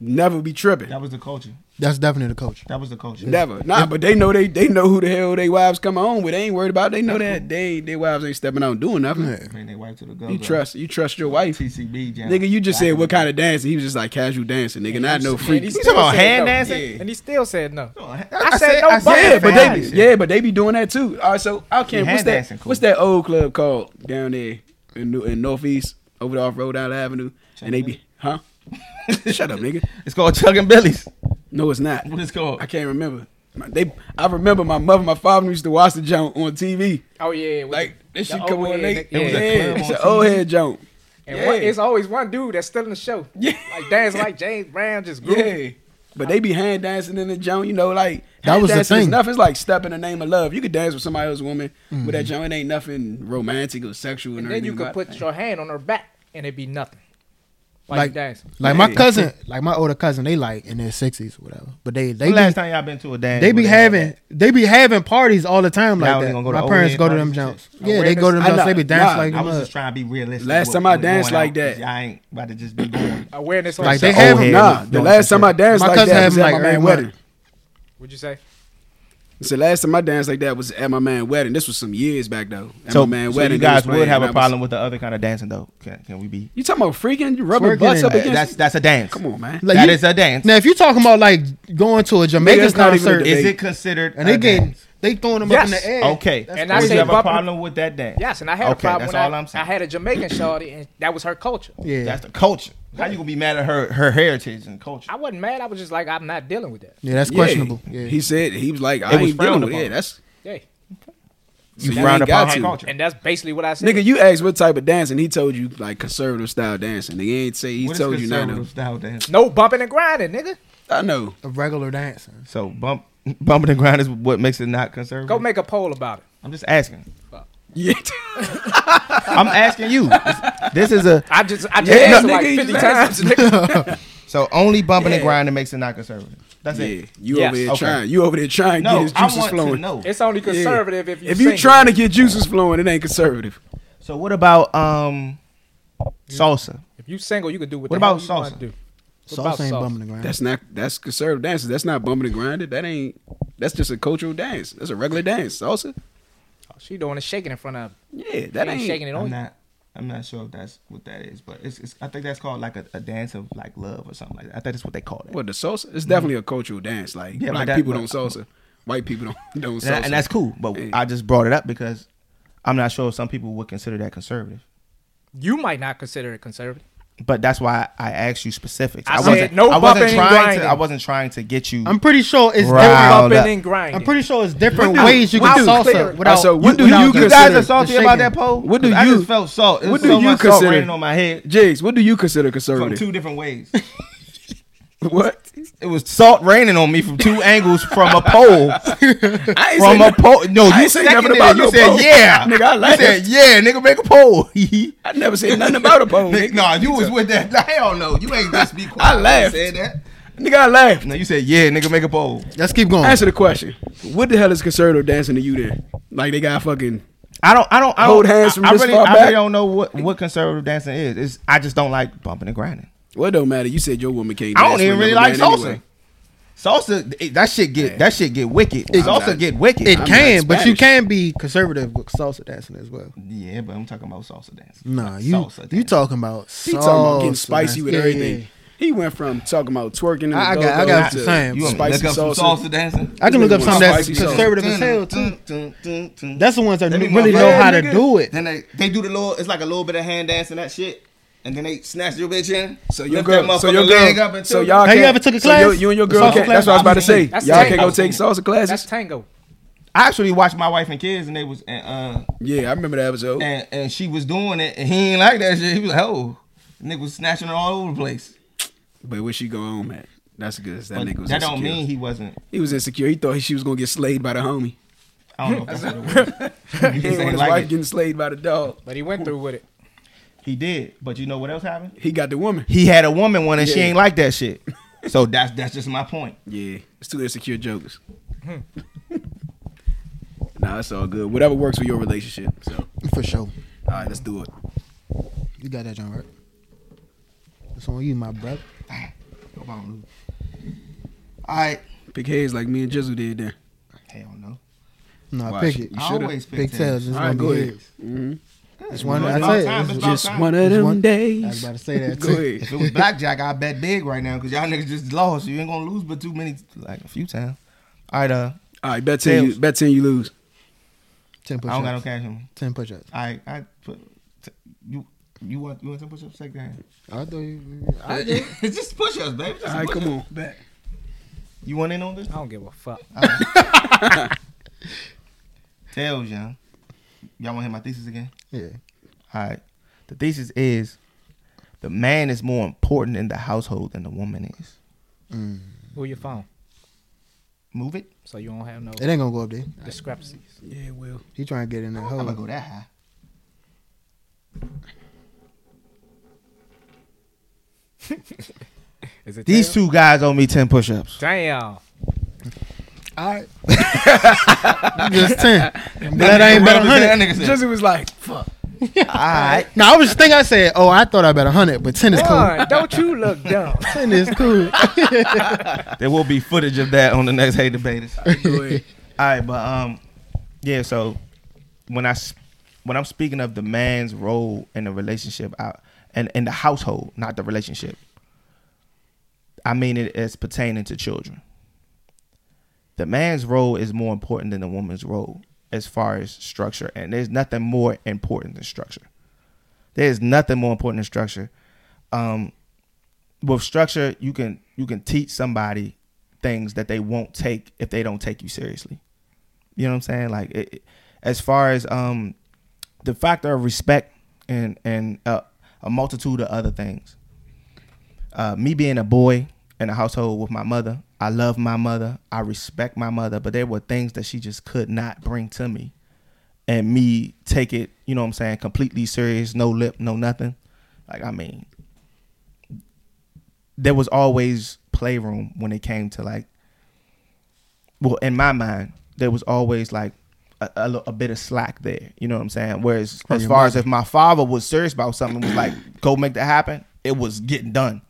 [SPEAKER 2] never be tripping,
[SPEAKER 3] That was the culture.
[SPEAKER 1] That's definitely the coach.
[SPEAKER 3] That was the culture.
[SPEAKER 2] never. Nah, but they know they they know who the hell they wives come on with. They ain't worried about. It. They know that they their wives ain't stepping out and doing nothing.
[SPEAKER 1] Yeah.
[SPEAKER 3] Bring their wife to the go.
[SPEAKER 2] You trust you trust your wife,
[SPEAKER 3] TCB jam.
[SPEAKER 2] nigga. You just said what kind of dancing? He was just like casual dancing, nigga. Not no freak.
[SPEAKER 3] talking about hand
[SPEAKER 4] dancing?
[SPEAKER 2] dancing?
[SPEAKER 4] And he still said no.
[SPEAKER 3] I,
[SPEAKER 4] I said no bumping.
[SPEAKER 2] Yeah, but they
[SPEAKER 3] family
[SPEAKER 2] be,
[SPEAKER 3] shit.
[SPEAKER 2] yeah, but they be doing that too. All right, so I can't.
[SPEAKER 3] Yeah,
[SPEAKER 2] What's
[SPEAKER 3] hand
[SPEAKER 2] that?
[SPEAKER 3] dancing cool.
[SPEAKER 2] What's that old club called down there in New, in Northeast over there off Rhode Island Avenue? And they be huh? Shut up, nigga.
[SPEAKER 3] It's called Chugging Billy's.
[SPEAKER 2] No, it's not.
[SPEAKER 3] What it's called?
[SPEAKER 2] I can't remember. My- They, I remember my mother, my father used to watch the jump on TV.
[SPEAKER 4] Oh yeah, with
[SPEAKER 2] Like this
[SPEAKER 4] the
[SPEAKER 2] shit come
[SPEAKER 4] old
[SPEAKER 2] on
[SPEAKER 4] head,
[SPEAKER 2] late.
[SPEAKER 4] nigga.
[SPEAKER 3] It was
[SPEAKER 2] yeah,
[SPEAKER 3] a club
[SPEAKER 2] it's
[SPEAKER 3] on
[SPEAKER 2] an old
[SPEAKER 3] TV.
[SPEAKER 2] head jump.
[SPEAKER 4] And
[SPEAKER 2] yeah.
[SPEAKER 4] one, it's always one dude that's still in the show.
[SPEAKER 2] Yeah.
[SPEAKER 4] Like dance like James Brown, just groove.
[SPEAKER 2] Yeah. But they be hand dancing in the joint, you know, like
[SPEAKER 1] That
[SPEAKER 2] hand
[SPEAKER 1] was the
[SPEAKER 2] dancing is
[SPEAKER 1] thing.
[SPEAKER 2] Nothing It's like step in the name of love. You could dance with somebody else's woman with that joint. It ain't nothing romantic or sexual.
[SPEAKER 4] And
[SPEAKER 2] or
[SPEAKER 4] then you
[SPEAKER 2] anything
[SPEAKER 4] could
[SPEAKER 2] about
[SPEAKER 4] put
[SPEAKER 2] it.
[SPEAKER 4] your hand on her back and it'd be nothing. Like,
[SPEAKER 1] Like-
[SPEAKER 4] you dancing.
[SPEAKER 1] Like my
[SPEAKER 2] Yeah.
[SPEAKER 1] cousin, like my older cousin, they like in their sixties, whatever. But they they
[SPEAKER 3] When last
[SPEAKER 1] be,
[SPEAKER 3] time y'all been to a dance?
[SPEAKER 1] they
[SPEAKER 3] where
[SPEAKER 1] be
[SPEAKER 3] had
[SPEAKER 1] having
[SPEAKER 3] that?
[SPEAKER 1] they be having parties all the time
[SPEAKER 3] Y'all
[SPEAKER 1] like
[SPEAKER 3] was
[SPEAKER 1] that.
[SPEAKER 3] gonna go to
[SPEAKER 1] My
[SPEAKER 3] old
[SPEAKER 1] parents
[SPEAKER 3] head
[SPEAKER 1] go to them
[SPEAKER 3] parties and
[SPEAKER 1] jumps.
[SPEAKER 3] shit?
[SPEAKER 1] Yeah, they go to them
[SPEAKER 2] I
[SPEAKER 1] jumps.
[SPEAKER 2] know.
[SPEAKER 1] They be dancing
[SPEAKER 2] Nah,
[SPEAKER 1] like
[SPEAKER 3] I
[SPEAKER 1] them
[SPEAKER 3] was
[SPEAKER 1] up.
[SPEAKER 3] just trying to be realistic.
[SPEAKER 2] Last
[SPEAKER 3] with-
[SPEAKER 2] time I
[SPEAKER 3] with
[SPEAKER 2] danced
[SPEAKER 3] going
[SPEAKER 2] like
[SPEAKER 3] out,
[SPEAKER 2] that.
[SPEAKER 3] 'cause I ain't about to just be going.
[SPEAKER 4] Awareness on
[SPEAKER 1] Like
[SPEAKER 4] sex.
[SPEAKER 2] Oh,
[SPEAKER 1] they have
[SPEAKER 3] old head
[SPEAKER 2] nah.
[SPEAKER 3] was
[SPEAKER 2] The
[SPEAKER 3] doing
[SPEAKER 2] last
[SPEAKER 3] some
[SPEAKER 2] time I
[SPEAKER 3] shit.
[SPEAKER 2] danced
[SPEAKER 1] My
[SPEAKER 2] like
[SPEAKER 1] cousin
[SPEAKER 2] that
[SPEAKER 1] had
[SPEAKER 2] was
[SPEAKER 1] him,
[SPEAKER 2] at
[SPEAKER 1] like,
[SPEAKER 2] my
[SPEAKER 1] every
[SPEAKER 2] man's
[SPEAKER 1] month.
[SPEAKER 2] wedding.
[SPEAKER 4] Would you say?
[SPEAKER 2] So last time I danced like that was at my man wedding. This was some years back though. At
[SPEAKER 3] So,
[SPEAKER 2] my man
[SPEAKER 3] so
[SPEAKER 2] wedding,
[SPEAKER 3] you
[SPEAKER 2] they was
[SPEAKER 3] guys would
[SPEAKER 2] playing,
[SPEAKER 3] have
[SPEAKER 2] and I
[SPEAKER 3] a
[SPEAKER 2] was-
[SPEAKER 3] problem with the other kind of dancing though. Can, can we be?
[SPEAKER 2] You talking about freaking? You rubbing
[SPEAKER 1] Twerking
[SPEAKER 2] butts
[SPEAKER 1] and-
[SPEAKER 2] up
[SPEAKER 1] uh,
[SPEAKER 2] against?
[SPEAKER 3] That's that's a dance.
[SPEAKER 2] Come on, man.
[SPEAKER 1] Like
[SPEAKER 3] That
[SPEAKER 1] you-
[SPEAKER 3] is a dance.
[SPEAKER 1] Now, if you're talking about like going to a Jamaican
[SPEAKER 2] that's not even a
[SPEAKER 1] concert
[SPEAKER 2] debate.
[SPEAKER 3] Is it considered?
[SPEAKER 1] and
[SPEAKER 3] a
[SPEAKER 1] they getting
[SPEAKER 3] dance?
[SPEAKER 1] they throwing them up in
[SPEAKER 4] Yes.
[SPEAKER 1] the air,
[SPEAKER 3] okay.
[SPEAKER 1] That's
[SPEAKER 4] And I
[SPEAKER 3] I
[SPEAKER 1] crazy.
[SPEAKER 4] say
[SPEAKER 3] have a
[SPEAKER 4] bumping-
[SPEAKER 3] problem with that dance.
[SPEAKER 4] Yes, and I had a
[SPEAKER 3] Okay,
[SPEAKER 4] problem
[SPEAKER 3] That's
[SPEAKER 4] when
[SPEAKER 3] all
[SPEAKER 4] I,
[SPEAKER 3] I'm saying.
[SPEAKER 4] I had a Jamaican shorty, and that was her culture.
[SPEAKER 1] yeah.
[SPEAKER 3] That's the culture. How you gonna be mad at her her heritage and culture?
[SPEAKER 4] I wasn't mad. I was just like, I'm not dealing with that.
[SPEAKER 1] yeah, that's
[SPEAKER 2] Yeah.
[SPEAKER 1] questionable. Yeah,
[SPEAKER 2] He said he was like, I
[SPEAKER 3] was
[SPEAKER 2] ain't dealing
[SPEAKER 3] frowned
[SPEAKER 2] with it.
[SPEAKER 3] upon.
[SPEAKER 2] Yeah, that's
[SPEAKER 4] Yeah.
[SPEAKER 3] You
[SPEAKER 2] you
[SPEAKER 3] frowned
[SPEAKER 2] ain't got
[SPEAKER 3] upon her
[SPEAKER 2] to.
[SPEAKER 3] culture.
[SPEAKER 4] And that's basically what I said.
[SPEAKER 2] nigga. You asked what type of dancing? He told you like conservative style dancing. He ain't say he
[SPEAKER 3] What is
[SPEAKER 2] told you none
[SPEAKER 3] conservative
[SPEAKER 2] of.
[SPEAKER 3] style dance?
[SPEAKER 4] no bumping and grinding, nigga.
[SPEAKER 2] I know.
[SPEAKER 1] a regular dancing.
[SPEAKER 3] So bump [LAUGHS] bumping the ground is what makes it not conservative.
[SPEAKER 4] Go make a poll about it.
[SPEAKER 3] I'm just asking.
[SPEAKER 2] Yeah,
[SPEAKER 3] I'm asking you. This- This is a
[SPEAKER 4] I just, I just
[SPEAKER 2] Yeah,
[SPEAKER 4] asked
[SPEAKER 2] nigga,
[SPEAKER 4] like
[SPEAKER 2] you
[SPEAKER 4] 50
[SPEAKER 2] just
[SPEAKER 4] times. nigga.
[SPEAKER 3] so only bumping and
[SPEAKER 4] Yeah.
[SPEAKER 3] grinding makes it not conservative.
[SPEAKER 2] [LAUGHS]
[SPEAKER 3] That's
[SPEAKER 2] yeah.
[SPEAKER 3] it.
[SPEAKER 2] You
[SPEAKER 4] Yes.
[SPEAKER 2] over there
[SPEAKER 3] Okay.
[SPEAKER 2] trying? You over there trying to get
[SPEAKER 3] No,
[SPEAKER 2] his
[SPEAKER 3] I
[SPEAKER 2] juices
[SPEAKER 3] want
[SPEAKER 2] flowing?
[SPEAKER 3] to know.
[SPEAKER 4] it's only
[SPEAKER 2] Yeah.
[SPEAKER 4] conservative if you
[SPEAKER 2] if you
[SPEAKER 4] single.
[SPEAKER 2] trying to get juices flowing, it ain't conservative.
[SPEAKER 3] So what about um salsa?
[SPEAKER 4] If you single, you can do what.
[SPEAKER 3] What
[SPEAKER 4] the hell
[SPEAKER 3] about
[SPEAKER 4] you wanna
[SPEAKER 3] salsa?
[SPEAKER 4] do. What about
[SPEAKER 1] Salsa ain't
[SPEAKER 4] salsa?
[SPEAKER 1] bumping the ground.
[SPEAKER 2] That's not that's conservative dances. That's not bumping and grinding. That ain't that's just a cultural dance. That's a regular dance. Salsa.
[SPEAKER 4] Oh, She doing it shaking in front of.
[SPEAKER 2] Yeah, that
[SPEAKER 4] That
[SPEAKER 2] ain't,
[SPEAKER 4] ain't shaking it
[SPEAKER 3] I'm
[SPEAKER 4] on. you.
[SPEAKER 3] not. I'm not sure if that's what that is, but it's, it's I think that's called like a, a dance of like love or something like that. I think that's what they call it.
[SPEAKER 2] Well, the salsa it's definitely a cultural dance. Like
[SPEAKER 3] Mm-hmm. Yeah, but
[SPEAKER 2] black
[SPEAKER 3] that-
[SPEAKER 2] people
[SPEAKER 3] but-
[SPEAKER 2] don't salsa, white people don't [LAUGHS] don't
[SPEAKER 3] and,
[SPEAKER 2] salsa,
[SPEAKER 3] and that's cool. But
[SPEAKER 2] Yeah.
[SPEAKER 3] I just brought it up because I'm not sure if some people would consider that conservative.
[SPEAKER 4] You might not consider it conservative.
[SPEAKER 3] But that's why I asked you specifics.
[SPEAKER 4] I said no
[SPEAKER 3] I wasn't
[SPEAKER 4] bumping and
[SPEAKER 3] trying to.
[SPEAKER 4] grinding.
[SPEAKER 3] I wasn't trying to get you.
[SPEAKER 1] I'm pretty sure it's
[SPEAKER 3] Right.
[SPEAKER 1] different.
[SPEAKER 3] Riled
[SPEAKER 4] Bumping
[SPEAKER 3] up.
[SPEAKER 4] and grinding.
[SPEAKER 1] I'm pretty sure it's different
[SPEAKER 2] do-
[SPEAKER 1] ways you
[SPEAKER 2] what
[SPEAKER 1] can
[SPEAKER 2] do-
[SPEAKER 4] clear.
[SPEAKER 1] salsa without.
[SPEAKER 2] So what do you
[SPEAKER 1] without the-
[SPEAKER 3] you
[SPEAKER 2] consider-
[SPEAKER 3] guys
[SPEAKER 1] the
[SPEAKER 3] are salty about that
[SPEAKER 1] shaking.
[SPEAKER 3] poll.
[SPEAKER 2] What do
[SPEAKER 3] 'Cause I
[SPEAKER 2] you-
[SPEAKER 3] just felt salt. It
[SPEAKER 2] what
[SPEAKER 3] was
[SPEAKER 2] do
[SPEAKER 3] so
[SPEAKER 2] you
[SPEAKER 3] much salt
[SPEAKER 2] consider-
[SPEAKER 3] raining on my head
[SPEAKER 2] Jigs, what do you consider
[SPEAKER 3] from
[SPEAKER 2] conservative?
[SPEAKER 3] two different ways?
[SPEAKER 2] [LAUGHS] What?
[SPEAKER 3] it was salt raining on me
[SPEAKER 2] [LAUGHS]
[SPEAKER 3] from two angles from a pole.
[SPEAKER 2] I ain't
[SPEAKER 3] From
[SPEAKER 2] say
[SPEAKER 3] a pole. No,
[SPEAKER 2] I
[SPEAKER 3] you
[SPEAKER 2] ain't say
[SPEAKER 3] said
[SPEAKER 2] nothing about
[SPEAKER 3] You
[SPEAKER 2] no
[SPEAKER 3] said
[SPEAKER 2] pole.
[SPEAKER 3] yeah.
[SPEAKER 2] [LAUGHS] Nigga, I
[SPEAKER 3] You said yeah. Nigga, make a [LAUGHS] poll.
[SPEAKER 2] I never said nothing about a pole.
[SPEAKER 3] Nigga,
[SPEAKER 1] [LAUGHS]
[SPEAKER 2] nigga.
[SPEAKER 3] nah, you was with that. [LAUGHS] Hell no, you ain't just
[SPEAKER 2] [LAUGHS]
[SPEAKER 3] be quiet.
[SPEAKER 2] I laughed.
[SPEAKER 3] You said that.
[SPEAKER 2] Nigga, I laughed.
[SPEAKER 3] No, you said yeah. Nigga, make a poll.
[SPEAKER 1] Let's keep going.
[SPEAKER 2] Answer the question. What the hell is conservative dancing to you then? Like they got fucking
[SPEAKER 3] I don't. I don't. I
[SPEAKER 2] Hold
[SPEAKER 3] don't,
[SPEAKER 2] hands from
[SPEAKER 3] I, I
[SPEAKER 2] this
[SPEAKER 3] really,
[SPEAKER 2] far
[SPEAKER 3] I
[SPEAKER 2] back?
[SPEAKER 3] really don't know what, what conservative dancing is. It's, I just don't like bumping and grinding.
[SPEAKER 2] well it don't matter. You said your woman can't
[SPEAKER 3] I
[SPEAKER 2] dance
[SPEAKER 3] don't even
[SPEAKER 2] with
[SPEAKER 3] really like
[SPEAKER 2] another man
[SPEAKER 3] salsa.
[SPEAKER 2] anyway.
[SPEAKER 3] Salsa, it- that shit get
[SPEAKER 2] Yeah.
[SPEAKER 3] that shit get wicked.
[SPEAKER 1] It-
[SPEAKER 3] salsa
[SPEAKER 2] I'm
[SPEAKER 3] get wicked.
[SPEAKER 1] It
[SPEAKER 2] not
[SPEAKER 1] can, but you
[SPEAKER 2] Spanish.
[SPEAKER 1] can be conservative with salsa dancing as well.
[SPEAKER 3] yeah, but I'm talking about salsa dance.
[SPEAKER 1] Nah,
[SPEAKER 3] Not
[SPEAKER 1] you
[SPEAKER 3] salsa
[SPEAKER 1] you
[SPEAKER 3] dance.
[SPEAKER 1] talking about salsa.
[SPEAKER 2] He talking about getting spicy with
[SPEAKER 1] Yeah, yeah,
[SPEAKER 2] everything.
[SPEAKER 1] yeah.
[SPEAKER 2] He went from talking about twerking and
[SPEAKER 1] I- I got- I
[SPEAKER 2] go-go
[SPEAKER 1] got what
[SPEAKER 2] to
[SPEAKER 1] you're saying.
[SPEAKER 3] You want me to
[SPEAKER 2] spicy
[SPEAKER 3] look up some
[SPEAKER 2] salsa.
[SPEAKER 3] salsa dancing?
[SPEAKER 1] I can look up something that's
[SPEAKER 2] Spicy Mm. salsa.
[SPEAKER 1] conservative as hell too.
[SPEAKER 3] Dun, dun, dun, dun.
[SPEAKER 1] That's the ones that
[SPEAKER 3] They be
[SPEAKER 1] really
[SPEAKER 3] my
[SPEAKER 1] know
[SPEAKER 3] man,
[SPEAKER 1] how to
[SPEAKER 3] nigga.
[SPEAKER 1] do it.
[SPEAKER 3] Then they, they do the little. It's like a little bit of hand dance and that shit, and then they snatch your bitch in.
[SPEAKER 2] So your
[SPEAKER 3] lift
[SPEAKER 2] girl,
[SPEAKER 3] that
[SPEAKER 2] so your
[SPEAKER 3] motherfucker
[SPEAKER 2] girl,
[SPEAKER 3] leg up and
[SPEAKER 2] so
[SPEAKER 3] tilt
[SPEAKER 2] y'all
[SPEAKER 1] Have you
[SPEAKER 2] can't-
[SPEAKER 1] ever took a
[SPEAKER 2] So you
[SPEAKER 1] class?
[SPEAKER 2] you and your girl,
[SPEAKER 1] Salsa
[SPEAKER 2] can't, that's
[SPEAKER 1] class?
[SPEAKER 2] what I was about to
[SPEAKER 3] I've seen
[SPEAKER 2] say.
[SPEAKER 3] it.
[SPEAKER 4] That's
[SPEAKER 2] y'all
[SPEAKER 4] tango.
[SPEAKER 2] can't go take salsa classes.
[SPEAKER 4] That's tango.
[SPEAKER 3] I actually watched my wife and kids, and they was and uh
[SPEAKER 2] yeah, I remember that episode.
[SPEAKER 3] and and she was doing it, and he ain't like that shit. He was like, oh, nigga was snatching her all over the place.
[SPEAKER 2] But where she go home at? That's good. That
[SPEAKER 3] But
[SPEAKER 2] nigga was
[SPEAKER 3] that
[SPEAKER 2] insecure.
[SPEAKER 3] don't mean he wasn't.
[SPEAKER 2] he was insecure. He thought she was gonna get slayed by the homie.
[SPEAKER 3] I don't know. If that's what [LAUGHS] it was.
[SPEAKER 2] He didn't
[SPEAKER 3] he just
[SPEAKER 2] want
[SPEAKER 3] ain't
[SPEAKER 2] his
[SPEAKER 3] like
[SPEAKER 2] wife
[SPEAKER 3] it.
[SPEAKER 2] getting slayed by the dog.
[SPEAKER 4] But he went through with it.
[SPEAKER 3] He did, but you know what else happened?
[SPEAKER 2] He got the woman.
[SPEAKER 3] He had a woman one, and she
[SPEAKER 2] Yeah.
[SPEAKER 3] ain't like that shit. So that's that's just my point.
[SPEAKER 2] Yeah, it's two insecure jokers.
[SPEAKER 3] Hmm.
[SPEAKER 2] [LAUGHS] nah, it's all good. Whatever works for your relationship. So, all
[SPEAKER 1] For sure.
[SPEAKER 2] right, let's do it.
[SPEAKER 1] You got that, John, right? That's on you, my brother.
[SPEAKER 3] Hope I don't lose. All right.
[SPEAKER 2] Pick heads like me and Jizzle did then.
[SPEAKER 3] Hell no.
[SPEAKER 1] No,
[SPEAKER 2] Watch.
[SPEAKER 1] pick it.
[SPEAKER 2] You
[SPEAKER 3] I
[SPEAKER 2] should've.
[SPEAKER 3] always pick
[SPEAKER 1] Big tails.
[SPEAKER 3] tails.
[SPEAKER 1] Just
[SPEAKER 2] All right,
[SPEAKER 1] one
[SPEAKER 2] go
[SPEAKER 1] good.
[SPEAKER 2] ahead. Mhm.
[SPEAKER 1] It's one. I
[SPEAKER 3] It's
[SPEAKER 1] say
[SPEAKER 3] about time,
[SPEAKER 1] it's
[SPEAKER 3] it's about
[SPEAKER 1] just
[SPEAKER 3] time.
[SPEAKER 2] One
[SPEAKER 1] Just
[SPEAKER 2] of them
[SPEAKER 1] one- I was
[SPEAKER 2] days.
[SPEAKER 1] about to say
[SPEAKER 2] [LAUGHS]
[SPEAKER 1] that
[SPEAKER 2] Go
[SPEAKER 1] too.
[SPEAKER 2] ahead.
[SPEAKER 3] If it was blackjack, I bet big right now because y'all niggas just lost. You ain't gonna lose, but too many, like a few times. All right, uh,
[SPEAKER 2] All right, bet ten. You,
[SPEAKER 3] Tails.
[SPEAKER 2] bet ten. You lose.
[SPEAKER 1] Ten
[SPEAKER 3] I don't got no
[SPEAKER 1] push-ups.
[SPEAKER 3] cash on me.
[SPEAKER 1] Ten push-ups.
[SPEAKER 3] All right, I put t- you. You want you want some push ups? Take that.
[SPEAKER 1] I thought you. I did.
[SPEAKER 3] [LAUGHS] it's just push ups, baby. Just
[SPEAKER 2] All right,
[SPEAKER 3] push-ups.
[SPEAKER 2] come on, bet.
[SPEAKER 3] You want in on this?
[SPEAKER 4] I don't give a fuck.
[SPEAKER 3] Tails, y'all. Y'all want to hear my thesis again?
[SPEAKER 1] Yeah.
[SPEAKER 3] All right. The thesis is the man is more important in the household than the woman is.
[SPEAKER 1] Mm.
[SPEAKER 4] Move your phone
[SPEAKER 3] Move it.
[SPEAKER 4] so you don't have no
[SPEAKER 1] It ain't gonna go up there.
[SPEAKER 4] discrepancies.
[SPEAKER 2] Yeah, Will.
[SPEAKER 1] He trying to get in that
[SPEAKER 3] I'm gonna
[SPEAKER 1] hole.
[SPEAKER 3] go that high.
[SPEAKER 4] Is it
[SPEAKER 3] These two guys owe me ten push ups.
[SPEAKER 4] Damn.
[SPEAKER 1] All right. [LAUGHS] just ten. I'm glad I ain't bet a hundred.
[SPEAKER 2] Jizzle was like, "Fuck."
[SPEAKER 3] All right.
[SPEAKER 1] No, I was just thinking. I said, "Oh, I thought I bet a hundred, but ten is cool.
[SPEAKER 4] One, don't you look dumb.
[SPEAKER 1] [LAUGHS] Ten is cool."
[SPEAKER 3] There will be footage of that on the next Hey Debaters.
[SPEAKER 2] Go ahead.
[SPEAKER 3] All right, but um, yeah. So when I s- when I'm speaking of the man's role in the relationship, I, and in the household, not the relationship, I mean it as pertaining to children. The man's role is more important than the woman's role as far as structure, and there's nothing more important than structure. There's nothing more important than structure. Um, with structure, you can you can teach somebody things that they won't take if they don't take you seriously. You know what I'm saying? Like it, it- as far as um the factor of respect and and uh, a multitude of other things. Uh, me being a boy in a household with my mother, I love my mother, I respect my mother, but there were things that she just could not bring to me, and me take it, you know what I'm saying, completely serious, no lip, no nothing. Like I mean, there was always playroom when it came to like well in my mind there was always like a, a, li- a bit of slack there you know what i'm saying whereas
[SPEAKER 1] From
[SPEAKER 3] as
[SPEAKER 1] your
[SPEAKER 3] far as if my father was serious about something was like go make that happen it was getting done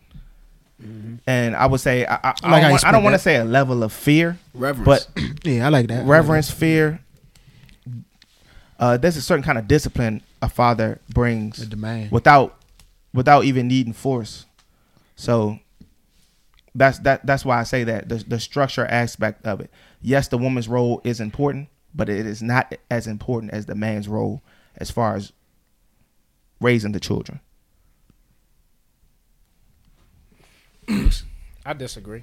[SPEAKER 3] and i would say i, I, I
[SPEAKER 1] I like how
[SPEAKER 3] don't,
[SPEAKER 1] you
[SPEAKER 3] want, I
[SPEAKER 1] split
[SPEAKER 3] don't want to
[SPEAKER 1] that.
[SPEAKER 3] say a level of fear
[SPEAKER 2] Reverence.
[SPEAKER 3] but
[SPEAKER 1] Yeah, I like that.
[SPEAKER 3] reverence, fear. Uh, there's a certain kind of discipline a father brings
[SPEAKER 1] The demand.
[SPEAKER 3] without without even needing force. So that's that that's why I say that the the structure aspect of it. Yes, the woman's role is important, but it is not as important as the man's role as far as raising the children.
[SPEAKER 4] I disagree.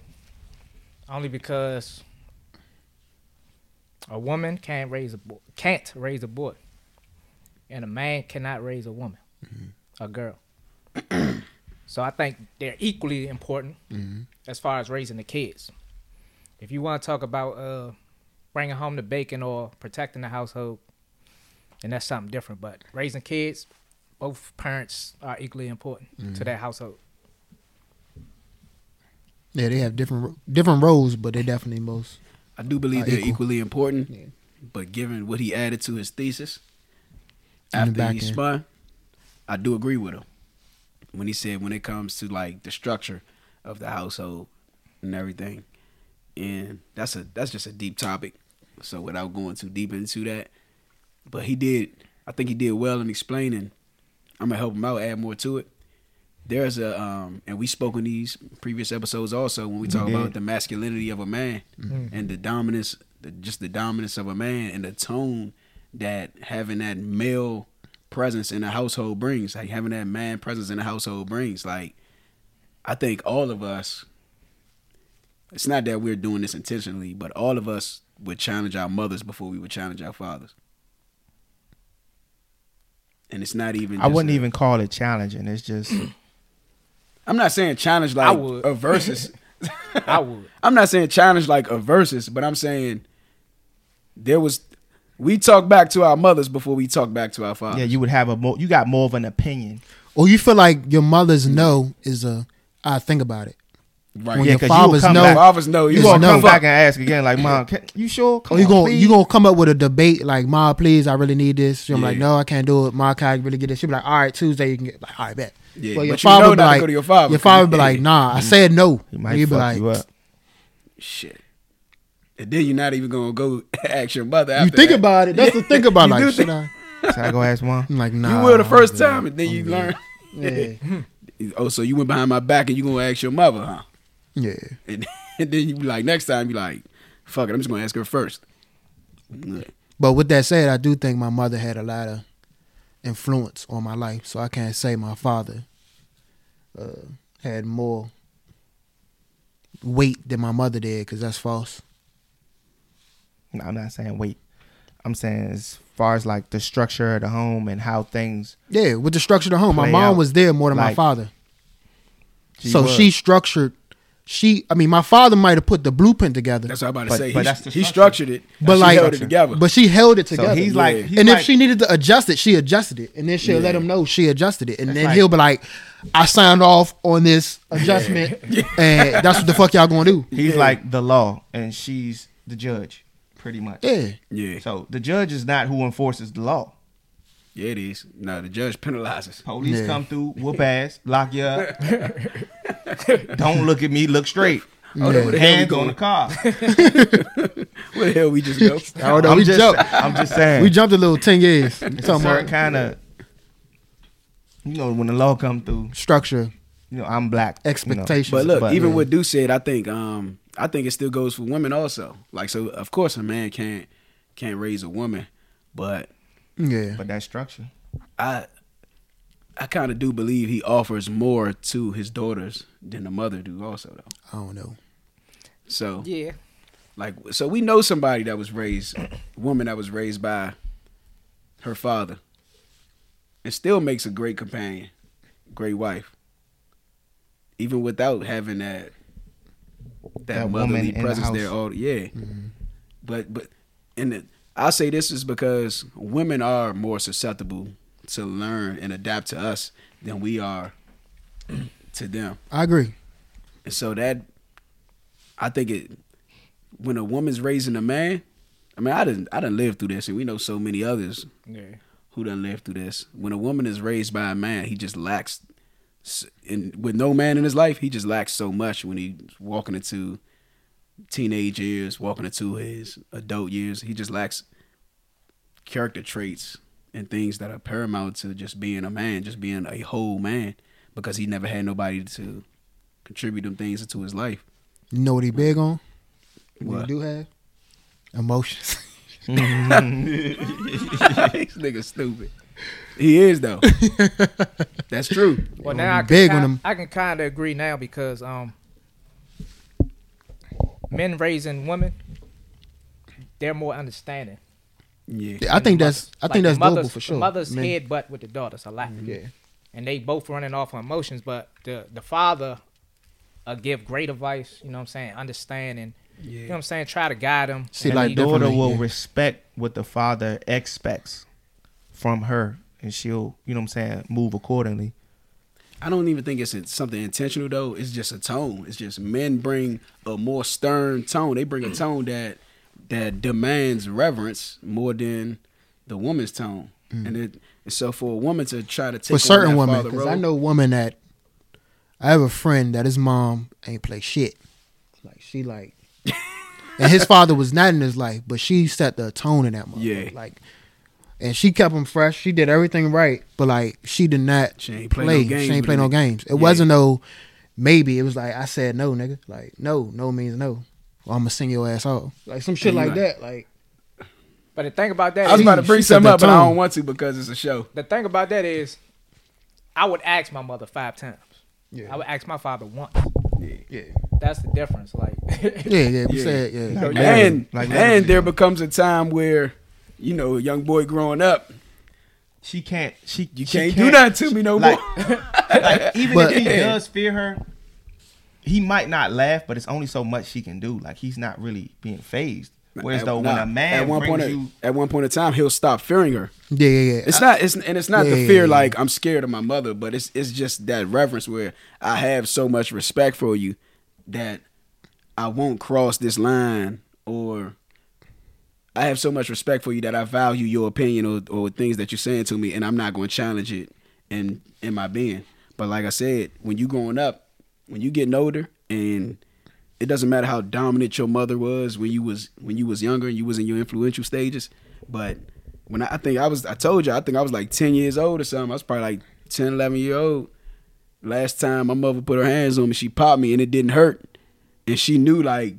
[SPEAKER 4] Only because a woman can't raise a boy, can't raise a boy, and a man cannot raise a woman, a girl. [CLEARS THROAT] so I think they're equally important as far as raising the kids. If you want to talk about uh, bringing home the bacon or protecting the household, then that's something different. But raising kids, both parents are equally important to that household.
[SPEAKER 1] Yeah, they have different ro- different roles, but they definitely most.
[SPEAKER 2] I do believe
[SPEAKER 1] Are
[SPEAKER 2] they're
[SPEAKER 1] equal.
[SPEAKER 2] equally important, but given what he added to his thesis
[SPEAKER 1] In the
[SPEAKER 2] after
[SPEAKER 1] back
[SPEAKER 2] he
[SPEAKER 1] end.
[SPEAKER 2] spun, I do agree with him when he said when it comes to like the structure of the household and everything, and that's a that's just a deep topic. So without going too deep into that, but he did. I think he did well in explaining. I'm gonna help him out, add more to it. There's a um, and we spoke in these previous episodes also when we talk
[SPEAKER 3] did. Mm-hmm.
[SPEAKER 2] about the masculinity of a man and the dominance, the, just the dominance of a man and the tone that having that male presence in a household brings, like having that man presence in a household brings. Like, I think all of us it's not that we're doing this intentionally, but all of us would challenge our mothers before we would challenge our fathers. And it's not even.
[SPEAKER 3] I
[SPEAKER 2] just
[SPEAKER 3] wouldn't
[SPEAKER 2] a-
[SPEAKER 3] even call it challenging. It's just
[SPEAKER 2] I'm not saying challenge
[SPEAKER 4] I
[SPEAKER 2] like
[SPEAKER 4] would.
[SPEAKER 2] a versus.
[SPEAKER 4] [LAUGHS] I would.
[SPEAKER 2] [LAUGHS] I'm not saying challenge like a versus, but I'm saying there was. We talk back to our mothers before we talk back to our fathers.
[SPEAKER 3] yeah, you would have a more you got more of an opinion.
[SPEAKER 1] Or Oh, you feel like your mother's no is a I think about it.
[SPEAKER 2] right.
[SPEAKER 1] When
[SPEAKER 3] Yeah,
[SPEAKER 1] your
[SPEAKER 3] 'cause you
[SPEAKER 1] father's
[SPEAKER 3] come
[SPEAKER 1] no,
[SPEAKER 3] back-
[SPEAKER 2] fathers know you
[SPEAKER 3] You
[SPEAKER 1] It's
[SPEAKER 3] gonna
[SPEAKER 2] gonna
[SPEAKER 1] no.
[SPEAKER 3] come
[SPEAKER 2] come back.
[SPEAKER 3] back and ask again, like, mom, can, you sure? Come
[SPEAKER 1] Or you
[SPEAKER 3] on,
[SPEAKER 1] gonna
[SPEAKER 3] please."
[SPEAKER 1] you gonna come up with a debate like Ma, please, I really need this. She'll be like,
[SPEAKER 2] Yeah.
[SPEAKER 1] no, I can't do it. Ma, can I really get this? She'll be like, all right, Tuesday you can get. Like, all right, bet.
[SPEAKER 2] Yeah,
[SPEAKER 1] your
[SPEAKER 2] but you know
[SPEAKER 1] father be
[SPEAKER 2] not to
[SPEAKER 1] like,
[SPEAKER 2] go to your father.
[SPEAKER 1] Your father be like, nah, I said no.
[SPEAKER 3] He might
[SPEAKER 1] He'd be
[SPEAKER 3] fuck
[SPEAKER 1] like,
[SPEAKER 3] you up.
[SPEAKER 2] Shit. And then you're not even gonna go [LAUGHS] ask your mother.
[SPEAKER 1] you
[SPEAKER 2] After
[SPEAKER 1] think
[SPEAKER 2] that.
[SPEAKER 1] about it. That's the thing about
[SPEAKER 2] You
[SPEAKER 1] like,
[SPEAKER 2] do
[SPEAKER 1] should
[SPEAKER 2] think-
[SPEAKER 1] I?
[SPEAKER 3] Should I go ask mom?
[SPEAKER 1] [LAUGHS] I'm like,
[SPEAKER 2] You
[SPEAKER 1] nah.
[SPEAKER 2] will the
[SPEAKER 1] I'm
[SPEAKER 2] first
[SPEAKER 1] good.
[SPEAKER 2] time, and then you learn.
[SPEAKER 1] [LAUGHS] Yeah,
[SPEAKER 2] [LAUGHS] Oh, so you went behind my back and you gonna ask your mother, huh?
[SPEAKER 1] yeah.
[SPEAKER 2] And, [LAUGHS] and then you be like, next time you like, fuck it, I'm just gonna ask her first.
[SPEAKER 1] But with that said, I do think my mother had a lot of influence on my life, so I can't say my father uh, had more weight than my mother did, because that's false.
[SPEAKER 3] No, I'm not saying wait. I'm saying as far as like the structure of the home and how things.
[SPEAKER 1] Yeah, with the structure of the home, my
[SPEAKER 3] Play
[SPEAKER 1] mom
[SPEAKER 3] out.
[SPEAKER 1] was there more than my
[SPEAKER 3] Like,
[SPEAKER 1] father,
[SPEAKER 3] She
[SPEAKER 1] so
[SPEAKER 3] was.
[SPEAKER 1] she structured. She, I mean, my father might have put the blueprint together,
[SPEAKER 2] That's what I'm about to
[SPEAKER 3] But-
[SPEAKER 2] say.
[SPEAKER 3] but
[SPEAKER 2] he,
[SPEAKER 3] that's the
[SPEAKER 2] he
[SPEAKER 3] structure.
[SPEAKER 2] structured it,
[SPEAKER 1] but
[SPEAKER 2] she
[SPEAKER 1] like,
[SPEAKER 2] held it together.
[SPEAKER 1] but she held it together.
[SPEAKER 3] So he's
[SPEAKER 2] Yeah.
[SPEAKER 3] like,
[SPEAKER 2] And
[SPEAKER 3] he's
[SPEAKER 1] and
[SPEAKER 3] like-
[SPEAKER 1] if she needed to adjust it, she adjusted it. And then she'll let him know she adjusted it. And then
[SPEAKER 3] like-
[SPEAKER 1] he'll be like, I signed off on this
[SPEAKER 3] [LAUGHS]
[SPEAKER 1] adjustment. And that's what the fuck y'all gonna do.
[SPEAKER 3] he's
[SPEAKER 2] Yeah.
[SPEAKER 3] like the law, and she's the judge, pretty much.
[SPEAKER 1] Yeah.
[SPEAKER 2] yeah,
[SPEAKER 3] So the judge is not who enforces the law.
[SPEAKER 2] yeah, it is. No, the judge penalizes. [LAUGHS]
[SPEAKER 3] Police
[SPEAKER 1] Yeah.
[SPEAKER 3] [LAUGHS] come through, whoop ass, lock you up. Don't look at me, look straight.
[SPEAKER 2] Oh,
[SPEAKER 1] Yeah.
[SPEAKER 2] where the hell we
[SPEAKER 3] Hands on the
[SPEAKER 2] going?
[SPEAKER 3] car.
[SPEAKER 2] Where the hell we just go?
[SPEAKER 1] Oh, no,
[SPEAKER 3] I'm
[SPEAKER 1] we
[SPEAKER 3] just,
[SPEAKER 1] jumped.
[SPEAKER 3] I'm just saying.
[SPEAKER 1] We jumped a little ten
[SPEAKER 3] [LAUGHS]
[SPEAKER 1] years.
[SPEAKER 3] It's a
[SPEAKER 1] Talking
[SPEAKER 3] certain
[SPEAKER 1] about
[SPEAKER 3] kind of, you know, when the law come through,
[SPEAKER 1] structure,
[SPEAKER 3] you know, I'm black. you know.
[SPEAKER 1] expectations.
[SPEAKER 2] But look,
[SPEAKER 3] But,
[SPEAKER 2] even
[SPEAKER 3] yeah.
[SPEAKER 2] what Deuce said, I think um I think it still goes for women also. Like so of course a man can't can't raise a woman, but
[SPEAKER 1] yeah,
[SPEAKER 3] But that structure.
[SPEAKER 2] I I kind of do believe he offers more to his daughters than the mother do also though.
[SPEAKER 1] I don't know.
[SPEAKER 2] So
[SPEAKER 4] Yeah.
[SPEAKER 2] like so we know somebody that was raised woman that was raised by her father and still makes a great companion, great wife. Even without having that that,
[SPEAKER 3] That woman
[SPEAKER 2] motherly
[SPEAKER 3] in the
[SPEAKER 2] presence there
[SPEAKER 3] house. Mm-hmm.
[SPEAKER 2] all yeah. But but and the, I say this is because women are more susceptible to learn and adapt to us than we are to them.
[SPEAKER 1] I agree.
[SPEAKER 2] And so that I think it when a woman's raising a man, I mean I didn't I didn't live through this and we know so many others
[SPEAKER 4] Yeah.
[SPEAKER 2] who done lived through this. When a woman is raised by a man, he just lacks s- and with no man in his life, he just lacks so much when he's walking into teenage years, walking into his adult years, he just lacks character traits and things that are paramount to just being a man, just being a whole man because he never had nobody to contribute them things into his life.
[SPEAKER 1] You know what he big on? What
[SPEAKER 2] What?
[SPEAKER 1] he do have emotions.
[SPEAKER 2] [LAUGHS] this nigga stupid. He is though. That's true.
[SPEAKER 4] Well, now I can,
[SPEAKER 1] big
[SPEAKER 4] ki-
[SPEAKER 1] on 'em.
[SPEAKER 4] I can kind of agree now because um, men raising women, they're more understanding.
[SPEAKER 2] Yeah.
[SPEAKER 1] I
[SPEAKER 4] than
[SPEAKER 1] think
[SPEAKER 4] the
[SPEAKER 1] that's
[SPEAKER 4] mothers.
[SPEAKER 1] I
[SPEAKER 4] Like,
[SPEAKER 1] think
[SPEAKER 4] the
[SPEAKER 1] that's global
[SPEAKER 4] mothers-
[SPEAKER 1] for
[SPEAKER 4] the
[SPEAKER 1] sure.
[SPEAKER 4] Mothers
[SPEAKER 1] Men-
[SPEAKER 4] headbutt with the daughters a lot,
[SPEAKER 1] Yeah,
[SPEAKER 4] and they both running off on emotions. But the the father, uh, give great advice. You know what I'm saying? Understand and you know what I'm saying. Try to guide them.
[SPEAKER 1] See,
[SPEAKER 4] and
[SPEAKER 1] like,
[SPEAKER 4] lead
[SPEAKER 1] the-
[SPEAKER 4] them.
[SPEAKER 1] definitely,
[SPEAKER 3] daughter will
[SPEAKER 1] yeah.
[SPEAKER 3] respect what the father expects from her, and she'll, you know, what I'm saying, move accordingly.
[SPEAKER 2] I don't even think it's in- something intentional though. It's just a tone. It's just men bring a more stern tone. They
[SPEAKER 3] Mm.
[SPEAKER 2] bring a tone that that demands reverence more than the woman's tone. And it and so for a woman to try to take
[SPEAKER 1] Mm. for certain
[SPEAKER 2] on that
[SPEAKER 1] women,
[SPEAKER 2] father
[SPEAKER 1] because I
[SPEAKER 2] role-
[SPEAKER 1] know women that I have a friend that his mom ain't play shit. Like
[SPEAKER 2] [LAUGHS]
[SPEAKER 1] she like, and his father was not in his life, but she set the tone in that moment.
[SPEAKER 2] Yeah.
[SPEAKER 1] like, and she kept him fresh. She did everything right, but like she did not
[SPEAKER 2] She ain't play no games
[SPEAKER 1] she ain't
[SPEAKER 2] with
[SPEAKER 1] play
[SPEAKER 2] him.
[SPEAKER 1] no games. It
[SPEAKER 2] Yeah.
[SPEAKER 1] wasn't no maybe. It was like I said no, nigga. Like no, no means no. Or I'm gonna sing your ass off. Like some
[SPEAKER 2] And
[SPEAKER 1] shit
[SPEAKER 2] you
[SPEAKER 1] like,
[SPEAKER 2] like-
[SPEAKER 1] that. Like
[SPEAKER 4] But the thing about that,
[SPEAKER 2] I was
[SPEAKER 4] is-
[SPEAKER 2] about to bring
[SPEAKER 1] She set
[SPEAKER 2] something
[SPEAKER 1] the
[SPEAKER 2] up, but I
[SPEAKER 1] tone.
[SPEAKER 2] don't want to because it's a show.
[SPEAKER 4] the thing about that is, I would ask my mother five times.
[SPEAKER 1] Yeah.
[SPEAKER 4] I would ask my father once.
[SPEAKER 1] yeah,
[SPEAKER 4] That's the difference. Like, [LAUGHS]
[SPEAKER 1] yeah, yeah. We
[SPEAKER 2] Yeah.
[SPEAKER 1] said Oh, yeah.
[SPEAKER 3] Like,
[SPEAKER 2] and
[SPEAKER 3] literally, like,
[SPEAKER 2] and
[SPEAKER 3] literally.
[SPEAKER 2] there becomes a time where, you know, a young boy growing up,
[SPEAKER 3] She can't. She
[SPEAKER 2] you
[SPEAKER 3] she
[SPEAKER 2] can't, do nothing to me no
[SPEAKER 3] like,
[SPEAKER 2] more.
[SPEAKER 3] [LAUGHS] like, even
[SPEAKER 1] But-
[SPEAKER 3] if he does fear her, he might not laugh, but it's only so much she can do. Like he's not really being phased. Whereas
[SPEAKER 2] At-
[SPEAKER 3] though, when
[SPEAKER 2] nah,
[SPEAKER 3] a man
[SPEAKER 2] at one
[SPEAKER 3] brings
[SPEAKER 2] point, uh,
[SPEAKER 3] you,
[SPEAKER 2] at one point in time, he'll stop fearing her.
[SPEAKER 1] Yeah, yeah, yeah.
[SPEAKER 2] It's not, it's and it's not the
[SPEAKER 1] Yeah.
[SPEAKER 2] fear like I'm scared of my mother, but it's it's just that reverence where I have so much respect for you that I won't cross this line, or I have so much respect for you that I value your opinion or or things that you're saying to me, and I'm not going to challenge it in in my being. But like I said, when you growing up, when you getting older, and it doesn't matter how dominant your mother was when you was when you was younger and you was in your influential stages, but when I, I think I was I told you I think I was like 10 years old or something. I was probably like 10, 11 year old. Last time my mother put her hands on me, she popped me and it didn't hurt. And she knew like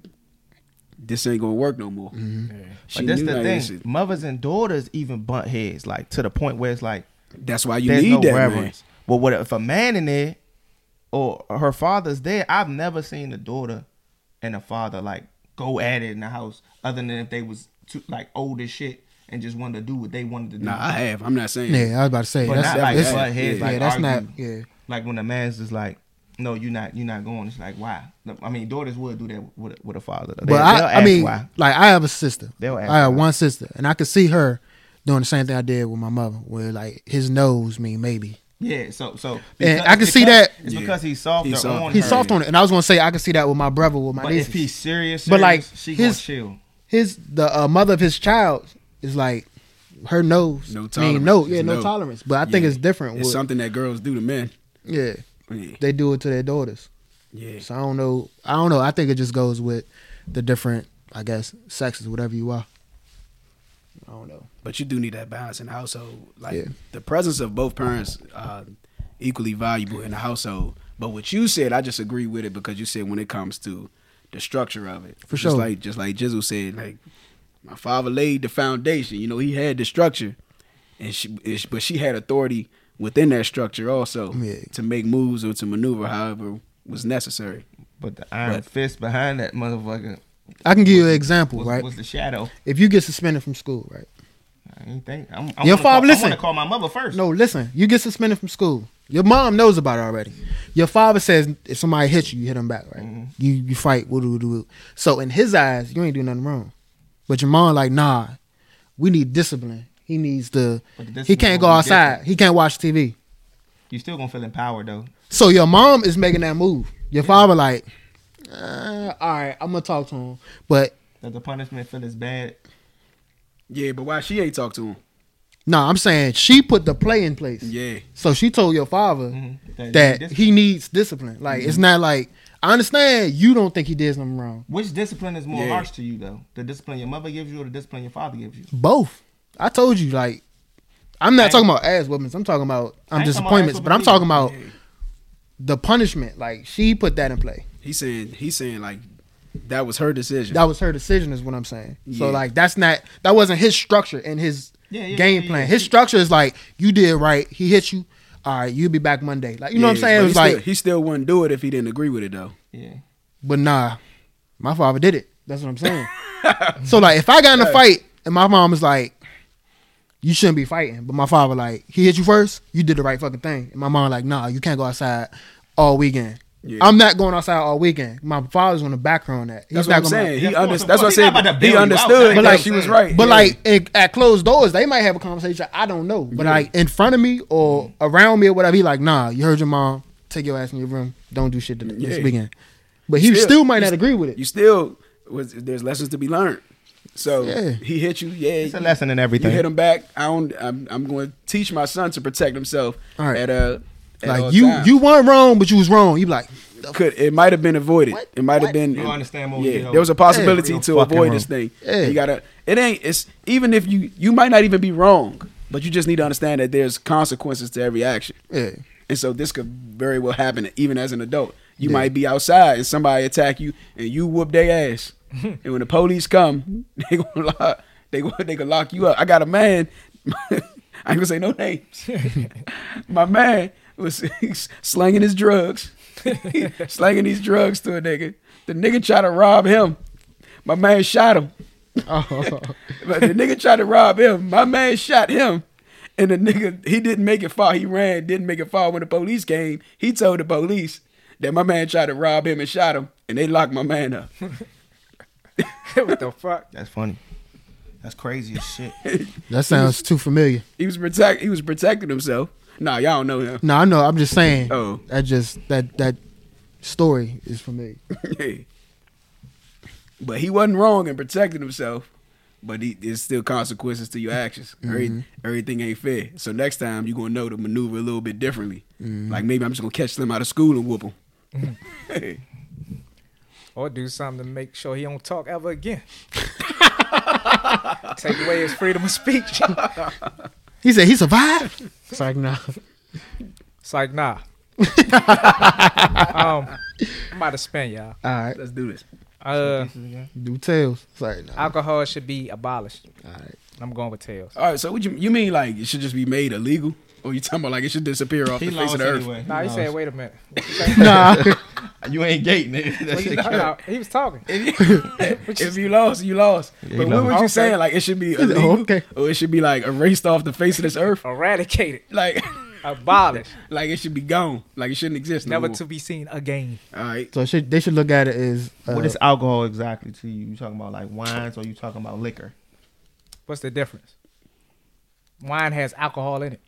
[SPEAKER 2] this ain't going to work no more.
[SPEAKER 1] Mm-hmm.
[SPEAKER 2] She
[SPEAKER 3] but that's
[SPEAKER 2] knew
[SPEAKER 3] the
[SPEAKER 2] like,
[SPEAKER 3] thing.
[SPEAKER 2] this is-
[SPEAKER 3] Mothers and daughters even butt heads, like to the point where it's like
[SPEAKER 2] that's why you
[SPEAKER 3] there's
[SPEAKER 2] need
[SPEAKER 3] no
[SPEAKER 2] that man.
[SPEAKER 3] reverence. But what if a man in there or her father's there? I've never seen a daughter and a father like go at it in the house, other than if they was too, like old as shit and just wanted to do what they wanted to do.
[SPEAKER 2] Nah, I have. I'm not saying.
[SPEAKER 1] Yeah, I was about to say
[SPEAKER 3] But
[SPEAKER 1] that's
[SPEAKER 3] not like
[SPEAKER 1] that's-
[SPEAKER 3] butt heads,
[SPEAKER 1] yeah,
[SPEAKER 3] like
[SPEAKER 1] that's
[SPEAKER 3] argue.
[SPEAKER 1] not yeah.
[SPEAKER 3] Like when a man's just like, no, you're not, you're not going. It's like why? No, I mean, daughters would do that with a, with a father. They,
[SPEAKER 1] But
[SPEAKER 3] they'll
[SPEAKER 1] I, I
[SPEAKER 3] ask
[SPEAKER 1] mean,
[SPEAKER 3] why.
[SPEAKER 1] like I have a sister.
[SPEAKER 3] They'll ask
[SPEAKER 1] I have
[SPEAKER 3] why.
[SPEAKER 1] one sister, and I could see her doing the same thing I did with my mother, where like his nose mean maybe.
[SPEAKER 3] Yeah, so so
[SPEAKER 1] And I can see that-
[SPEAKER 3] it's
[SPEAKER 2] Yeah.
[SPEAKER 3] because he's softer
[SPEAKER 2] He's soft.
[SPEAKER 3] on
[SPEAKER 1] He's
[SPEAKER 3] her.
[SPEAKER 1] soft on it, and I was gonna say I could see that with my brother, with my
[SPEAKER 3] But if
[SPEAKER 1] niece.
[SPEAKER 3] he's serious,
[SPEAKER 1] But, like,
[SPEAKER 3] serious, she
[SPEAKER 1] his-
[SPEAKER 3] gonna chill.
[SPEAKER 1] His the uh, mother of his child is like her nose
[SPEAKER 2] No
[SPEAKER 1] mean no,
[SPEAKER 2] tolerance.
[SPEAKER 1] yeah,
[SPEAKER 2] It's
[SPEAKER 1] no,
[SPEAKER 2] no.
[SPEAKER 1] tolerance. But I think
[SPEAKER 2] Yeah.
[SPEAKER 1] it's different.
[SPEAKER 2] It's
[SPEAKER 1] with,
[SPEAKER 2] something that girls do to men.
[SPEAKER 1] yeah,
[SPEAKER 2] Yeah.
[SPEAKER 1] they do it to their daughters.
[SPEAKER 2] Yeah.
[SPEAKER 1] So I don't know. I don't know. I think it just goes with the different, I guess, sexes, whatever you are. I don't know.
[SPEAKER 2] But you do need that balance in the household. Like
[SPEAKER 1] Yeah.
[SPEAKER 2] the presence of both parents uh, equally valuable in the household. But what you said, I just agree with it because you said when it comes to the structure of it.
[SPEAKER 1] For
[SPEAKER 2] just
[SPEAKER 1] sure.
[SPEAKER 2] Like just like Jizzle said, like my father laid the foundation. You know, he had the structure, and she, is- but she had authority within that structure also
[SPEAKER 1] Yeah.
[SPEAKER 2] to make moves or to maneuver however was necessary.
[SPEAKER 3] But the iron
[SPEAKER 2] But-
[SPEAKER 3] fist behind that motherfucker
[SPEAKER 1] I can give you an example,
[SPEAKER 3] was,
[SPEAKER 1] right?
[SPEAKER 3] was the shadow.
[SPEAKER 1] if you get suspended from school, right?
[SPEAKER 3] I ain't think. I'm, I'm
[SPEAKER 1] Your
[SPEAKER 3] gonna
[SPEAKER 1] father-
[SPEAKER 3] call,
[SPEAKER 1] listen.
[SPEAKER 3] I'm gonna call my mother first.
[SPEAKER 1] No, listen. You get suspended from school. Your mom knows about it already. Your father says if somebody hits you, you hit them back, right?
[SPEAKER 3] Mm-hmm.
[SPEAKER 1] You you fight. Woo, woo, woo, woo. So in his eyes, you ain't doing nothing wrong. But your mom like, nah, we need discipline. He needs to.
[SPEAKER 3] But the
[SPEAKER 1] He
[SPEAKER 3] discipline
[SPEAKER 1] can't go
[SPEAKER 3] gonna be
[SPEAKER 1] outside.
[SPEAKER 3] different.
[SPEAKER 1] He can't watch TV.
[SPEAKER 3] You still gonna feel empowered though.
[SPEAKER 1] So your mom is making that move. Your father like, uh, all right, I'm gonna talk to him, but
[SPEAKER 3] Does the punishment feel as bad?
[SPEAKER 2] Yeah, but why she ain't talk to him?
[SPEAKER 1] no, I'm saying she put the play in place.
[SPEAKER 2] Yeah,
[SPEAKER 1] So she told your father
[SPEAKER 3] Mhm. That-
[SPEAKER 1] Mm-hmm. that
[SPEAKER 3] this-
[SPEAKER 1] he needs discipline. Mm-hmm. Like it's not like I understand you don't think he did something wrong.
[SPEAKER 3] Which discipline is more
[SPEAKER 2] Yeah.
[SPEAKER 3] harsh to you though? The discipline your mother gives you or the discipline your father gives you?
[SPEAKER 1] Both. I told you like I'm not
[SPEAKER 3] Ain't-
[SPEAKER 1] talking about ass women's. I'm talking about I'm
[SPEAKER 3] Ain't talking about
[SPEAKER 1] disappointments,
[SPEAKER 3] ass
[SPEAKER 1] but I'm
[SPEAKER 3] whoopings
[SPEAKER 1] talking
[SPEAKER 3] either.
[SPEAKER 1] about the punishment. Like she put that in play.
[SPEAKER 2] he's saying he's saying like that was her decision.
[SPEAKER 1] That was her decision, is what I'm saying. So
[SPEAKER 2] Yeah.
[SPEAKER 1] like that's not that wasn't his structure and his
[SPEAKER 3] Yeah, yeah,
[SPEAKER 1] game
[SPEAKER 3] yeah,
[SPEAKER 1] plan.
[SPEAKER 3] yeah.
[SPEAKER 1] His structure is like you did right. He hit you. All right, you'll be back Monday. Like you know what I'm
[SPEAKER 2] Yeah,
[SPEAKER 1] saying? It
[SPEAKER 2] but
[SPEAKER 1] was
[SPEAKER 2] he
[SPEAKER 1] like,
[SPEAKER 2] still, he still wouldn't do it if he didn't agree with it though.
[SPEAKER 3] Yeah.
[SPEAKER 1] but nah, my father did it. That's what
[SPEAKER 2] [LAUGHS]
[SPEAKER 1] I'm saying. so like, if I got in a fight and my mom was like, "You shouldn't be fighting," but my father like, "He hit you first. You did the right fucking thing." And my mom like, "Nah, you can't go outside all weekend."
[SPEAKER 2] Yeah.
[SPEAKER 1] I'm not going outside all weekend. My father's on the back her on that. He's
[SPEAKER 2] That's
[SPEAKER 1] not
[SPEAKER 2] what I'm
[SPEAKER 1] gonna-
[SPEAKER 2] saying. He
[SPEAKER 3] Of course,
[SPEAKER 2] under,
[SPEAKER 3] of
[SPEAKER 2] that's what I
[SPEAKER 3] course. He
[SPEAKER 2] said.
[SPEAKER 3] not about to
[SPEAKER 2] He
[SPEAKER 3] bail you out.
[SPEAKER 2] understood
[SPEAKER 3] That's
[SPEAKER 2] that
[SPEAKER 1] what I'm
[SPEAKER 2] she was
[SPEAKER 3] saying.
[SPEAKER 2] right.
[SPEAKER 1] But
[SPEAKER 2] Yeah.
[SPEAKER 1] like in, at closed doors, they might have a conversation. I don't know. But like in front of me or around me or whatever, he like, nah, you heard your mom. Take your ass in your room. Don't do shit today, this
[SPEAKER 2] Yeah.
[SPEAKER 1] weekend. But he still, might
[SPEAKER 2] you
[SPEAKER 1] not
[SPEAKER 2] st-
[SPEAKER 1] agree with it.
[SPEAKER 2] You still was there's lessons to be learned. So
[SPEAKER 1] Yeah.
[SPEAKER 2] he hit you. Yeah,
[SPEAKER 3] It's a lesson in everything.
[SPEAKER 2] You hit him back. I don't. I'm, I'm going to teach my son to protect himself.
[SPEAKER 1] All right.
[SPEAKER 2] At a at all
[SPEAKER 1] like you,
[SPEAKER 2] times.
[SPEAKER 1] you weren't wrong, but you was wrong. You be like,
[SPEAKER 2] could it might have been avoided.
[SPEAKER 1] What?
[SPEAKER 2] It might have
[SPEAKER 1] What?
[SPEAKER 2] been.
[SPEAKER 3] You understand what we
[SPEAKER 2] yeah,
[SPEAKER 3] did
[SPEAKER 2] there was a
[SPEAKER 3] over-
[SPEAKER 2] possibility
[SPEAKER 3] Yeah.
[SPEAKER 2] to
[SPEAKER 3] Real fucking
[SPEAKER 2] avoid this
[SPEAKER 3] wrong.
[SPEAKER 2] thing.
[SPEAKER 1] Yeah.
[SPEAKER 2] You gotta. It ain't. It's even if you you might not even be wrong, but you just need to understand that there's consequences to every action.
[SPEAKER 1] Yeah.
[SPEAKER 2] And so this could very well happen even as an adult. You might be outside and somebody attack you and you whoop their ass. and when the police come, [LAUGHS] they gonna lock, they gonna, they gonna lock you up. I got a man. [LAUGHS] I ain't gonna say no names. My man was [LAUGHS] slanging his drugs, [LAUGHS] slanging these drugs to a nigga. The nigga tried to rob him. My man shot him.
[SPEAKER 1] oh,
[SPEAKER 2] But the nigga tried to rob him. My man shot him. And the nigga, he didn't make it far. He ran, didn't make it far. When the police came, he told the police that my man tried to rob him and shot him. And they locked my man up.
[SPEAKER 4] what the fuck?
[SPEAKER 3] That's funny. That's crazy as [LAUGHS] shit.
[SPEAKER 1] that sounds too familiar.
[SPEAKER 2] He was protect he was protecting himself. Nah, y'all don't know him.
[SPEAKER 1] No, I know. I'm just saying.
[SPEAKER 2] Oh.
[SPEAKER 1] that just that that story is familiar.
[SPEAKER 2] [LAUGHS] Yeah. but he wasn't wrong in protecting himself. But he, there's still consequences to your actions. Every- everything ain't fair. So next time you're gonna know to maneuver a little bit differently. Like maybe I'm just gonna catch them out of school and whoop them.
[SPEAKER 4] Or do something to make sure he don't talk ever again. [LAUGHS] Take away his freedom of speech.
[SPEAKER 1] He said he survived. It's like nah.
[SPEAKER 4] It's like nah. [LAUGHS] um, I'm about to spin y'all.
[SPEAKER 1] All
[SPEAKER 2] [LAUGHS]
[SPEAKER 1] right,
[SPEAKER 2] Let's do this.
[SPEAKER 4] Uh,
[SPEAKER 1] do tales. It's like nah.
[SPEAKER 4] alcohol should be abolished.
[SPEAKER 1] All right.
[SPEAKER 4] I'm going with tails.
[SPEAKER 2] All right, so what you you mean like it should just be made illegal, or you talking about like it should disappear off
[SPEAKER 3] He
[SPEAKER 2] the face
[SPEAKER 3] lost
[SPEAKER 2] of the earth?
[SPEAKER 3] anyway.
[SPEAKER 4] Nah, he
[SPEAKER 3] lost.
[SPEAKER 4] said, wait a minute.
[SPEAKER 1] Nah,
[SPEAKER 3] You ain't gay, nigga. That shit
[SPEAKER 4] No,
[SPEAKER 3] crazy.
[SPEAKER 4] no, [LAUGHS] he was talking.
[SPEAKER 2] if you lost, you lost. but what
[SPEAKER 3] lost.
[SPEAKER 2] was
[SPEAKER 4] Okay.
[SPEAKER 2] you saying? Like it should be illegal,
[SPEAKER 1] okay.
[SPEAKER 2] or it should be like erased off the face of this earth?
[SPEAKER 4] Eradicated.
[SPEAKER 2] Like [LAUGHS]
[SPEAKER 4] Abolished.
[SPEAKER 2] like it should be gone. Like it shouldn't exist. No
[SPEAKER 4] Never
[SPEAKER 2] more.
[SPEAKER 4] to be seen again.
[SPEAKER 2] All right.
[SPEAKER 1] so should, they should look at it as uh,
[SPEAKER 3] What is alcohol exactly to you? You talking about like wines or you talking about liquor?
[SPEAKER 4] What's the difference? Wine has alcohol in it.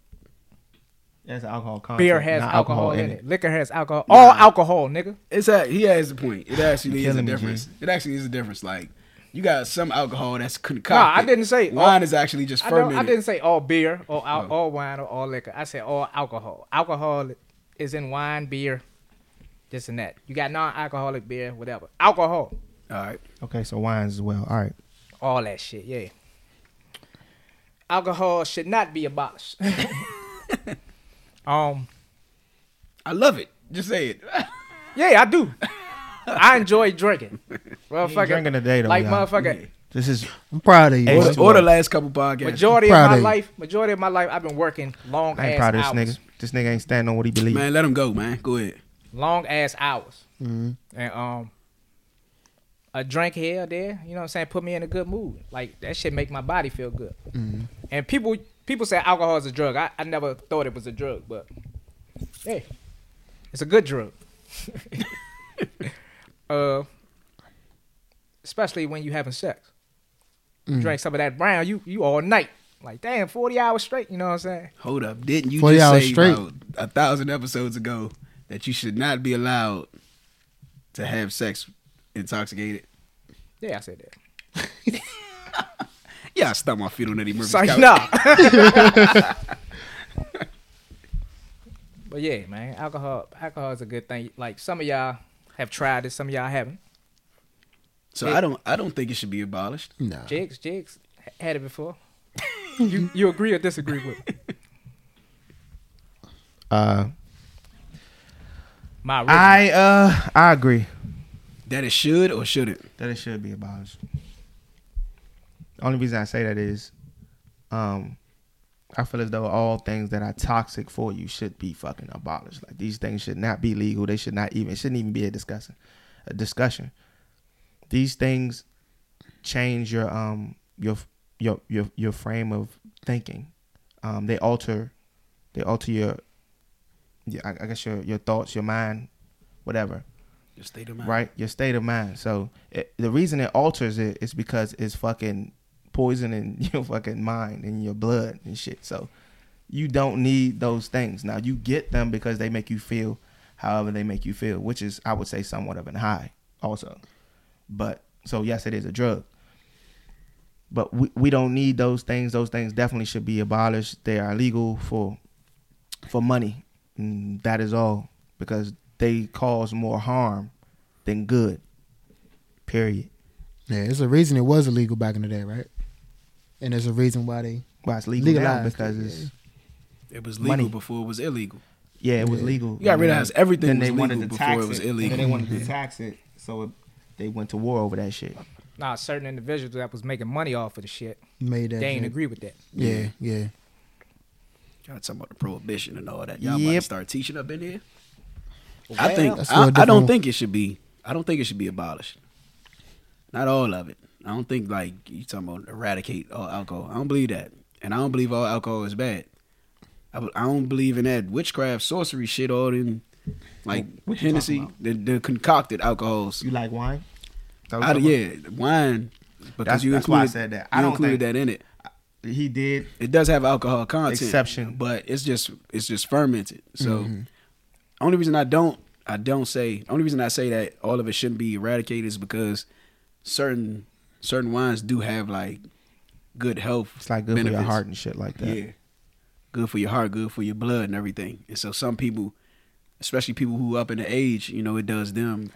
[SPEAKER 3] That's alcohol content.
[SPEAKER 4] Beer has
[SPEAKER 3] not
[SPEAKER 4] Uh, alcohol, in it. Liquor has alcohol. All alcohol, nigga.
[SPEAKER 2] It's a, he has the point. It actually
[SPEAKER 3] You're
[SPEAKER 2] is a
[SPEAKER 3] killing me, G.
[SPEAKER 2] difference. It actually is a difference. Like you got some alcohol that's concocted.
[SPEAKER 4] Nah, I didn't say-
[SPEAKER 2] wine is actually just
[SPEAKER 4] I, don't-
[SPEAKER 2] fermented.
[SPEAKER 4] I didn't say all beer or all,
[SPEAKER 2] Oh.
[SPEAKER 4] all wine or all liquor. I said all alcohol. Alcohol is in wine, beer. this and that. You got non-alcoholic beer, whatever. Alcohol,
[SPEAKER 2] All right.
[SPEAKER 3] Okay, so wines as well. All right.
[SPEAKER 4] all that shit. Yeah. Alcohol should not be abolished. [LAUGHS] um.
[SPEAKER 2] I love it. Just say it.
[SPEAKER 4] Yeah, I [LAUGHS] do. I enjoy drinking. Motherfucker.
[SPEAKER 3] drinking today, though,
[SPEAKER 4] Like
[SPEAKER 3] y'all.
[SPEAKER 4] motherfucker.
[SPEAKER 3] This is
[SPEAKER 1] I'm proud of you.
[SPEAKER 3] Hey,
[SPEAKER 1] bro.
[SPEAKER 3] It's
[SPEAKER 2] [LAUGHS] or the
[SPEAKER 3] well.
[SPEAKER 2] last couple podcasts.
[SPEAKER 4] Majority
[SPEAKER 1] Proud
[SPEAKER 4] of my
[SPEAKER 1] of you.
[SPEAKER 4] life, majority of my life, I've been working long
[SPEAKER 3] I ain't
[SPEAKER 4] ass
[SPEAKER 3] proud of this
[SPEAKER 4] hours.
[SPEAKER 3] nigga. This nigga ain't standing on what he believes.
[SPEAKER 2] Man, let him go, man. Go ahead.
[SPEAKER 4] Long ass hours.
[SPEAKER 3] Mm-hmm.
[SPEAKER 4] And um a drink here or there, you know what I'm saying, put me in a good mood. Like that shit make my body feel good.
[SPEAKER 3] Mm-hmm.
[SPEAKER 4] And people people say alcohol is a drug. I, I never thought it was a drug, but hey, it's a good drug. [LAUGHS] uh especially when you having sex.
[SPEAKER 3] Mm.
[SPEAKER 4] You Drink some of that brown, you you all night. Like damn, 40 hours straight, you know what I'm saying?
[SPEAKER 2] Hold up. Didn't you
[SPEAKER 1] 40
[SPEAKER 2] just
[SPEAKER 1] hours
[SPEAKER 2] say
[SPEAKER 1] straight.
[SPEAKER 2] about a thousand episodes ago that you should not be allowed to have sex intoxicated?
[SPEAKER 4] Yeah, I said that.
[SPEAKER 2] Yeah, I stomped my feet on Eddie Murphy's
[SPEAKER 4] Say
[SPEAKER 2] couch.
[SPEAKER 4] nah. [LAUGHS] but yeah, man, alcohol alcohol is a good thing. Like some of y'all have tried it, some of y'all haven't.
[SPEAKER 2] So I don't I don't think it should be abolished.
[SPEAKER 1] Nah.
[SPEAKER 4] Jigs, Jigs h- had it before. you you agree or disagree with
[SPEAKER 3] Uh,
[SPEAKER 4] my original-
[SPEAKER 3] I uh I agree
[SPEAKER 2] That it should or shouldn't.
[SPEAKER 3] that it should be abolished. The only reason I say that is, um, I feel as though all things that are toxic for you should be fucking abolished. Like these things should not be legal. They should not even it shouldn't even be a discussion. A discussion. These things change your um your your your your frame of thinking. Um, they alter they alter your, your I I guess your your thoughts, your mind, whatever
[SPEAKER 2] Just state of mind.
[SPEAKER 3] right? Your state of mind. So it, the reason it alters it is because it's fucking poisoning [LAUGHS] your fucking mind and your blood and shit. So you don't need those things. Now you get them because they make you feel however they make you feel, which is I would say somewhat of an high also. But so yes, it is a drug. But we, we don't need those things. Those things definitely should be abolished. They are illegal for for money. Mm, that is all because they cause more harm than good. Period.
[SPEAKER 1] Yeah, there's a reason it was illegal back in the day, right? And there's a reason why they.
[SPEAKER 3] Why it's legal now
[SPEAKER 1] Legalized,
[SPEAKER 3] because it's
[SPEAKER 2] It was legal
[SPEAKER 3] Money.
[SPEAKER 2] before it was illegal.
[SPEAKER 3] yeah, it was legal.
[SPEAKER 2] You gotta
[SPEAKER 3] And then-
[SPEAKER 2] realize everything
[SPEAKER 3] then
[SPEAKER 2] was
[SPEAKER 3] they wanted
[SPEAKER 2] legal
[SPEAKER 3] to
[SPEAKER 2] before
[SPEAKER 3] tax
[SPEAKER 2] it was
[SPEAKER 3] and
[SPEAKER 2] illegal.
[SPEAKER 3] then they wanted to tax it, so it, they went to war over that shit.
[SPEAKER 4] nah, certain individuals that was making money off of the shit.
[SPEAKER 1] Made that.
[SPEAKER 4] They ain't
[SPEAKER 1] shit.
[SPEAKER 4] agree with that.
[SPEAKER 1] Yeah, yeah.
[SPEAKER 2] Y'all talking about the prohibition and all that. Y'all about to
[SPEAKER 3] Yep.
[SPEAKER 2] start teaching up in here. I
[SPEAKER 1] That's
[SPEAKER 2] think
[SPEAKER 1] a little
[SPEAKER 2] I, I
[SPEAKER 1] different
[SPEAKER 2] don't
[SPEAKER 1] one.
[SPEAKER 2] think it should be. I don't think it should be abolished. Not all of it. I don't think like you talking about eradicate all alcohol. I don't believe that, and I don't believe all alcohol is bad. I, b- I don't believe in that witchcraft, sorcery shit, all them like
[SPEAKER 3] What you
[SPEAKER 2] Hennessy,
[SPEAKER 3] talking
[SPEAKER 2] the, the concocted alcohols.
[SPEAKER 3] You like wine?
[SPEAKER 2] I, yeah, wine because
[SPEAKER 3] That's-
[SPEAKER 2] you
[SPEAKER 3] that's
[SPEAKER 2] included
[SPEAKER 3] why I said that. I
[SPEAKER 2] you
[SPEAKER 3] don't
[SPEAKER 2] included
[SPEAKER 3] think-
[SPEAKER 2] that in it.
[SPEAKER 3] He did.
[SPEAKER 2] It does have alcohol content,
[SPEAKER 3] Exception. Mm-hmm.
[SPEAKER 2] but it's just it's just fermented. So only reason I don't I don't say only reason I say that all of it shouldn't be eradicated is because certain certain wines do have like good health.
[SPEAKER 3] It's like good for
[SPEAKER 2] benefits.
[SPEAKER 3] your heart and shit like that.
[SPEAKER 2] Yeah, good for your heart, good for your blood and everything. And so some people, especially people who up in the age, you know, it does them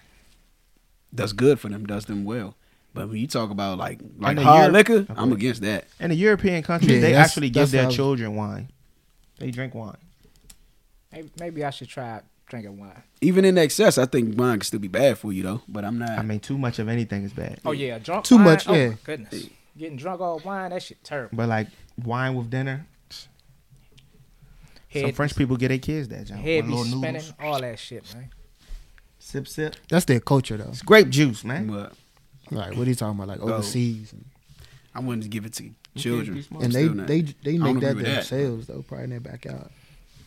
[SPEAKER 2] does good for them, does them well. But when you talk about like like
[SPEAKER 3] the
[SPEAKER 2] hard
[SPEAKER 3] Europe-
[SPEAKER 2] liquor, I'm against that.
[SPEAKER 3] In the European countries,
[SPEAKER 1] Yeah,
[SPEAKER 3] they
[SPEAKER 1] that's-
[SPEAKER 3] actually
[SPEAKER 1] that's
[SPEAKER 3] give their
[SPEAKER 1] how-
[SPEAKER 3] children wine. They drink wine.
[SPEAKER 4] Maybe, maybe I should try drinking wine.
[SPEAKER 2] even in excess, I think wine can still be bad for you though. But I'm not.
[SPEAKER 3] I mean, too much of anything is bad.
[SPEAKER 4] Oh yeah, drunk
[SPEAKER 1] Too
[SPEAKER 4] wine?
[SPEAKER 1] much,
[SPEAKER 4] Oh,
[SPEAKER 1] yeah.
[SPEAKER 4] my goodness. Getting drunk all wine, that shit terrible.
[SPEAKER 3] But like wine with dinner, some
[SPEAKER 4] Head,
[SPEAKER 3] French people get their kids that job.
[SPEAKER 4] head
[SPEAKER 3] One
[SPEAKER 4] be
[SPEAKER 3] little
[SPEAKER 4] spinning,
[SPEAKER 3] noodles,
[SPEAKER 4] all that shit, man.
[SPEAKER 3] sip sip.
[SPEAKER 1] That's their culture, though.
[SPEAKER 3] It's grape juice, man.
[SPEAKER 2] but
[SPEAKER 1] Like, what are you talking about?
[SPEAKER 2] Oh.
[SPEAKER 1] Like, overseas. And,
[SPEAKER 2] I wouldn't give it to children.
[SPEAKER 3] be smart.
[SPEAKER 1] and
[SPEAKER 2] Still not.
[SPEAKER 1] they, they they
[SPEAKER 2] I don't
[SPEAKER 1] make that
[SPEAKER 2] agree with that.
[SPEAKER 1] themselves, though, probably in their backyard.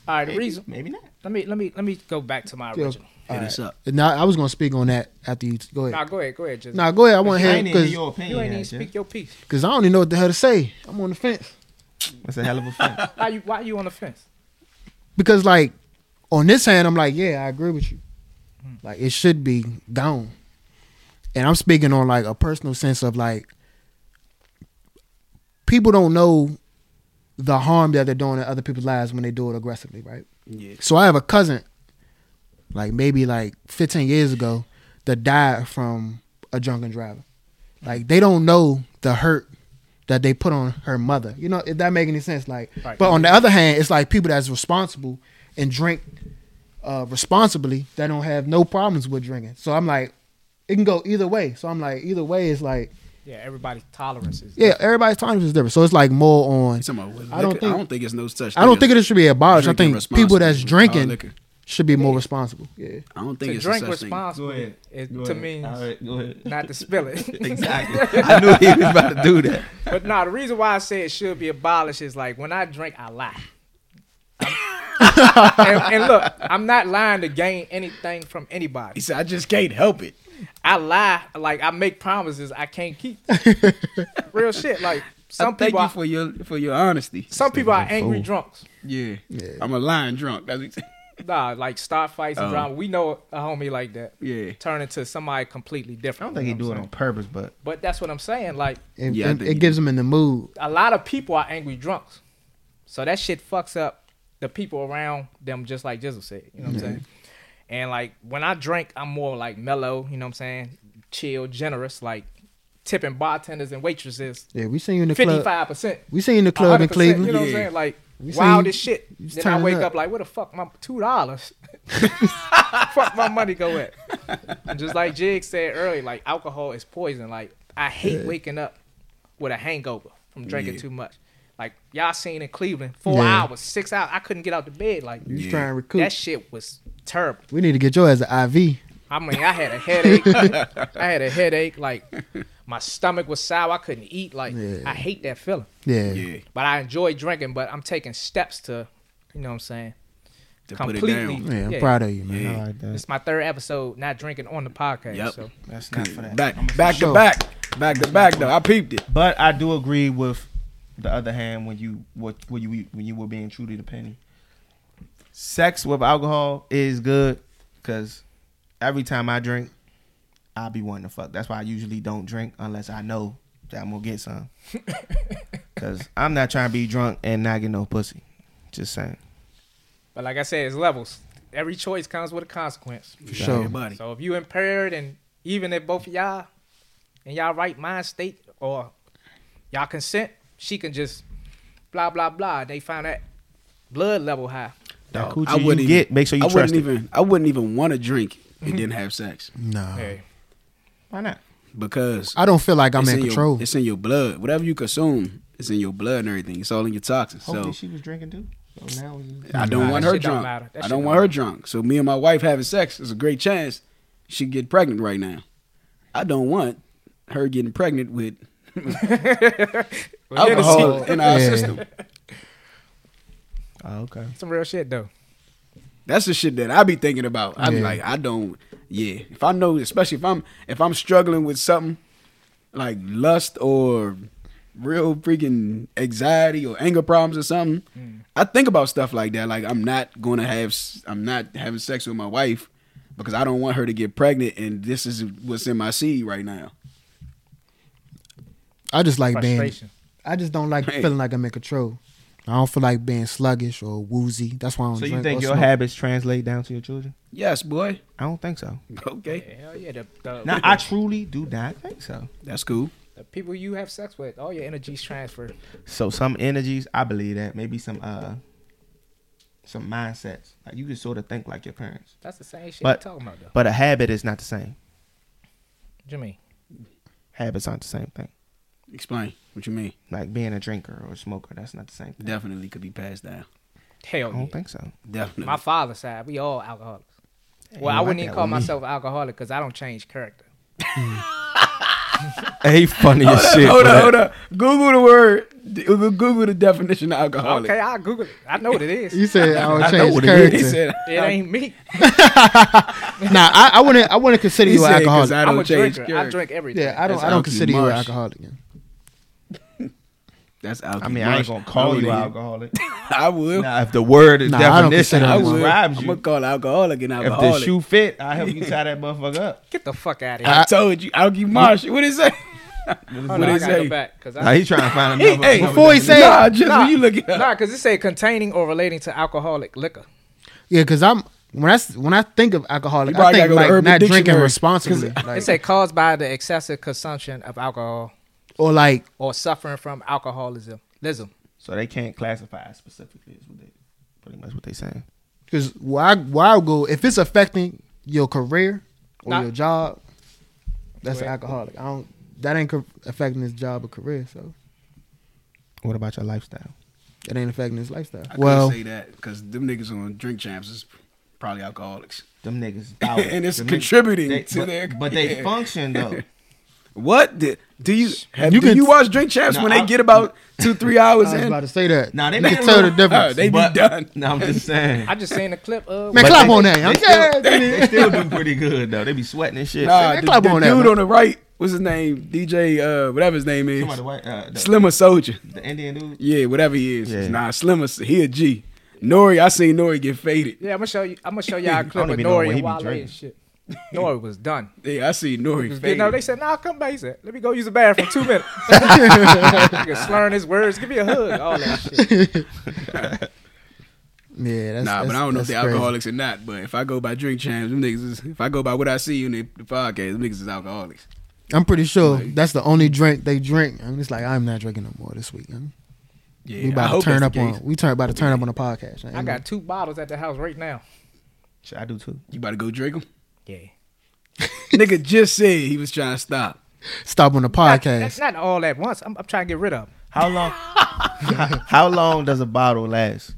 [SPEAKER 4] All right, the reason
[SPEAKER 3] Maybe not.
[SPEAKER 4] let me let me let me go back to my
[SPEAKER 1] Yeah.
[SPEAKER 4] original.
[SPEAKER 2] hit us up.
[SPEAKER 1] And now, I was going to speak on that after you. Go
[SPEAKER 4] Nah,
[SPEAKER 1] ahead.
[SPEAKER 4] go ahead, go ahead, just
[SPEAKER 1] Nah, go ahead. I want to
[SPEAKER 3] I
[SPEAKER 1] hear
[SPEAKER 3] ain't even your
[SPEAKER 1] because
[SPEAKER 3] opinion.
[SPEAKER 4] you ain't
[SPEAKER 3] yet,
[SPEAKER 4] even
[SPEAKER 3] Jeff.
[SPEAKER 4] speak your piece.
[SPEAKER 1] I don't even know what the hell to say. I'm on the fence.
[SPEAKER 3] That's a
[SPEAKER 4] [LAUGHS]
[SPEAKER 3] hell of a fun.
[SPEAKER 4] Why you why you on the fence?
[SPEAKER 1] because like on this hand i'm like yeah i agree with you like it should be gone and i'm speaking on like a personal sense of like people don't know
[SPEAKER 2] [LAUGHS]
[SPEAKER 1] the harm that they're doing to other people's lives when they do it aggressively right
[SPEAKER 2] Yeah.
[SPEAKER 1] so i have a cousin like maybe like 15 years ago that died from a drunken driver. Like they don't know the hurt that they put on her mother. You know, if that make any sense. Like,
[SPEAKER 4] Right.
[SPEAKER 1] but on the other hand, it's like people that's responsible and drink uh, responsibly that don't have no problems with drinking. So I'm like, it can go either way. So I'm like, either way is like,
[SPEAKER 4] Yeah, everybody's tolerance is
[SPEAKER 1] yeah, everybody's tolerance is different. So it's like more on.
[SPEAKER 2] It's about with
[SPEAKER 1] I don't
[SPEAKER 2] liquor.
[SPEAKER 1] think-
[SPEAKER 2] I don't think it's no such.
[SPEAKER 1] I don't think it should be abolished. I
[SPEAKER 2] Drinking
[SPEAKER 1] think people that's
[SPEAKER 2] responsibly. Our
[SPEAKER 1] drinking
[SPEAKER 2] liquor.
[SPEAKER 1] should be more responsible. Yeah.
[SPEAKER 2] I don't think
[SPEAKER 4] to
[SPEAKER 2] it's
[SPEAKER 4] drink
[SPEAKER 2] a such thing. [LAUGHS]
[SPEAKER 4] responsibly. It, to me, not to spill
[SPEAKER 2] [LAUGHS]
[SPEAKER 4] it. [LAUGHS]
[SPEAKER 3] exactly. I knew he was about to do that.
[SPEAKER 4] but no, the reason why I say it should be abolished is like when I drink, I lie. I'm- and, and look, I'm not lying to gain anything from
[SPEAKER 2] He
[SPEAKER 4] anybody.
[SPEAKER 2] said, "I just can't help it."
[SPEAKER 4] I lie, like I make promises I
[SPEAKER 1] [LAUGHS]
[SPEAKER 4] can't keep. Real shit. Like some
[SPEAKER 2] I thank
[SPEAKER 4] people,
[SPEAKER 2] you
[SPEAKER 4] are,
[SPEAKER 2] for your for your honesty.
[SPEAKER 4] some people are angry
[SPEAKER 3] fool.
[SPEAKER 4] drunks.
[SPEAKER 2] Yeah,
[SPEAKER 1] Yeah.
[SPEAKER 2] I'm a lying drunk. That's what he said.
[SPEAKER 4] Nah, like start fights and
[SPEAKER 2] Oh.
[SPEAKER 4] drama. We know a homie like that.
[SPEAKER 2] Yeah.
[SPEAKER 4] Turn into somebody completely
[SPEAKER 3] [LAUGHS] I
[SPEAKER 4] different.
[SPEAKER 3] don't think he
[SPEAKER 4] you know
[SPEAKER 3] do
[SPEAKER 4] what
[SPEAKER 3] it
[SPEAKER 4] I'm
[SPEAKER 3] on
[SPEAKER 4] saying?
[SPEAKER 3] purpose, but
[SPEAKER 4] But that's what I'm saying. Like
[SPEAKER 1] It,
[SPEAKER 2] Yeah, I
[SPEAKER 1] it-
[SPEAKER 2] think
[SPEAKER 1] it
[SPEAKER 2] you
[SPEAKER 1] gives them in the mood.
[SPEAKER 4] a lot of people are angry drunks. So that shit fucks up the people around them just like Jizzle said. You know what I'm saying? And like when I drink, I'm more like mellow, you know what I'm saying? Chill, generous, like tipping bartenders and waitresses.
[SPEAKER 1] Yeah, we seen you in the
[SPEAKER 4] Fifty
[SPEAKER 1] club.
[SPEAKER 4] five percent.
[SPEAKER 1] We seen you in the club in Cleveland.
[SPEAKER 4] You know what I'm
[SPEAKER 2] Yeah.
[SPEAKER 4] saying? Like
[SPEAKER 1] You
[SPEAKER 4] wild
[SPEAKER 1] seen-
[SPEAKER 4] as shit.
[SPEAKER 1] you just
[SPEAKER 4] Then I
[SPEAKER 1] turning
[SPEAKER 4] wake
[SPEAKER 1] up.
[SPEAKER 4] up. like, where the fuck my
[SPEAKER 1] [LAUGHS]
[SPEAKER 4] two dollars? [LAUGHS] fuck my money go at? And just like Jig said earlier, like alcohol is poison. Like I hate waking up with a hangover from drinking
[SPEAKER 2] Yeah.
[SPEAKER 4] too much. Like y'all seen in Cleveland, four
[SPEAKER 1] Yeah.
[SPEAKER 4] hours, six hours. I couldn't get out the bed. Like
[SPEAKER 1] You
[SPEAKER 2] Yeah.
[SPEAKER 1] trying to recoup.
[SPEAKER 4] that shit was terrible.
[SPEAKER 1] we need to get your as an IV.
[SPEAKER 4] I mean, I had
[SPEAKER 1] [LAUGHS]
[SPEAKER 4] a headache. I had a headache. Like my stomach was sour. I couldn't eat. Like
[SPEAKER 1] Yeah.
[SPEAKER 4] I hate that feeling
[SPEAKER 1] Yeah.
[SPEAKER 2] Yeah,
[SPEAKER 4] but I enjoy drinking, but I'm taking steps to, you know what I'm saying?
[SPEAKER 2] to put it
[SPEAKER 4] Completely.
[SPEAKER 2] down.
[SPEAKER 1] Yeah, I'm
[SPEAKER 4] Yeah.
[SPEAKER 1] proud of you, man.
[SPEAKER 2] Yeah.
[SPEAKER 3] I like that.
[SPEAKER 4] It's my third episode not drinking on the podcast.
[SPEAKER 2] Yep.
[SPEAKER 4] So
[SPEAKER 3] That's not for that.
[SPEAKER 2] Back, back
[SPEAKER 1] Sure.
[SPEAKER 2] to back, back to back. Though I peeped it.
[SPEAKER 3] But I do agree with the other hand when you what when you when you were being true to the penny. Sex with alcohol is good because every time I drink, I be wanting to fuck. That's why I usually don't drink unless I know that I'm gonna get some.
[SPEAKER 1] [LAUGHS]
[SPEAKER 3] Cause I'm not trying to be drunk and not get no pussy. Just saying.
[SPEAKER 4] but like I said, it's levels. Every choice comes with a consequence.
[SPEAKER 1] For sure.
[SPEAKER 2] Everybody.
[SPEAKER 4] So if you impaired and even if both of y'all in y'all right mind state or y'all consent, she can just blah blah blah. They found that blood level high.
[SPEAKER 3] That
[SPEAKER 2] Dog,
[SPEAKER 3] coochie you get, make sure you
[SPEAKER 2] I
[SPEAKER 3] trust
[SPEAKER 2] wouldn't
[SPEAKER 3] it.
[SPEAKER 2] even. I wouldn't even want to drink and then have sex
[SPEAKER 1] No.
[SPEAKER 4] Hey,
[SPEAKER 3] Why not?
[SPEAKER 2] because
[SPEAKER 1] I don't feel like I'm
[SPEAKER 2] it's
[SPEAKER 1] in,
[SPEAKER 2] your-
[SPEAKER 1] control.
[SPEAKER 2] it's in your blood. Whatever you consume, it's in your blood and everything. It's all in your toxins. So
[SPEAKER 3] Hopefully she was drinking too. Oh, So now it's-
[SPEAKER 2] I don't
[SPEAKER 4] Nah,
[SPEAKER 2] want
[SPEAKER 4] that
[SPEAKER 2] her
[SPEAKER 4] shit don't
[SPEAKER 2] drunk.
[SPEAKER 4] matter. That
[SPEAKER 2] I
[SPEAKER 4] shit
[SPEAKER 2] don't
[SPEAKER 4] don't
[SPEAKER 2] want her
[SPEAKER 4] matter.
[SPEAKER 2] drunk. So me and my wife having sex is a great chance she get pregnant right now. I don't want her getting pregnant with
[SPEAKER 4] Well, yeah, this-
[SPEAKER 2] alcohol in our
[SPEAKER 1] Yeah.
[SPEAKER 2] system.
[SPEAKER 3] Oh, okay.
[SPEAKER 4] some real shit though.
[SPEAKER 2] That's the shit that I be thinking about. I be
[SPEAKER 1] Yeah.
[SPEAKER 2] like, I don't. Yeah, if I know, especially if I'm if I'm struggling with something like lust or real freaking anxiety or anger problems or something, I think about stuff like that. Like I'm not gonna have, s- I'm not having sex with my wife because I don't want her to get pregnant, and this is what's in my seed right now.
[SPEAKER 1] I just like being.
[SPEAKER 4] Frustration.
[SPEAKER 1] I just don't like
[SPEAKER 2] Right.
[SPEAKER 1] feeling like I'm in control. I don't feel like being sluggish or woozy. That's why I don't
[SPEAKER 3] So
[SPEAKER 1] drink.
[SPEAKER 3] you think
[SPEAKER 1] or
[SPEAKER 3] your
[SPEAKER 1] smoke.
[SPEAKER 3] habits translate down to your children?
[SPEAKER 2] Yes, boy. [LAUGHS]
[SPEAKER 3] I don't think so.
[SPEAKER 2] Okay,
[SPEAKER 4] Hell yeah, the, the,
[SPEAKER 3] Now I truly do not think so.
[SPEAKER 2] that's cool.
[SPEAKER 4] the people you have sex with, all your energy's transferred.
[SPEAKER 3] So some energies, I believe that maybe some uh some mindsets. Like you can sort of think like your parents,
[SPEAKER 4] That's the same shit
[SPEAKER 3] But-
[SPEAKER 4] you're talking about, though.
[SPEAKER 3] but a habit is not the same.
[SPEAKER 4] Jimmy.
[SPEAKER 3] Habits aren't the same thing.
[SPEAKER 2] Explain what you mean.
[SPEAKER 3] Like being a drinker or a smoker, that's not the same thing.
[SPEAKER 2] Definitely could be passed down.
[SPEAKER 4] Hell
[SPEAKER 3] I
[SPEAKER 4] yeah.
[SPEAKER 3] don't think so.
[SPEAKER 2] Definitely.
[SPEAKER 4] My father's side, we all alcoholics.
[SPEAKER 3] Ain't
[SPEAKER 4] Well, I
[SPEAKER 3] like
[SPEAKER 4] wouldn't even
[SPEAKER 3] that
[SPEAKER 4] call
[SPEAKER 3] with me.
[SPEAKER 4] myself an alcoholic because I don't change character.
[SPEAKER 3] Hey, funny as shit.
[SPEAKER 2] Oh, hold
[SPEAKER 3] bro.
[SPEAKER 2] up, hold up. Google the word. d- Google the definition of alcoholic.
[SPEAKER 4] Okay, I Google it. I know what it
[SPEAKER 3] [LAUGHS]
[SPEAKER 1] You
[SPEAKER 4] is.
[SPEAKER 1] said I
[SPEAKER 2] [LAUGHS]
[SPEAKER 3] I
[SPEAKER 1] don't
[SPEAKER 3] know
[SPEAKER 1] change
[SPEAKER 3] what it is.
[SPEAKER 2] He
[SPEAKER 1] character.
[SPEAKER 2] said,
[SPEAKER 4] It ain't me.
[SPEAKER 1] Nah, I, I wouldn't. I wouldn't consider
[SPEAKER 2] he
[SPEAKER 1] you an
[SPEAKER 2] said 'cause
[SPEAKER 1] alcoholic.
[SPEAKER 2] I
[SPEAKER 4] I'm
[SPEAKER 2] don't
[SPEAKER 4] a
[SPEAKER 2] change
[SPEAKER 4] drinker. I
[SPEAKER 2] character.
[SPEAKER 4] drink everything.
[SPEAKER 1] Yeah, I don't.
[SPEAKER 2] That's
[SPEAKER 1] I don't
[SPEAKER 2] Alky
[SPEAKER 1] consider you an
[SPEAKER 2] Marsh.
[SPEAKER 1] alcoholic. yeah.
[SPEAKER 2] That's alcohol.
[SPEAKER 3] I mean, I ain't gonna call you alcoholic. [LAUGHS]
[SPEAKER 2] I will.
[SPEAKER 3] Nah, if the word is
[SPEAKER 1] Nah, I don't
[SPEAKER 3] definition
[SPEAKER 1] consider
[SPEAKER 2] I
[SPEAKER 1] it
[SPEAKER 2] will. I'm
[SPEAKER 3] describes
[SPEAKER 2] gonna
[SPEAKER 3] you,
[SPEAKER 2] call alcoholic an
[SPEAKER 3] if the
[SPEAKER 2] alcoholic.
[SPEAKER 3] shoe fit, I help you tie that motherfucker up.
[SPEAKER 4] Get the fuck out of
[SPEAKER 2] I
[SPEAKER 4] here.
[SPEAKER 2] told you, Alky [LAUGHS] Marsh. What is that?
[SPEAKER 4] Hold
[SPEAKER 2] what
[SPEAKER 4] on, I
[SPEAKER 2] is
[SPEAKER 4] gotta go
[SPEAKER 2] that?
[SPEAKER 4] back because
[SPEAKER 3] Now
[SPEAKER 4] I.
[SPEAKER 3] he trying to find
[SPEAKER 2] Hey,
[SPEAKER 3] another.
[SPEAKER 2] hey,
[SPEAKER 3] another
[SPEAKER 1] before he say-
[SPEAKER 2] nah, just
[SPEAKER 4] Nah.
[SPEAKER 2] when you look it up.
[SPEAKER 4] Nah, because it say containing or relating to alcoholic liquor.
[SPEAKER 1] Yeah, because I'm When I s- when I think of
[SPEAKER 2] You
[SPEAKER 1] alcoholic,
[SPEAKER 2] probably gotta
[SPEAKER 1] I think
[SPEAKER 2] go to
[SPEAKER 1] like
[SPEAKER 2] Urban
[SPEAKER 1] not drinking
[SPEAKER 2] Dictionary,
[SPEAKER 1] responsibly,
[SPEAKER 2] [LAUGHS] 'cause
[SPEAKER 1] like,
[SPEAKER 4] They say caused by the excessive consumption of alcohol
[SPEAKER 1] or like
[SPEAKER 4] or suffering from alcoholism. Lism.
[SPEAKER 3] So they can't classify specifically. Is what they pretty much what they saying.
[SPEAKER 1] because why why go if it's affecting your career or
[SPEAKER 4] Nah.
[SPEAKER 1] your job, that's an
[SPEAKER 4] Correct.
[SPEAKER 1] alcoholic. I don't that ain't co- affecting his job or career, so
[SPEAKER 3] What about your lifestyle?
[SPEAKER 1] it ain't affecting his lifestyle.
[SPEAKER 2] I
[SPEAKER 1] well,
[SPEAKER 2] couldn't say that because them niggas on drink champs is probably alcoholics.
[SPEAKER 3] Them niggas, is power.
[SPEAKER 2] [LAUGHS] And it's
[SPEAKER 3] Them niggas-
[SPEAKER 2] contributing
[SPEAKER 3] they-
[SPEAKER 2] to
[SPEAKER 3] but,
[SPEAKER 2] their-
[SPEAKER 3] But
[SPEAKER 2] [LAUGHS]
[SPEAKER 3] they
[SPEAKER 2] yeah.
[SPEAKER 3] function though.
[SPEAKER 2] What do, do you have,
[SPEAKER 1] You
[SPEAKER 2] do
[SPEAKER 1] can-
[SPEAKER 2] you watch drink champs
[SPEAKER 3] No,
[SPEAKER 2] when they
[SPEAKER 3] I-
[SPEAKER 2] get about two three
[SPEAKER 1] I
[SPEAKER 2] hours
[SPEAKER 1] was
[SPEAKER 2] in?
[SPEAKER 1] about to say that.
[SPEAKER 3] Now they
[SPEAKER 1] they
[SPEAKER 3] made a
[SPEAKER 1] tell the
[SPEAKER 3] little-
[SPEAKER 1] difference.
[SPEAKER 2] Oh, [LAUGHS]
[SPEAKER 1] [LAUGHS]
[SPEAKER 2] they be
[SPEAKER 3] But-
[SPEAKER 2] done.
[SPEAKER 3] [LAUGHS] No, I'm just saying.
[SPEAKER 4] I just seen a clip of
[SPEAKER 1] Man,
[SPEAKER 3] But
[SPEAKER 1] clap
[SPEAKER 3] they-
[SPEAKER 1] on that.
[SPEAKER 3] they
[SPEAKER 1] I'm
[SPEAKER 3] still-
[SPEAKER 1] yeah,
[SPEAKER 2] [LAUGHS]
[SPEAKER 3] They still do pretty good though. They be sweating and shit.
[SPEAKER 2] Nah,
[SPEAKER 1] They
[SPEAKER 2] the,
[SPEAKER 1] clap
[SPEAKER 2] the
[SPEAKER 1] on that,
[SPEAKER 2] dude
[SPEAKER 1] man.
[SPEAKER 2] on the right, what's his name? DJ, uh, whatever his name is,
[SPEAKER 3] Somebody white, uh, the,
[SPEAKER 2] Slimmer Soldier.
[SPEAKER 3] the Indian dude.
[SPEAKER 2] Yeah, whatever he is.
[SPEAKER 3] Yeah.
[SPEAKER 2] Nah, Slimmer, he a G. Nori, I seen Nori get faded.
[SPEAKER 4] Yeah, I'm gonna show you. I'm gonna show y'all a clip of
[SPEAKER 3] even know what
[SPEAKER 4] Nori
[SPEAKER 3] he
[SPEAKER 4] and
[SPEAKER 3] be
[SPEAKER 4] Wale
[SPEAKER 3] drinking.
[SPEAKER 4] and shit. Nori was done.
[SPEAKER 2] Yeah, I seen Nori
[SPEAKER 4] You
[SPEAKER 2] faded.
[SPEAKER 4] know, they said, "Nah, come back." He said, "Let me go use the bathroom for two
[SPEAKER 2] [LAUGHS]
[SPEAKER 4] minutes." Nigga slurring his words, give me a hug, all that shit.
[SPEAKER 1] that's,
[SPEAKER 2] nah,
[SPEAKER 1] that's,
[SPEAKER 2] but I don't know if
[SPEAKER 1] that's
[SPEAKER 2] they're
[SPEAKER 1] crazy.
[SPEAKER 2] alcoholics or not. But if I go by drink champs, them niggas is, if I go by what I see in the, the podcast, them niggas is alcoholics.
[SPEAKER 1] I'm pretty sure that's the only drink they drink. I'm just like I'm not drinking no more this week. man.
[SPEAKER 2] Yeah,
[SPEAKER 1] we
[SPEAKER 2] I
[SPEAKER 1] about
[SPEAKER 2] hope
[SPEAKER 1] to turn
[SPEAKER 2] that's
[SPEAKER 1] up
[SPEAKER 2] the
[SPEAKER 1] on.
[SPEAKER 2] case.
[SPEAKER 1] We turn about to turn up on the podcast. ain't
[SPEAKER 4] I
[SPEAKER 1] no-
[SPEAKER 4] got two bottles at the house right now.
[SPEAKER 3] Shit, I do too.
[SPEAKER 2] You about to go drink them?
[SPEAKER 4] Yeah,
[SPEAKER 2] [LAUGHS] Nigga just said he was trying to stop.
[SPEAKER 1] stop
[SPEAKER 4] [LAUGHS]
[SPEAKER 1] on the
[SPEAKER 4] Not-
[SPEAKER 1] podcast.
[SPEAKER 4] Not, not all at once. I'm, I'm trying to get rid of 'em.
[SPEAKER 3] How long? [LAUGHS] how long does a bottle last?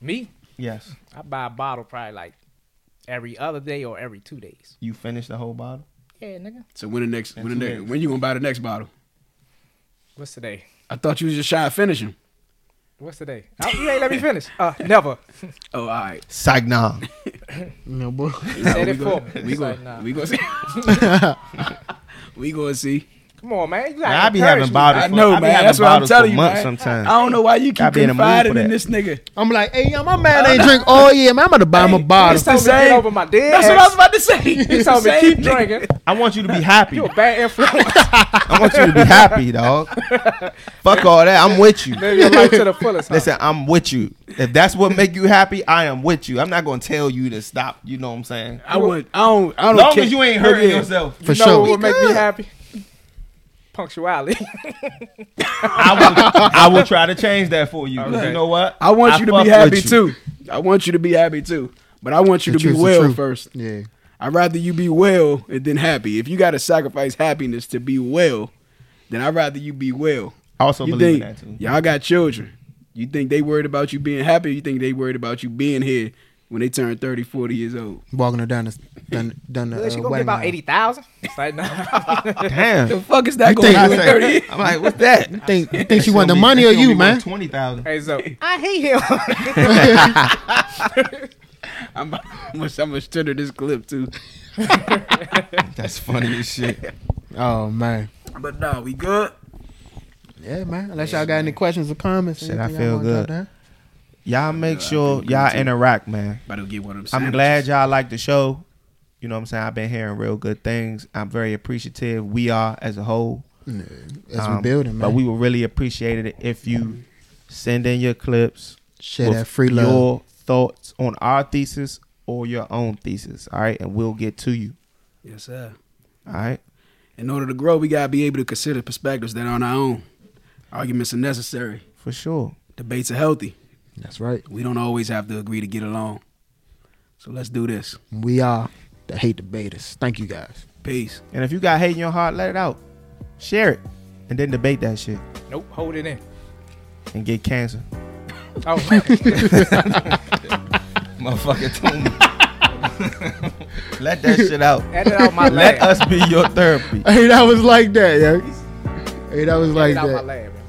[SPEAKER 4] me.
[SPEAKER 3] Yes,
[SPEAKER 4] I buy a bottle probably like every other day or every two days.
[SPEAKER 3] you finish the whole bottle.
[SPEAKER 4] Yeah, nigga.
[SPEAKER 2] So when the next, when the
[SPEAKER 3] two
[SPEAKER 2] next,
[SPEAKER 3] days.
[SPEAKER 2] when you gonna buy the next bottle?
[SPEAKER 4] What's today?
[SPEAKER 2] I thought you was just shy of finishing.
[SPEAKER 4] What's today? Oh, you ain't let me finish. Uh,
[SPEAKER 2] [LAUGHS]
[SPEAKER 4] never.
[SPEAKER 2] Oh, all right.
[SPEAKER 3] Psych, nah.
[SPEAKER 1] [LAUGHS] No, boy.
[SPEAKER 4] He said
[SPEAKER 2] we
[SPEAKER 4] it
[SPEAKER 2] go,
[SPEAKER 4] for me.
[SPEAKER 2] we
[SPEAKER 4] It's
[SPEAKER 2] go,
[SPEAKER 4] like, nah.
[SPEAKER 2] we go see. [LAUGHS] we go see.
[SPEAKER 4] Come on, man. You gotta
[SPEAKER 3] I be
[SPEAKER 4] encourage
[SPEAKER 3] having
[SPEAKER 4] me.
[SPEAKER 3] bottles.
[SPEAKER 2] I
[SPEAKER 3] for-
[SPEAKER 2] know,
[SPEAKER 3] be
[SPEAKER 2] man.
[SPEAKER 3] having
[SPEAKER 2] That's what I'm
[SPEAKER 3] bottles for
[SPEAKER 2] telling you,
[SPEAKER 3] months
[SPEAKER 2] man.
[SPEAKER 3] Sometimes.
[SPEAKER 2] I don't know why you
[SPEAKER 3] I
[SPEAKER 2] keep
[SPEAKER 3] be in the mood for
[SPEAKER 2] confiding in
[SPEAKER 3] that.
[SPEAKER 2] this nigga.
[SPEAKER 1] I'm like, hey, I'm a man. Ain't drink. Oh yeah, man. I'm about to buy him a
[SPEAKER 4] He
[SPEAKER 1] bottle.
[SPEAKER 4] told me to get
[SPEAKER 2] same.
[SPEAKER 4] over my dead.
[SPEAKER 2] That's what I was
[SPEAKER 4] ass.
[SPEAKER 2] about to say. He
[SPEAKER 4] He told me keep drinking.
[SPEAKER 3] I
[SPEAKER 2] [LAUGHS]
[SPEAKER 3] want you to be happy.
[SPEAKER 4] You a bad influence.
[SPEAKER 3] I want you to be happy,
[SPEAKER 2] [LAUGHS]
[SPEAKER 3] dog. Fuck all that. I'm with you.
[SPEAKER 4] Live your life to the fullest. huh?
[SPEAKER 3] Listen, I'm with you. If that's what make you happy, I am with you. I'm not gonna tell you to stop. You know what I'm saying?
[SPEAKER 2] I would. I don't. I don't.
[SPEAKER 3] As long
[SPEAKER 2] care.
[SPEAKER 3] as you ain't
[SPEAKER 2] Look
[SPEAKER 3] hurting
[SPEAKER 2] here.
[SPEAKER 3] yourself,
[SPEAKER 1] For
[SPEAKER 4] you know
[SPEAKER 1] sure.
[SPEAKER 4] what would make me
[SPEAKER 3] Because-
[SPEAKER 4] happy? [LAUGHS] Punctuality.
[SPEAKER 3] I will, I will try to change that for you. 'cause You know what?
[SPEAKER 2] I want you to
[SPEAKER 3] fuck
[SPEAKER 2] be happy
[SPEAKER 3] with you.
[SPEAKER 2] too. I want you to be happy too. But I want you
[SPEAKER 1] The
[SPEAKER 2] to be
[SPEAKER 1] truth is
[SPEAKER 2] well
[SPEAKER 1] true.
[SPEAKER 2] first.
[SPEAKER 1] Yeah.
[SPEAKER 2] I'd rather you be well and then happy. If you got to sacrifice happiness to be well, then I'd rather you be well.
[SPEAKER 3] I also
[SPEAKER 2] you
[SPEAKER 3] believe
[SPEAKER 2] think
[SPEAKER 3] in that too.
[SPEAKER 2] y'all got children. You think they worried about you being happy? You think they worried about you being here when they turn 30, 40 years old?
[SPEAKER 1] Walking her down the down, down the
[SPEAKER 4] She
[SPEAKER 1] uh,
[SPEAKER 4] gonna
[SPEAKER 1] wedding.
[SPEAKER 4] get about
[SPEAKER 1] aisle.
[SPEAKER 4] eighty thousand. It's like no. [LAUGHS]
[SPEAKER 2] The
[SPEAKER 3] Damn.
[SPEAKER 2] fuck is that
[SPEAKER 1] You
[SPEAKER 2] going
[SPEAKER 1] think-
[SPEAKER 2] to
[SPEAKER 3] I
[SPEAKER 2] do in
[SPEAKER 1] say-
[SPEAKER 2] 30 years?
[SPEAKER 3] am like, what's [LAUGHS] that?
[SPEAKER 1] You think you think she want the money or you, man?
[SPEAKER 3] Twenty thousand.
[SPEAKER 4] hey, so I hate him.
[SPEAKER 2] I'm about- [LAUGHS] how much, how much tender this clip too.
[SPEAKER 3] [LAUGHS] [LAUGHS] That's funny as shit.
[SPEAKER 1] Oh man.
[SPEAKER 2] But no, we good.
[SPEAKER 1] Yeah, man. Unless y'all got any questions or comments.
[SPEAKER 3] Shit, I
[SPEAKER 1] anything y'all
[SPEAKER 3] feel
[SPEAKER 1] wanna drop
[SPEAKER 3] good.
[SPEAKER 1] down?
[SPEAKER 3] Y'all make
[SPEAKER 2] Yeah, I
[SPEAKER 3] sure
[SPEAKER 2] think we
[SPEAKER 3] y'all
[SPEAKER 2] too.
[SPEAKER 3] interact, man.
[SPEAKER 2] About to get one of them.
[SPEAKER 3] I'm
[SPEAKER 2] sandwiches.
[SPEAKER 3] glad y'all like the show. You know what I'm saying? I've been hearing real good things. I'm very appreciative. We are as a whole.
[SPEAKER 1] As we
[SPEAKER 3] Um,
[SPEAKER 1] building, man.
[SPEAKER 3] But we would really appreciate it if you send in your clips.
[SPEAKER 1] share
[SPEAKER 3] with
[SPEAKER 1] that free love.
[SPEAKER 3] Your thoughts on our thesis or your own thesis. All right. And we'll get to you.
[SPEAKER 2] Yes, sir.
[SPEAKER 3] All right.
[SPEAKER 2] In order to grow, we gotta be able to consider perspectives that aren't our own. Arguments are necessary.
[SPEAKER 3] For sure.
[SPEAKER 2] Debates are healthy.
[SPEAKER 1] That's right.
[SPEAKER 2] We don't always have to agree to get along. So let's do this.
[SPEAKER 1] We are the hate debaters. Thank you guys.
[SPEAKER 2] Peace.
[SPEAKER 3] And if you got hate in your heart, let it out. Share it. And then debate that shit
[SPEAKER 4] nope, hold it in.
[SPEAKER 3] and get cancer.
[SPEAKER 4] Oh,
[SPEAKER 3] Motherfucker tumor. [LAUGHS] let that shit out.
[SPEAKER 4] edit out my
[SPEAKER 3] Let
[SPEAKER 4] lab.
[SPEAKER 3] us be your therapy.
[SPEAKER 1] Hey, that was like that, yo. Hey, that was like
[SPEAKER 4] Edit out my
[SPEAKER 1] that.
[SPEAKER 4] lab.